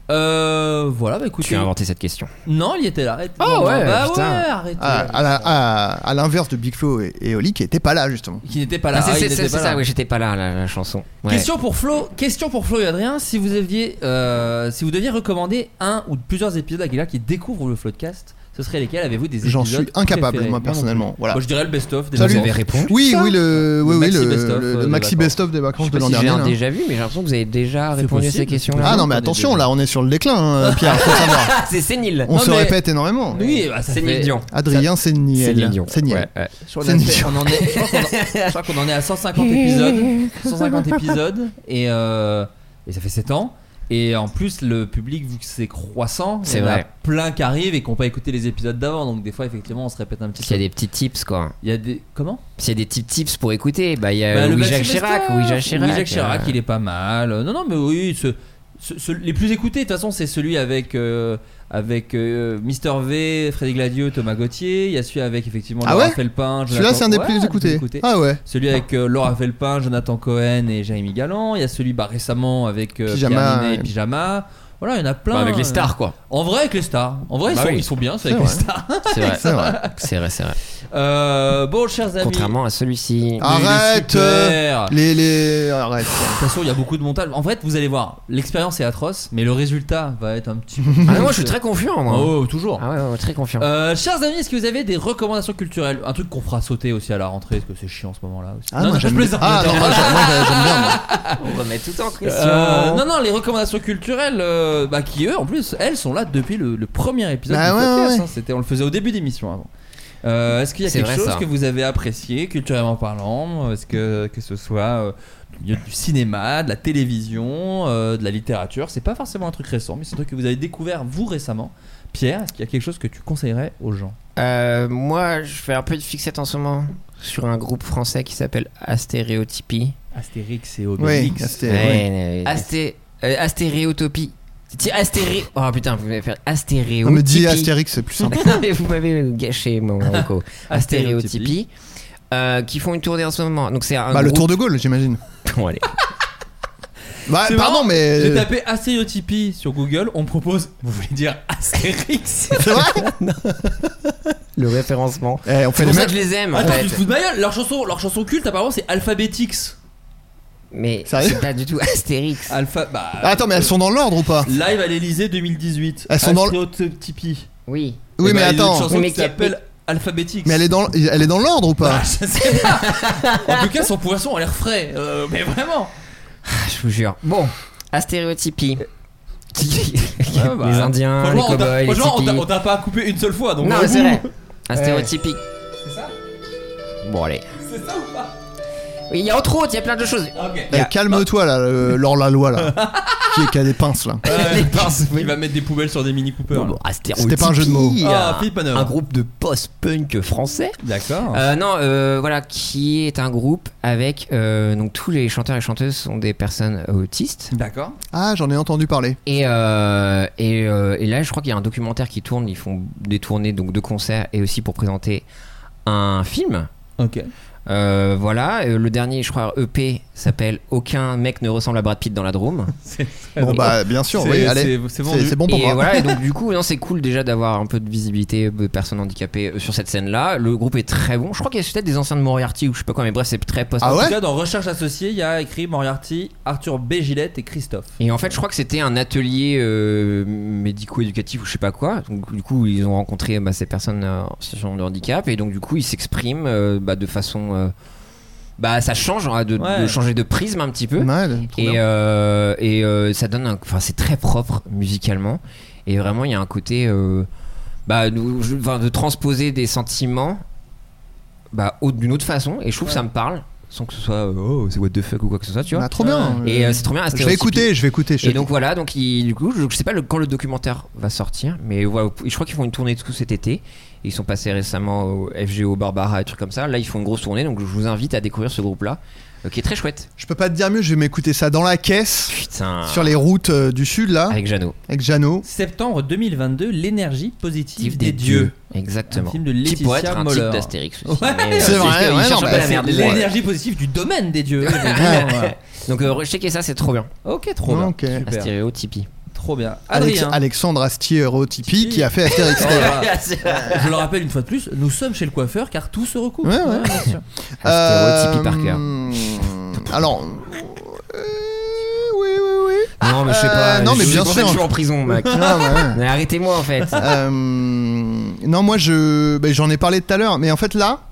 Euh, voilà, bah écoute.
tu as inventé cette question.
Non, il était là. Arrête.
Ah
Non,
ouais,
bah ouais,
putain.
arrêtez.
Ah, à la- à à l'inverse de Big Flo et, et Oli qui étaient pas là justement.
Qui n'était pas là.
Ah, c'est
Ah, il
c'est-
n'était
c'est
pas là.
ça, oui, j'étais pas là, la, la chanson. Ouais.
Question pour Flo. Question pour Flo et Adrien. Si vous aviez, euh, si vous deviez recommander un ou plusieurs épisodes à quelqu'un qui découvre le Floodcast, ce serait lesquels Avez-vous des
J'en
épisodes
suis incapable,
préférés
moi personnellement. Voilà.
Moi, je dirais le best-of.
Salut.
Vous avez répondu
Oui,
ça
oui, le, oui,
Le
oui,
maxi
le-
best-of,
le-
euh,
le
des
maxi
vacances.
best-of des
Je
vacances
sais
de
pas
l'an
si j'ai
dernier.
un
là.
déjà vu, mais j'ai l'impression que vous avez déjà
C'est
répondu à
possible.
ces questions-là.
Ah non, mais
qu'on est
attention,
déjà-
là on est sur le déclin, hein, Pierre, faut savoir.
c'est sénile.
On
Non,
se
mais-
répète énormément.
Oui, bah, ça
C'est
fait-
Dion.
Adrien
C'est
Séniel.
mignon.
Séniel.
Ouais, ouais.
Sur
C'est
l'aspect,
mignon.
on en est, je crois qu'on en- je crois qu'on en est à 150 épisodes. 150 épisodes et, euh, et ça fait 7 ans. Et en plus, le public, vu que c'est croissant, il
C'est
y en a
vrai.
plein qui arrivent et qui n'ont pas écouté les épisodes d'avant. Donc des fois, effectivement, on se répète un petit
S'il y
peu.
a des petits tips, quoi.
Il y a des... Comment
S'il y a des petits tips pour écouter, bah il y
Euh,
a
Bah, le
Louis-Jacques
Maxi
Chirac,
Best-of.
Louis-Jacques Chirac.
Louis-Jacques Chirac,
euh,
il est pas mal. Non, non, mais oui, ce- ce- ce- les plus écoutés, de toute façon, c'est celui avec, euh, avec euh, Mister V, Freddy Gladieux, Thomas Gauthier. Il y a celui avec, effectivement,
Ah
Laura
ouais
Felpin.
Celui-là
Jonathan-
c'est un des
Ouais,
plus écoutés. Ah ouais.
Celui avec euh, Laura Felpin, Jonathan Cohen et Jérémy Galland. Il y a celui bah, récemment avec euh,
Pyjama,
Pierre Ninet et
ouais.
Pyjama. Voilà, il y en a plein.
bah, avec
Euh,
les stars, quoi.
En vrai, avec les stars. En vrai, ils,
Bah
sont,
oui.
ils sont bien, c'est
C'est
avec les
vrai.
stars.
C'est vrai,
C'est vrai.
c'est vrai, c'est vrai.
Euh, bon, chers amis.
Contrairement à celui-ci.
Ah.
il est
Arrête,
super.
euh, Les, les. Arrête.
De toute façon, il y a beaucoup de montage. En fait, vous allez voir, l'expérience est atroce, mais le résultat va être un petit peu.
Ah, non, moi, je suis très confiant, moi.
Oh, toujours.
Ah ouais, ouais, ouais, très confiant.
Euh, chers amis, est-ce que vous avez des recommandations culturelles Un truc qu'on fera sauter aussi à la rentrée, parce que c'est chiant en ce moment-là. aussi.
Ah,
non,
moi,
non, je
j'aime-
plaisante.
Ah, non, moi, j'aime- moi, j'aime bien. moi.
on remet tout en question.
hein.
Euh, non, non, les recommandations culturelles, euh, bah, qui eux, en plus, elles sont là depuis le, le premier épisode.
Bah
du
ouais,
podcast,
ouais.
hein. C'était, on le faisait au début d'émission avant. Euh, Est-ce qu'il y a
C'est
quelque
vrai,
chose
ça.
que vous avez apprécié culturellement parlant Est-ce que que ce soit euh, du milieu du cinéma, de la télévision, euh, de la littérature C'est pas forcément un truc récent, mais c'est un truc que vous avez découvert vous récemment. Pierre, est-ce qu'il y a quelque chose que tu conseillerais aux gens
Euh, moi, je fais un peu de fixette en ce moment sur un groupe français qui s'appelle Astéréotypie.
Astérix et
Oui,
Obélix.
c'était- ouais.
Eh
Asté... euh, Astéréotopie. C'est- Astéré... Oh putain, vous m'avez fait Astéréotypie.
Non, mais dis Astérix, c'est plus simple.
non, mais vous m'avez gâché mon reco.
Astéréotypie.
Astéréotypie. euh, qui font une tournée en ce moment. Donc c'est un
Bah, le
groupe-
tour de Gaulle, j'imagine.
Bon, allez.
Bah,
C'est
pardon,
marrant, J'ai
mais.
tapé astéréotypie sur Google, on me propose, vous voulez dire Astérix
C'est vrai
Le référencement.
Eh, on fait
C'est
les
pour ça
mecs.
que je les aime en
Attends, tu
fait.
te fous de ma gueule Leur chanson, leur chanson culte, apparemment, c'est Alphabetix.
Mais
Sérieux
c'est pas du tout Astérix.
Alpha. Bah.
Ah, Attends, mais elles sont dans l'ordre ou pas
Live à l'Elysée 2018.
Elles sont dans le-
Astéréotypie.
Oui.
Oui,
Eh ben, il
mais
y a Une
attends.
chanson
Mais
qui
quel-
s'appelle Alphabetix.
Mais elle est dans, elle est dans l'ordre ou pas
Ah, je sais pas. en tout cas, son poisson a l'air frais. Euh, mais vraiment.
Ah, je vous jure. Bon, Astéréotypie.
Ouais, bah,
les Indiens, Ah, les
franchement, on t'a-
cowboys, les
franchement, on t'a-
hippies.
on t'a pas coupé une seule fois. Donc
Non,
au
mais c'est
bout.
vrai. Astéréotypie.
C'est ça
Bon, allez.
C'est ça ou pas Ah,
Oui, Il y a autre autre, il y a plein de choses.
Ok.
Eh, Calme-toi là, le- l'or la loi là. qui, est- qui a des pinces là.
Ouais,
Les pinces, oui.
Il va mettre des poubelles sur des mini coupeurs.
Bon, bon, Astéréotypie.
C'était pas un jeu de mots.
Ah,
un-
Philippe Manœuvre.
un groupe de post-punk français.
D'accord.
Euh, non, euh, voilà, qui est un groupe avec euh, donc tous les chanteurs et chanteuses sont des personnes autistes.
D'accord.
Ah, j'en ai entendu parler.
Et, euh, et, euh, et là, je crois qu'il y a un documentaire qui tourne. Ils font des tournées donc de concerts et aussi pour présenter un film.
Ok.
Euh, voilà, euh, le dernier, je crois, EP s'appelle Aucun mec ne ressemble à Brad Pitt dans la Drôme.
C'est très
Bon,
drôle.
bah, bien sûr, oui,
C'est-
allez.
c'est- c'est vendu.
C'est c'est bon pour
et
moi.
voilà, et donc du coup, non, c'est cool déjà d'avoir un peu de visibilité de personnes handicapées euh, sur cette scène-là. Le groupe est très bon. Je crois qu'il y a peut-être des anciens de Moriarty ou je sais pas quoi, mais bref, c'est très post.
Ah
En
ouais
tout cas, dans Recherche associée, il y a écrit Moriarty, Arthur B. Gillette et Christophe.
Et en fait, je crois que c'était un atelier euh, médico-éducatif ou je sais pas quoi. Donc, du coup, ils ont rencontré bah, ces personnes euh, en situation de handicap et donc du coup, ils s'expriment euh, bah, de façon. euh, bah, ça change, hein, de,
Ouais.
de changer de prisme un petit peu.
Ouais, trop
Et,
bien.
euh, et euh, ça donne un- Enfin, c'est très propre musicalement. Et vraiment, il y a un côté. euh, bah, nous- je- enfin, de transposer des sentiments bah, au- d'une autre façon. Et je trouve que ça me parle. Sans que ce soit. euh, oh, c'est what the fuck ou quoi que ce soit, tu vois.
Ah, trop bien.
Et euh, c'est trop bien.
je vais écouter, je vais écouter. je
Et
sais
donc
pas.
voilà, donc il- du coup, je, je sais pas le- quand le documentaire va sortir, mais voilà, je crois qu'ils font une tournée tout cet été. Ils sont passés récemment au FGO Barbara, et trucs comme ça. Là, ils font une grosse tournée, donc je vous invite à découvrir ce groupe-là, euh, qui est très chouette.
Je peux pas te dire mieux, je vais m'écouter ça dans la caisse,
Putain.
sur les routes euh, du sud, là,
Ah. Avec Jeannot.
avec Jano.
Septembre 2022, L'énergie positive
Type
des, dieux.
Exactement.
Un film de
qui pourrait
Laetitia
être un
Moller.
type d'Astérix. aussi,
Ouais,
mais, euh,
c'est vrai,
il
ouais,
cherche
non,
un peu
bah,
la
c'est-
merde.
L'énergie positive du domaine des dieux. Évidemment, ouais.
Donc euh, checkez ça, c'est trop bien.
ok, trop
bah,
bien.
Ok.
Super.
Astéréo Tipeee.
Trop bien.
Alex-
Adrien.
Alexandre Astier Tipeee
Tipeee.
qui a fait Astérix.
Oh là là. Je le rappelle une fois de plus, nous sommes chez le coiffeur car tout se recoupe.
Ouais, ouais.
bien sûr.
Astéréo
Euh, hmm,
Tipeee Parker.
Alors. euh, oui, oui, oui.
Non, mais je sais
euh,
pas.
non, mais
je-
bien
c'est pour ça que
sûr.
Je suis en prison, mec.
Ah, ouais.
Mais arrêtez-moi en fait.
Euh, non, moi je, ben, j'en ai parlé tout à l'heure, mais en fait là,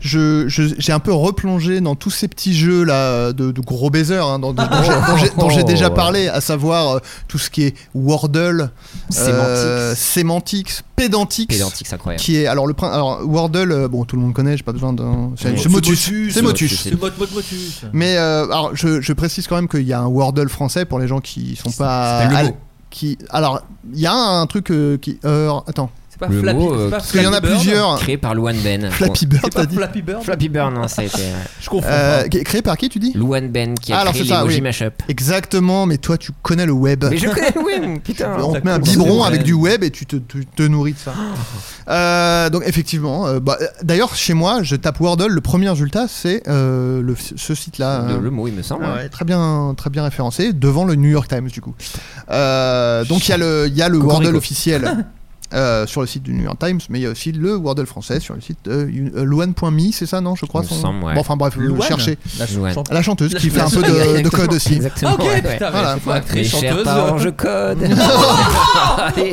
je, je- j'ai un peu replongé dans tous ces petits jeux là de, de gros baisers hein, dans- dont, j'ai, dont j'ai- dont
Oh,
j'ai déjà parlé, à savoir euh, tout ce qui est Wordle, euh,
Sémantique.
Sémantix, Pédantix.
Pédantique, c'est incroyable.
Qui est alors le prin- alors Wordle euh, bon tout le monde connaît j'ai pas besoin de c'est,
Ouais.
c'est
C'est
Motus,
Motus,
c'est
c'est
Motus.
Motus.
C'est mot, mot, motus.
mais euh, alors je, je précise quand même qu'il y a un Wordle français pour les gens qui sont pas
s'appelle le
al-
mot.
qui alors il y a un truc euh, qui euh, attends
C'est pas
Le
Flappy
mot, euh,
c'est pas
parce qu'il y en a
Flappy Bird.
plusieurs.
Créé par Luan Ben.
Flappy Bird,
C'est
t'as
pas
dit
Flappy Bird.
Flappy Bird, non, ça a été.
Je confonds.
Euh, qui est Créé par qui, tu dis
Luan Ben qui a
Alors,
créé
c'est ça,
l'emoji
oui.
mashup.
Exactement, mais toi, tu connais le web.
Mais je connais Luan, putain.
On te
D'accord.
met un
C'est
biberon
vrai.
avec du web et tu te, tu te nourris de ça. Euh, donc effectivement, euh, bah, euh, d'ailleurs chez moi, je tape Wordle, le premier résultat c'est euh, le- ce site-là.
De-
euh,
Le mot, il me semble. hein.
ouais, très bien, très bien référencé devant le New York Times du coup. Euh, donc il y a le, il y a le
Cocorico.
Wordle officiel euh, sur le site du New York Times, mais il y a aussi le Wordle français sur le site de euh, luan.me, c'est ça non Je crois.
Il me semble, ouais.
Bon, enfin bref,
Louane,
cherchez
la
Louane.
chanteuse.
la chanteuse qui
La
fait un peu de, de
Exactement.
code aussi.
Exactement.
Ok,
ouais, ouais.
putain,
Voilà.
mais c'est pas
Mes
actrice,
chers
chanteuse.
parents, je code. Allez,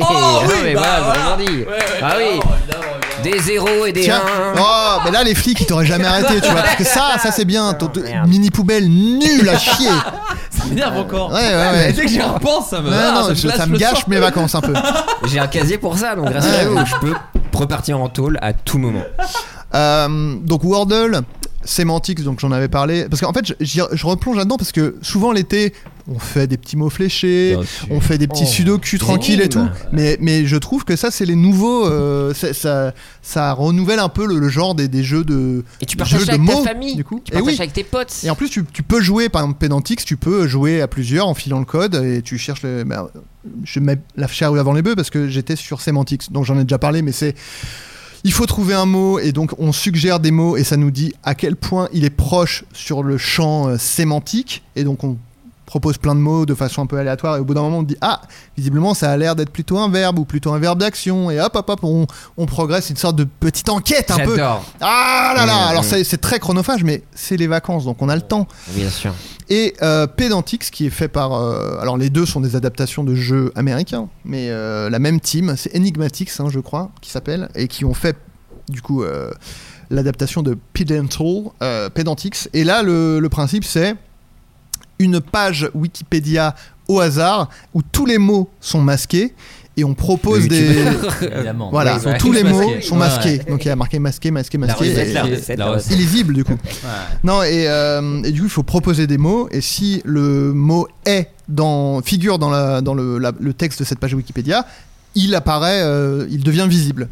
Oh,
non,
oui,
mais
bah,
voilà,
voilà.
vraiment dit.
Ouais, ouais, Oh,
Ah oui,
non, non, non.
des zéros et des
Tiens,
1.
oh, mais là les flics ils t'auraient jamais arrêté, tu vois. Parce que ça, ça c'est bien, ton ton-
Merde.
mini poubelle nulle à chier.
Ça m'énerve encore.
Ouais, ouais, Ah ouais.
Dès que j'y repense, ça me.
Non,
ah,
non,
ça me,
je-
glace
ça me
le
gâche
sang.
mes vacances un peu.
J'ai un casier pour ça, donc rassurez-vous, je peux repartir en tôle à tout moment.
Euh, donc Wordle, Semantics, donc j'en avais parlé. Parce qu'en fait, je- j'y- je replonge là-dedans parce que souvent l'été, on fait des petits mots fléchés,
Bien sûr.
on fait des petits
Oh,
sudoku tranquilles et tout.
énigmes.
Mais, mais je trouve que ça, c'est les nouveaux. euh, ça, ça, ça renouvelle un peu le, le genre des, des jeux de.
Et tu
des
partages
jeux
ça
de
avec
mots,
ta famille,
Du coup. Et
tu partages
oui.
ça avec tes potes.
Et en plus, tu, tu peux jouer, par exemple, Pédantix, tu peux jouer à plusieurs en filant le code et tu cherches le. bah, je mets la chair avant les bœufs parce que j'étais sur Semantics, donc j'en ai déjà parlé, mais c'est. Il faut trouver un mot et donc on suggère des mots et ça nous dit à quel point il est proche sur le champ euh, sémantique et donc on propose plein de mots de façon un peu aléatoire et au bout d'un moment on dit ah visiblement ça a l'air d'être plutôt un verbe ou plutôt un verbe d'action et hop hop hop on, on progresse c'est une sorte de petite enquête un peu
J'adore,
ah là là
Mm,
alors
mm.
c'est c'est très chronophage mais c'est les vacances donc on a le temps
bien sûr.
et euh, Pedantix qui est fait par euh, alors les deux sont des adaptations de jeux américains mais euh, la même team c'est Enigmatix hein, je crois qui s'appelle et qui ont fait du coup euh, l'adaptation de Pedantal euh, Pedantix et là le, le principe c'est une page Wikipédia au hasard où tous les mots sont masqués et on propose
Le
des
Évidemment.
voilà
Ouais,
sont-
ouais.
tous les
Masqués.
mots sont
Ouais,
masqués
ouais.
donc il y a marqué masqué masqué
La
masqué
recette,
et-
la
et-
recette, la recette.
illisible du coup non, et, euh, et du coup, il faut proposer des mots, et si le mot est dans, figure dans, la- dans le, la- le texte de cette page Wikipédia, il apparaît, euh, il devient visible.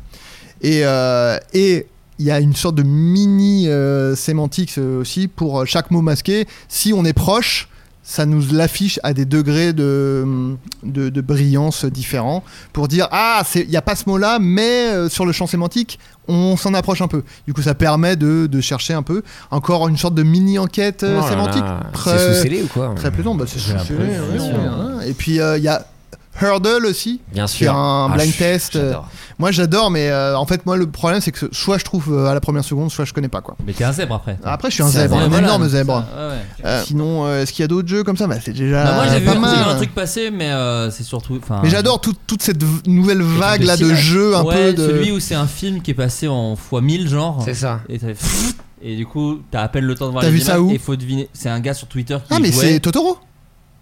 Et euh, et il y a une sorte de mini euh, sémantique euh, aussi pour euh, chaque mot masqué. Si on est proche, ça nous l'affiche à des degrés de, de, de brillance différents pour dire ah c'est- il n'y a pas ce mot là mais euh, sur le champ sémantique on s'en approche un peu du coup ça permet de, de chercher un peu encore une sorte de mini enquête
Oh là là.
sémantique
C'est
très,
sous-scellé ou quoi
très plaisant Bah, c'est
J'ai
sous-scellé,
l'impression,
ouais,
bien sûr.
ouais, ouais. et puis euh, il y a Hurdle aussi
Bien
qui est
sûr.
un
Ah,
blind
je-
test.
j'adore.
Moi j'adore, mais euh, en fait, moi le problème c'est que ce- soit je trouve euh, à la première seconde, soit je connais pas quoi.
Mais t'es un zèbre après.
Après, je suis Ah, un
C'est
zèbre,
vrai,
un
voilà,
énorme
ça-
zèbre.
ouais, ouais.
Euh, sinon, euh, est-ce qu'il y a d'autres jeux comme ça bah, C'est déjà
Bah, moi j'ai vu,
pas
j'ai vu
mal.
un truc passer, mais euh, c'est surtout. enfin,
Mais j'adore tout- toute cette v- nouvelle
les trucs
vague là de
cinéma.
jeux un
Ouais,
peu de.
Celui où c'est un film qui est passé en x 1000 genre.
C'est ça.
Et ça fait pfff, Et du coup, t'as à peine le temps de voir
T'as
les
vu ça
images
où
et faut deviner. C'est un gars sur Twitter qui
Ah mais
jouait.
c'est Totoro,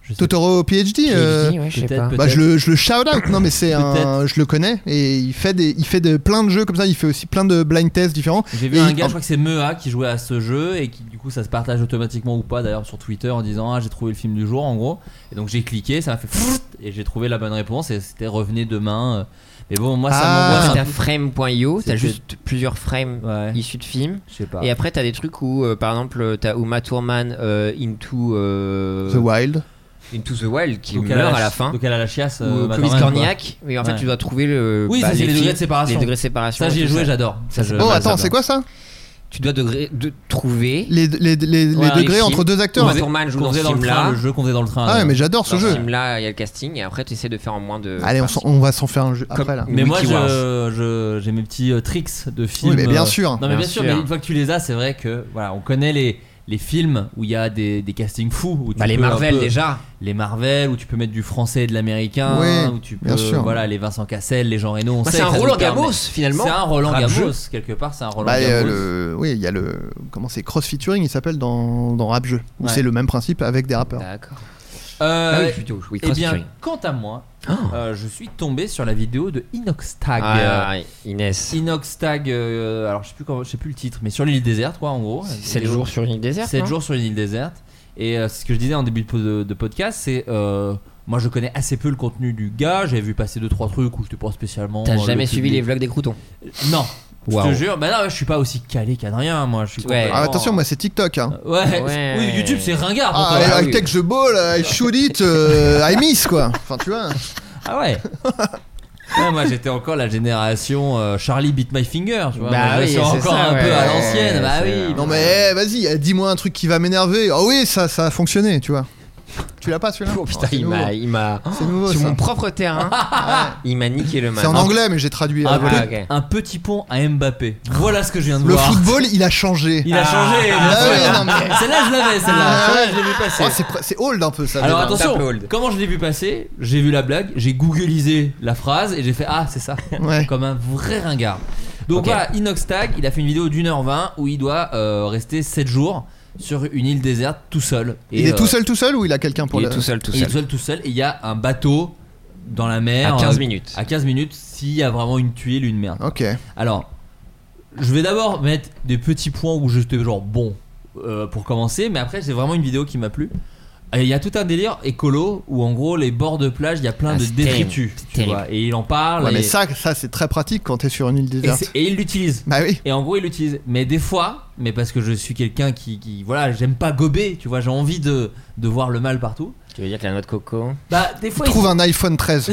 Je sais
Totoro PhD. euh,
ouais, je sais
peut-être,
pas.
peut-être.
Bah, je le, je le shout out, non mais c'est un,
Peut-être.
je le connais et il fait des, il fait de plein de jeux comme ça, il fait aussi plein de blind tests différents.
J'ai vu
Et
un
il-
gars, je crois que c'est Mea qui jouait à ce jeu et qui du coup ça se partage automatiquement ou pas d'ailleurs sur Twitter en disant ah j'ai trouvé le film du jour en gros et donc j'ai cliqué ça m'a fait pfft et j'ai trouvé la bonne réponse et c'était revenez demain euh. mais bon moi ça
Ah.
Ouais,
m'envoie
t'as
un
frame.io, t'as
C'était-
juste plusieurs frames
Ouais.
issus de films.
je sais pas
Et après, t'as des trucs où, euh, par exemple, euh, t'as Uma Thurman euh, into, euh,
The Wild.
into the Wild qui
Donc, elle a
meurt à la
chi-
fin.
donc elle a la chiasse
Ou
euh,
euh,
bah,
Clovis
quand même, quoi.
Cornillac. Mais en fait,
Ouais.
tu dois trouver le.
Oui, ça, c'est les degrés
films,
de séparation.
Les degrés de séparation.
ça j'y ai
tout
joué j'adore Ça,
Ça,
je-
c'est-
Oh
bah,
attends,
j'adore.
c'est quoi ça
Tu dois degré- de trouver.
Les, les, les, les
Ouais, les
degrés
films.
entre deux acteurs.
Uma
faisait-
Thurman joue
qu'on
dans ce
faisait dans le train
film-là.
le jeu qu'on faisait dans le train
Ah ouais,
euh.
mais j'adore ce
Dans ce
jeu.
film-là, il y a le casting. Et après, tu essaies de faire en moins de.
Allez, on, s'en- on va s'en faire un jeu
Comme-
après là.
mais
mais moi,
Wiki Wars.
je- je- j'ai mes petits euh, tricks de films.
Oui, mais bien
euh,
sûr.
Non, mais
Bien
bien, sûr,
sûr.
mais une fois que tu les as, c'est vrai que voilà, on connaît les, les films où il y a des, des castings fous. Où tu
Bah, les
peux un
Marvel
peu-
déjà.
Les Marvel, où tu peux mettre du français et de l'américain.
Oui,
où tu peux,
bien sûr.
Voilà, les Vincent Cassel, les Jean Reno. on
Bah,
sait
c'est
que
un
ça nous
Roland
permet-
Gamos finalement.
C'est un Roland
Rap jeu.
Gamos, quelque part, c'est un Roland
Bah, euh,
Gamos.
le, oui, il y a le. Comment c'est Cross featuring, il s'appelle dans, dans Rap Jeu. Où
Ouais.
c'est le même principe avec des rappeurs.
D'accord.
Euh,
Ah oui, plutôt. Oui,
eh bien,
cross-featuring.
quant à moi, euh, je suis tombé sur la vidéo de Inox Tag.
Oh. Ah, Inès.
Inox Tag, euh, alors je sais plus comment, je sais plus le titre, mais sur l'île déserte, quoi, en gros.
C'est
Et-
le jour sur une île déserte.
7
non
jours sur une île déserte. Et euh, ce que je disais en début de, po- de- de podcast, c'est. euh, moi, je connais assez peu le contenu du gars. J'avais vu passer 2-3 trucs où je pas spécialement.
T'as
euh,
jamais
le
suivi les
public.
vlogs des croutons
Non. Je
Waouh.
te jure. Bah non, je suis pas aussi calé qu'Adrien, moi. Je suis.
Ouais.
Ah,
complètement-
attention, moi c'est TikTok. Hein.
Ouais.
Ouais.
Oui, YouTube, c'est ringard. pour
Ah,
toi.
ah
I, I
oui.
take the ball, I shoot it, euh, I miss quoi. Enfin, tu vois.
Ah ouais. Ouais, moi j'étais encore la génération euh, Charlie beat my finger, tu vois.
Bah
Moi, je
oui,
suis
c'est
encore
ça,
un
ouais.
peu à l'ancienne. Bah
C'est-
oui.
Non, mais eh, vas-y, eh, dis-moi un truc qui va m'énerver. Ah oui, ça, ça a fonctionné, tu vois. Tu l'as pas celui-là
Oh putain,
Ah, c'est
il
nouveau.
m'a, il m'a. Oh,
C'est nouveau,
Sur
ça.
mon propre terrain,
Ah.
il m'a niqué le match.
C'est en anglais, mais j'ai traduit.
Un,
euh,
Ah,
voilà.
pe-
ok.
un petit pont à Mbappé. Voilà ce que je viens de
Le
voir.
football, il a changé.
Il a
Ah.
changé. bien
Ah
sûr.
oui, non, mais-
Celle-là, je l'avais, celle-là.
Ah
Celle-là,
ouais.
je l'ai vu passer.
Oh, c'est pre- c'est old un peu ça.
Alors
déjà.
attention,
Tape-hold.
comment je l'ai vu passer J'ai vu la blague, j'ai googlisé la phrase et j'ai fait Ah, c'est ça
Ouais.
Comme un vrai ringard. Donc
Ok.
voilà, Inox Tag, il a fait une vidéo d'une heure vingt où il doit euh, rester 7 jours sur une île déserte tout seul. Et,
Il est
euh,
tout seul, tout seul ou il a quelqu'un pour
Il est
le.
tout seul, tout
il est
seul.
tout seul, tout seul. Et il y a un bateau dans la mer.
À 15
euh,
minutes.
À 15 minutes, s'il y a vraiment une tuile, une merde.
Ok.
Alors, je vais d'abord mettre des petits points où j'étais genre bon euh, pour commencer, mais après c'est vraiment une vidéo qui m'a plu. Et Il y a tout un délire écolo où en gros les bords de plage il y a plein
Ah,
de
c'est terrible,
détritus,
c'est
tu
terrible.
vois, et il en parle
Ouais,
et,
mais ça, ça c'est très pratique quand t'es sur une île
et
déserte.
c'est- et il l'utilise.
Bah oui.
Et en gros il l'utilise, mais des fois, mais parce que je suis quelqu'un qui, qui- voilà j'aime pas gober, tu vois, j'ai envie de, de voir le mal partout.
Tu veux dire que la noix de coco Ah,
Bah des fois il
Trouve un iPhone 13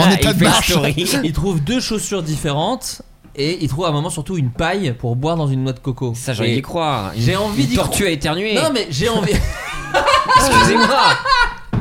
en état
il
de
fait
marche.
story.
il trouve deux chaussures différentes et il trouve à un moment surtout une paille pour boire dans une noix de coco.
Ça, j'ai
Et-
envie d'y croire. Une-
J'ai envie
une
d'y
tortue à éternuer.
Non mais j'ai envie.
excusez-moi.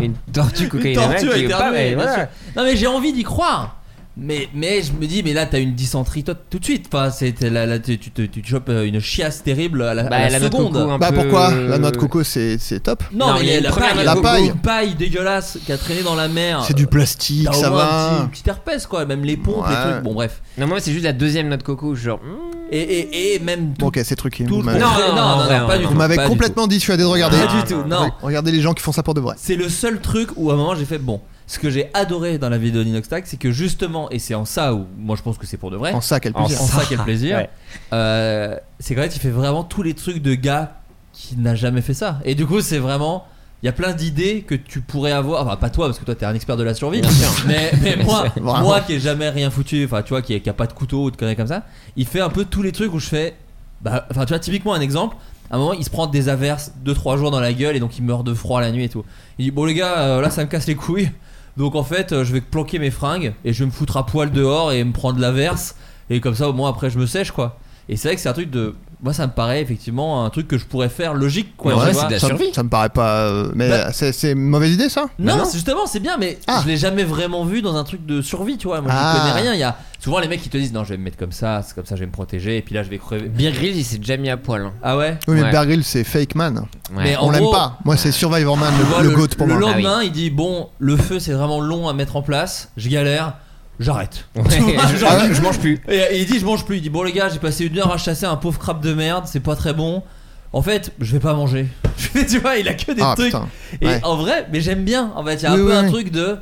Une tortue cocaïne
Une tortue
amère qui
à
est pas-
éternuer,
mais
bien
voilà.
sûr. Non mais j'ai envie d'y croire. Mais, mais je me dis mais là t'as une dysenterie toi, tout de suite enfin, c'est- là, là, tu, tu, te- tu te chopes euh, une chiasse terrible à la, à
Bah,
la
la noix de
seconde.
coco, un
Bah
peu-
pourquoi La noix de coco, c'est c'est top.
non,
Non,
mais
il y a
la,
une
la
première
paille,
noix de coco.
une paille dégueulasse qui a traîné dans la mer.
C'est du plastique,
T'as au
ça
moins un petit-
va.
une petite herpès quoi, même les pompes,
Ouais.
les trucs. Bon bref.
Non, moi, c'est juste la deuxième noix de coco. Genre, hmm,
Et, et, et même tout.
Bon, ok, c'est truqué.
tout
Vous
le
m'avez-
Non,
contraire. non, non, non,
non,
pas du
non.
tout.
vous m'avez
pas du
complètement dissuadé de
tout.
regarder.
Pas du tout. Non.
Regardez les gens qui font ça pour de vrai.
C'est le seul truc où à un moment j'ai fait bon. Ce que j'ai adoré dans la vidéo d'Inoxtag, c'est que justement, et c'est en ça où moi je pense que c'est pour de vrai,
En ça, quel
En
plaisir.
en ça quel plaisir,
Ouais.
euh, c'est quand même il fait vraiment tous les trucs de gars qui n'a jamais fait ça. Et du coup, c'est vraiment. Il y a plein d'idées que tu pourrais avoir, enfin pas toi parce que toi t'es un expert de la survie,
Bien sûr.
mais, mais moi,
Vraiment.
moi qui ai jamais rien foutu, enfin tu vois qui, qui a pas de couteau ou de conneries comme ça, il fait un peu tous les trucs où je fais, bah, enfin tu vois typiquement un exemple, À un moment, il se prend des averses 2-3 jours dans la gueule et donc il meurt de froid la nuit et tout. Il dit Bon, les gars, euh, là ça me casse les couilles. Donc en fait, euh, je vais planquer mes fringues et je vais me foutre à poil dehors et me prendre l'averse. Et comme ça, au moins après, je me sèche quoi. Et c'est vrai que c'est un truc de. Moi, ça me paraît effectivement un truc que je pourrais faire logique quoi.
Ouais,
tu
c'est
vois.
de la
ça,
survie.
ça me paraît pas. euh, mais
Bah-
c'est c'est une mauvaise idée ça
Non,
non.
c'est justement, c'est bien, mais
Ah.
je l'ai jamais vraiment vu dans un truc de survie, tu vois. Moi,
Ah.
je connais rien. Il y a souvent les mecs qui te disent non, je vais me mettre comme ça, c'est comme ça, je vais me protéger, et puis là, je vais crever.
Bear Grylls, il s'est déjà mis à poil. hein.
Ah ouais.
Oui, mais
Ouais.
Bear Grylls, c'est fake man.
Ouais.
Mais en
On l'aime
gros,
pas. Moi, c'est Survivor Man,
tu vois,
le, le goat pour
le
moi.
lendemain,
Ah
il dit bon, le feu, c'est vraiment long à mettre en place. Je galère, j'arrête. Tu
Ouais,
vois,
je-
genre,
ah ouais, je mange plus.
Et, et il dit je mange plus. Il dit bon les gars j'ai passé une heure à chasser un pauvre crabe de merde, c'est pas très bon. En fait je vais pas manger. tu vois il a que des
Ah
trucs.
putain.
Et
Ouais.
en vrai mais j'aime bien. En fait il y a
Oui,
un peu
oui,
un
oui.
truc de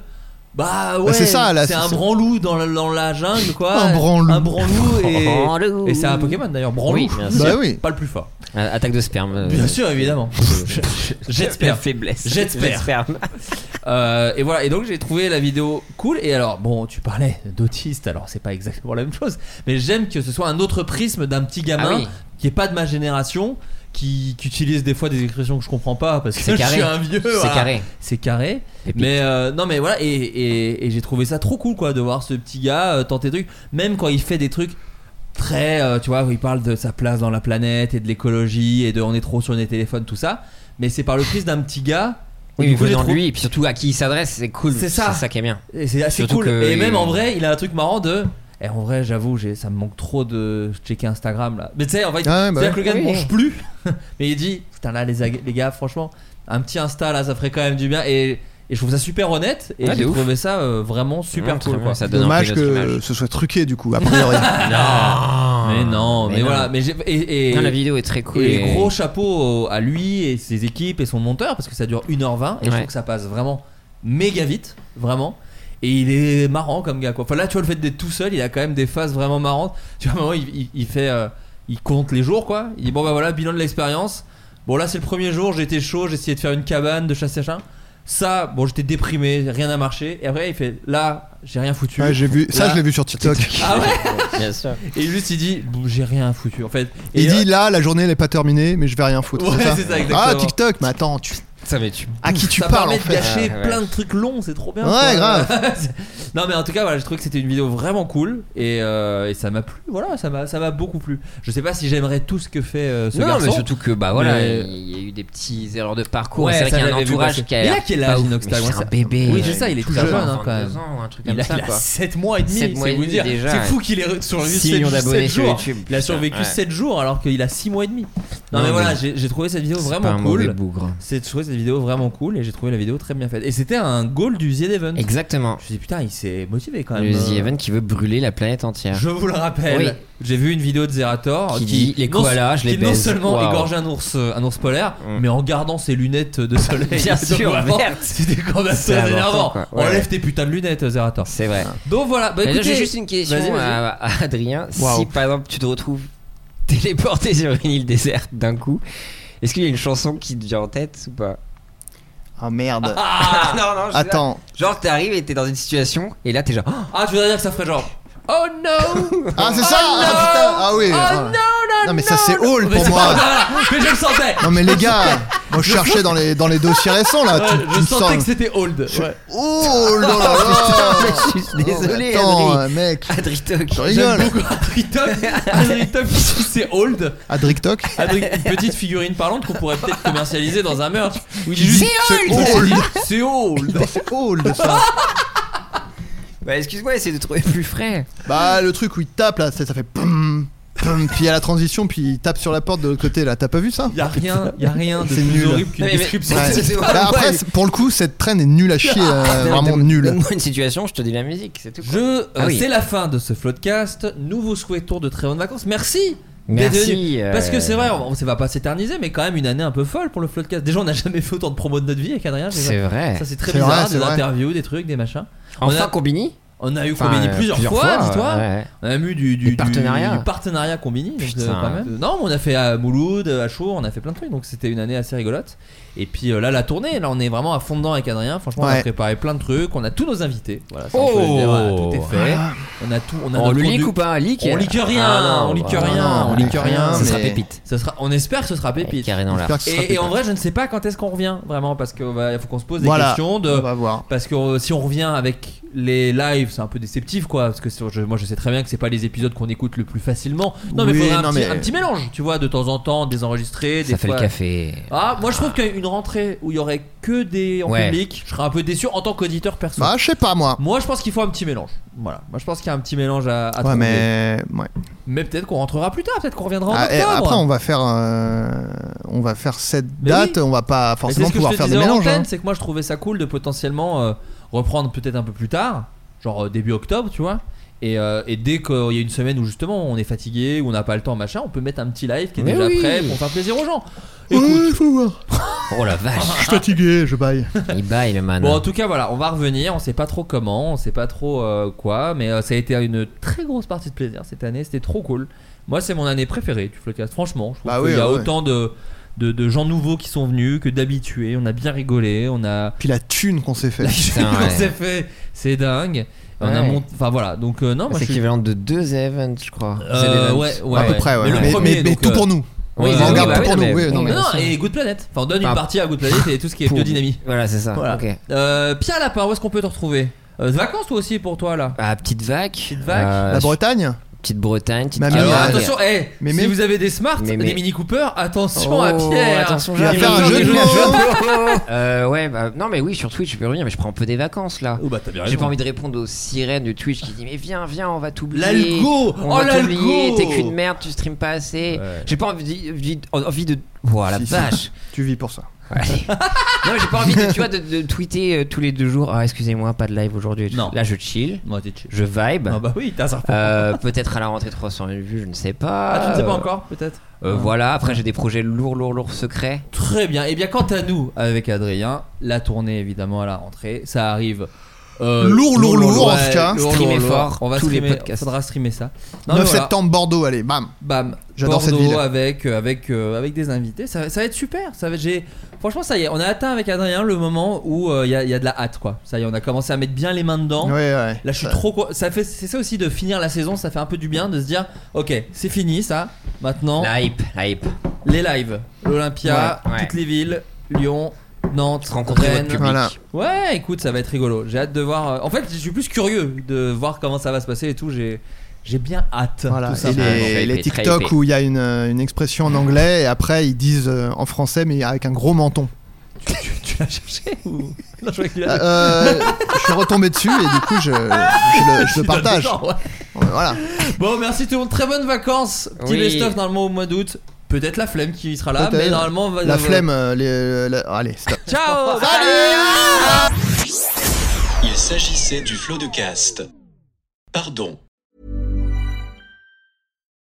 bah ouais
c'est ça, là,
c'est
c'est
un
ça.
branlou dans la, dans la jungle quoi.
Un branlou.
Un branlou et
Branlou.
Oh, et c'est un Pokémon d'ailleurs branlou.
Oui, bien sûr.
Bah oui.
Pas le plus fort.
Euh, Attaque de sperme. euh,
Bien sûr évidemment.
euh,
J'espère.
Faiblesse.
J'espère.
sperme.
Euh, et voilà, et donc j'ai trouvé la vidéo cool. Et alors, bon, tu parlais d'autiste, alors c'est pas exactement la même chose, mais j'aime que ce soit un autre prisme d'un petit gamin
Ah oui.
qui est pas de ma génération, qui, qui utilise des fois des expressions que je comprends pas parce que
C'est
je
carré.
suis un vieux.
C'est
voilà.
carré.
C'est carré.
Et puis-
Mais euh, non, mais voilà, et, et- et j'ai trouvé ça trop cool quoi de voir ce petit gars euh, tenter des trucs, même quand il fait des trucs très, euh, tu vois, où il parle de sa place dans la planète et de l'écologie et de on est trop sur les téléphones, tout ça. Mais c'est par le prisme d'un petit gars. Et
Oui,
du coup, j'ai
venant de
trouvé-
lui, et puis surtout à qui il s'adresse, c'est cool.
C'est ça.
C'est ça qui est bien.
et c'est assez
Surtout
cool.
que-
Et même en vrai, il a un truc marrant de. Et en vrai, j'avoue, j'ai- ça me manque trop de checker Instagram là. Mais tu sais, en fait,
Ah ouais, bah
c'est-à-dire
ouais.
que le gars ne
Oui.
mange plus. Mais il dit Putain, là, les, ag- les gars, franchement, un petit Insta là, ça ferait quand même du bien. Et, et je trouve ça super honnête. Et
Ouais,
j'ai
Ah, de ouf.
trouvé ça euh, vraiment super
Ouais, très
cool
bien,
quoi.
Ça donne
Dommage
un peu une autre
que
image.
ce soit truqué du coup, a priori.
Non.
Mais non, mais,
non.
voilà. Mais j'ai- et, et-
Non, la vidéo est très cool.
et gros chapeau au- à lui et ses équipes et son monteur parce que ça dure 1h20 et je
Ouais.
trouve que ça passe vraiment méga vite, vraiment. Et il est marrant comme gars quoi. Enfin là tu vois le fait d'être tout seul, il a quand même des phases vraiment marrantes. Tu vois, à un moment il, il- il fait, euh, il compte les jours quoi. Il dit bon bah voilà bilan de l'expérience. Bon là c'est le premier jour, j'étais chaud, j'ai essayé de faire une cabane, de chasser chien. Ça, bon j'étais déprimé, rien n'a marché. Et après il fait là j'ai rien foutu.
Ouais, j'ai vu, ça,
Là-
je l'ai vu sur TikTok.
Ah ouais
Bien sûr.
Et juste il dit Bon, j'ai rien foutu en fait. Et euh,
Il dit là, la journée elle est pas terminée, mais je vais rien foutre.
Ouais,
c'est ça
c'est ça, exactement.
ah, TikTok, mais attends, tu...
Ça mais tu.
à qui tu
ça
parles
permet
en
de
fait
gâcher
Ah, ouais.
plein de trucs longs, c'est trop bien.
Ouais,
quoi.
grave.
C'est- non, mais en tout cas, voilà, je trouvais que c'était une vidéo vraiment cool et, euh, et ça m'a plu. Voilà, ça m'a ça m'a beaucoup plu. Je sais pas si j'aimerais tout ce que fait euh, ce
non,
garçon.
mais surtout que bah voilà,
Mais-
il y a eu des petites erreurs de parcours.
Ouais,
c'est vrai
ça,
qu'il y a un
j'avais vu
entourage
passer.
qui a.
Il a
l'air
quel
pas
âge,
ouf,
Inoxtag,
mais
moi,
C'est un
ça-
bébé.
Oui,
euh,
c'est ça, il est
tout
très jeune, hein, quand
22
même.
ans, un truc
il
comme
a,
ça
il a
quoi.
7 mois et demi,
Sept mois
c'est
et
vous
demi
dire.
déjà,
C'est
ouais.
fou qu'il ait sur le
Six
sept-
millions d'abonnés
sept
sur
jours.
YouTube,
Il a
putain,
survécu
ouais.
7 jours alors qu'il a 6 mois et demi. Non,
Non,
mais voilà,
mais-
j'ai j'ai trouvé cette vidéo
C'est pas
vraiment
un mauvais
cool.
bougre.
C'est- J'ai trouvé cette vidéo vraiment cool et j'ai trouvé la vidéo très bien faite. Et c'était un goal du Z-Event. Je me
Exactement.
suis dit putain, il s'est motivé quand même.
Le
Euh,
The Event qui veut brûler la planète entière.
Je vous le rappelle,
Oui.
j'ai vu une vidéo de Zerator
Qui dit, les
non-
koalas, je les
qui non
baise.
seulement
Waouh.
égorge un ours, euh, un ours polaire,
Mm.
mais en gardant ses lunettes de soleil.
Bien
Donc
sûr,
vraiment,
merde.
C'était quand même
C'est
très
important,
énervant.
quoi. Ouais.
Enlève tes putains de lunettes, euh, Zerator.
C'est vrai.
Donc voilà, bah
Mais là,
écoutez,
J'ai juste une question
Vas-y, vas-y.
à, à Adrien.
Waouh.
Si par exemple tu te retrouves téléporté sur une île déserte d'un coup, est-ce qu'il y a une chanson qui te vient en tête ou pas
Ah merde.
Ah non, non, je sais
Attends.
pas. Genre t'arrives et t'es dans une situation et là t'es genre. Oh,
Ah, tu voudrais dire que ça ferait genre. Oh no!
Ah, c'est
Oh
ça
no
Ah putain Ah oui
Oh
ah.
no, no,
Non, mais ça,
no,
c'est
no.
Hall
Mais
pour
c'est
moi.
pas- voilà, Ah, Mais je le sentais!
Non mais les gars, moi je cherchais dans les, dans les dossiers récents là,
Ouais,
tu, tu
Euh, je
sens...
sentais que c'était Old. Ouais.
Oh là là
mais je suis désolé,
Attends,
Adrien.
euh, mec,
Ah,
Adritoc.
je
J'aime
rigole
beaucoup Adrictoc. Adrictoc qui suit ses Old.
À TikTok
Adri- une petite figurine parlante qu'on pourrait peut-être commercialiser dans un merch. Où il dit juste,
C'est
C'est
old.
C'est old.
C'est old ça
Bah excuse-moi, essaye de trouver plus frais.
Bah le truc où il tape là, ça, ça fait... poum, poum, puis il y a la transition, puis il tape sur la porte de l'autre côté là, t'as pas vu ça
Y a rien, y a rien de
C'est
plus
nul.
horrible qu'une
Mais- mais-
description.
Ouais.
C'est- Ah.
c'est-
Bah, après,
ouais.
c'est- pour le coup, cette traîne est nulle à chier, euh,
Non, mais
vraiment
donne-
nulle.
Donne-moi une situation, je te dis la musique, c'est tout.
Je, euh,
Ah oui.
c'est la fin de ce floodcast. Nous vous souhaitons de très bonnes vacances. Merci. d'être venus.
Merci. euh,
Parce que c'est vrai, on, ça va pas s'éterniser, mais quand même une année un peu folle pour le floodcast. Déjà, on n'a jamais fait autant de promos de notre vie avec Adrien. j'ai-
C'est vrai.
Ça c'est très
C'est
bizarre,
vrai, c'est
des
vrai.
interviews, des trucs, des machins. On
Enfin
a-
Combini
On a eu
Enfin,
Combini
euh,
plusieurs, fois, dis-toi.
ouais, ouais.
On a même eu du,
Des
du,
partenariats.
du partenariat Combini. donc,
Putain.
euh, quand même. Non, mais on a fait à Mouloud, à Chour, on a fait plein de trucs. Donc c'était une année assez rigolote. Et puis euh, là, la tournée, là on est vraiment à fond dedans avec Adrien. Franchement, on
Ouais.
a préparé plein de trucs. On a tous nos invités. Voilà, ça, on
Oh.
peut le dire, voilà, tout est fait. On a tout. On a
On
notre
le
produit-
leak ou pas Leak
On leak rien,
Ah, non,
on leak
bah,
rien,
non,
on leak rien.
Ça sera
mais-
pépite.
Ça sera, on espère que ce sera pépite.
Eh, Carré dans l'art.
J'espère que ce sera
Et, et en
pépite.
vrai, je ne sais pas quand est-ce qu'on revient vraiment parce qu'il faut qu'on se pose des
Voilà.
questions de.
On va voir.
Parce que euh, si on revient avec les lives, c'est un peu déceptif quoi. Parce que c'est- je- moi je sais très bien que c'est pas les épisodes qu'on écoute le plus facilement. Non, mais
Oui,
faudrait un,
non,
petit,
mais-
un petit mélange, tu vois, de temps en temps, des enregistrés, des
Ça fait le
fois-
café.
Ah, moi je trouve qu'une rentrée où il y aurait que des en
Ouais.
public, je serais un peu déçu en tant qu'auditeur perso.
Bah, je sais pas moi.
moi je pense qu'il faut un petit mélange. Voilà, moi je pense qu'il y a un petit mélange à, à
Ouais,
trouver.
mais. ouais.
Mais peut-être qu'on rentrera plus tard, peut-être qu'on reviendra en
Ah, et
octobre.
après, on va faire, euh, on va faire cette
Mais
date.
oui.
On va pas
Mais c'est
forcément
ce que je
pouvoir
te
faire des
disais en
mélanges.
antenne,
hein.
C'est que moi je trouvais ça cool de potentiellement euh, reprendre peut-être un peu plus tard, genre euh, début octobre, tu vois. Et, euh, et dès qu'il y a une semaine où justement on est fatigué, où on n'a pas le temps, machin, on peut mettre un petit live qui est
Mais
déjà
oui.
prêt pour faire plaisir aux gens.
Ouais,
Écoute,
faut voir. Ah.
Oh la vache.
Je suis fatigué, je baille.
Il baille le
Ah
man.
bon en tout cas voilà, on va revenir, on sait pas trop comment, on sait pas trop euh, quoi, mais euh, ça a été une très grosse partie de plaisir cette année, c'était trop cool. Moi c'est mon année préférée du Floodcast, franchement, je trouve
Bah
qu'il y
oui,
a
ouais.
autant de, de, de gens nouveaux qui sont venus que d'habitués, on a bien rigolé, on a...
Puis la thune qu'on s'est fait.
La chute
Putain,
qu'on
ouais.
s'est fait, c'est dingue. On a
Ouais.
mont- enfin voilà, donc euh, non, moi
C'est
je suis-
équivalent de deux events, je crois.
Euh,
C'est des events.
ouais, ouais,
à peu près, ouais.
Mais le
mais
premier,
mais- mais
donc,
tout
euh,
pour nous.
Oui,
Ouais,
bah
on
oui,
garde
bah
tout
oui,
pour
non,
mais-
nous, oui,
Non,
non, mais
non,
bien sûr.
et Good Planet. Enfin, on donne une
Enfin,
partie à Good Planet et tout ce qui est
Ah, pour-
biodynamie.
Voilà, c'est ça.
Voilà.
Ok.
Euh, Pierre Lapin, où est-ce qu'on peut te retrouver Euh, Vacances toi aussi pour toi là
Ah, petite vague.
Petite vague.
Euh,
La Bretagne
Petite Bretagne. Petite
Mamie,
Alors
mais-
attention, eh,
mais-
si
mais-
vous avez des Smart,
mais- mais-
des Mini Cooper, attention à
Oh,
Pierre.
Attention,
Il va
j'arrive.
faire un jeu de
mots. Euh, ouais, bah, non, mais oui, sur Twitch, je peux revenir, mais je prends un peu des vacances là.
Oh, bah, t'as bien
J'ai
raison.
pas envie de répondre aux sirènes de Twitch qui disent Mais viens, viens, on va t'oublier.
L'algo
On
Oh
va t'oublier,
l'algo
t'es qu'une merde, tu streames pas assez.
Ouais.
J'ai pas envie, envie, envie de. Voilà,
Si, si.
vache.
Tu vis pour ça.
Ouais. non, mais j'ai pas envie de, tu vois, de, de tweeter euh, tous les deux jours Ah, excusez-moi, pas de live aujourd'hui. et tout.
Non.
Là, je chill,
Moi, t'es chill.
je vibe.
Ah bah oui, t'as ça.
Euh, peut-être à la rentrée 300 000 vues, je ne sais pas.
Ah, tu ne sais pas
Euh,
encore, Ah. peut-être
euh, voilà, après j'ai des projets lourds, lourds, lourds secrets.
Très bien. Et bien, quant à nous, avec Adrien, la tournée évidemment à la rentrée, ça arrive. euh,
Lourd, lourd, lourd, en tout cas.
Streamer fort,
On va
tous les
streamer.
podcasts.
Faudra streamer ça. Non,
9
mais voilà.
septembre, Bordeaux, allez, bam.
Bam.
J'adore cette
Bordeaux
ville.
avec euh, avec euh, avec des invités. Ça, ça va être super. Ça va. être- J'ai franchement ça y est. On a atteint avec Adrien le moment où euh, il y, a- il y a de la hâte quoi. Ça y est, on a commencé à mettre bien les mains dedans.
Ouais, ouais.
Là, je suis
Ça-
trop. co- Ça fait, c'est ça aussi de finir la saison. Ça fait un peu du bien de se dire, ok, c'est fini ça. Maintenant,
La hype, la hype.
les lives, l'Olympia,
Ouais, ouais.
toutes les villes, Lyon, Nantes,
Rencontrer votre
Rennes.
public.
Voilà.
Ouais, écoute, ça va être rigolo. J'ai hâte de voir. euh, En fait, je suis plus curieux de voir comment ça va se passer et tout. J'ai, j'ai bien hâte.
Voilà.
Tout Ah,
Et
simplement.
les,
Ouais, donc,
les
hypé, très
TikTok
hypé.
où il y a une, une expression en anglais et après ils disent euh, en français mais avec un gros menton.
Tu, tu- tu l'as cherché ou Non, je croyais que tu l'avais.
Euh, je suis retombé dessus et du coup je, je le,
Tu donnes
je le
des
partage.
gens, ouais.
Voilà.
Bon, merci tout le monde. Très bonnes vacances. Petit
Oui.
best-of normalement au mois d'août. Peut-être la flemme qui sera là,
Peut-être.
mais normalement on va.
La flemme, euh, les, euh, la- allez, stop.
Ciao.
Il s'agissait du flot de caste. Pardon.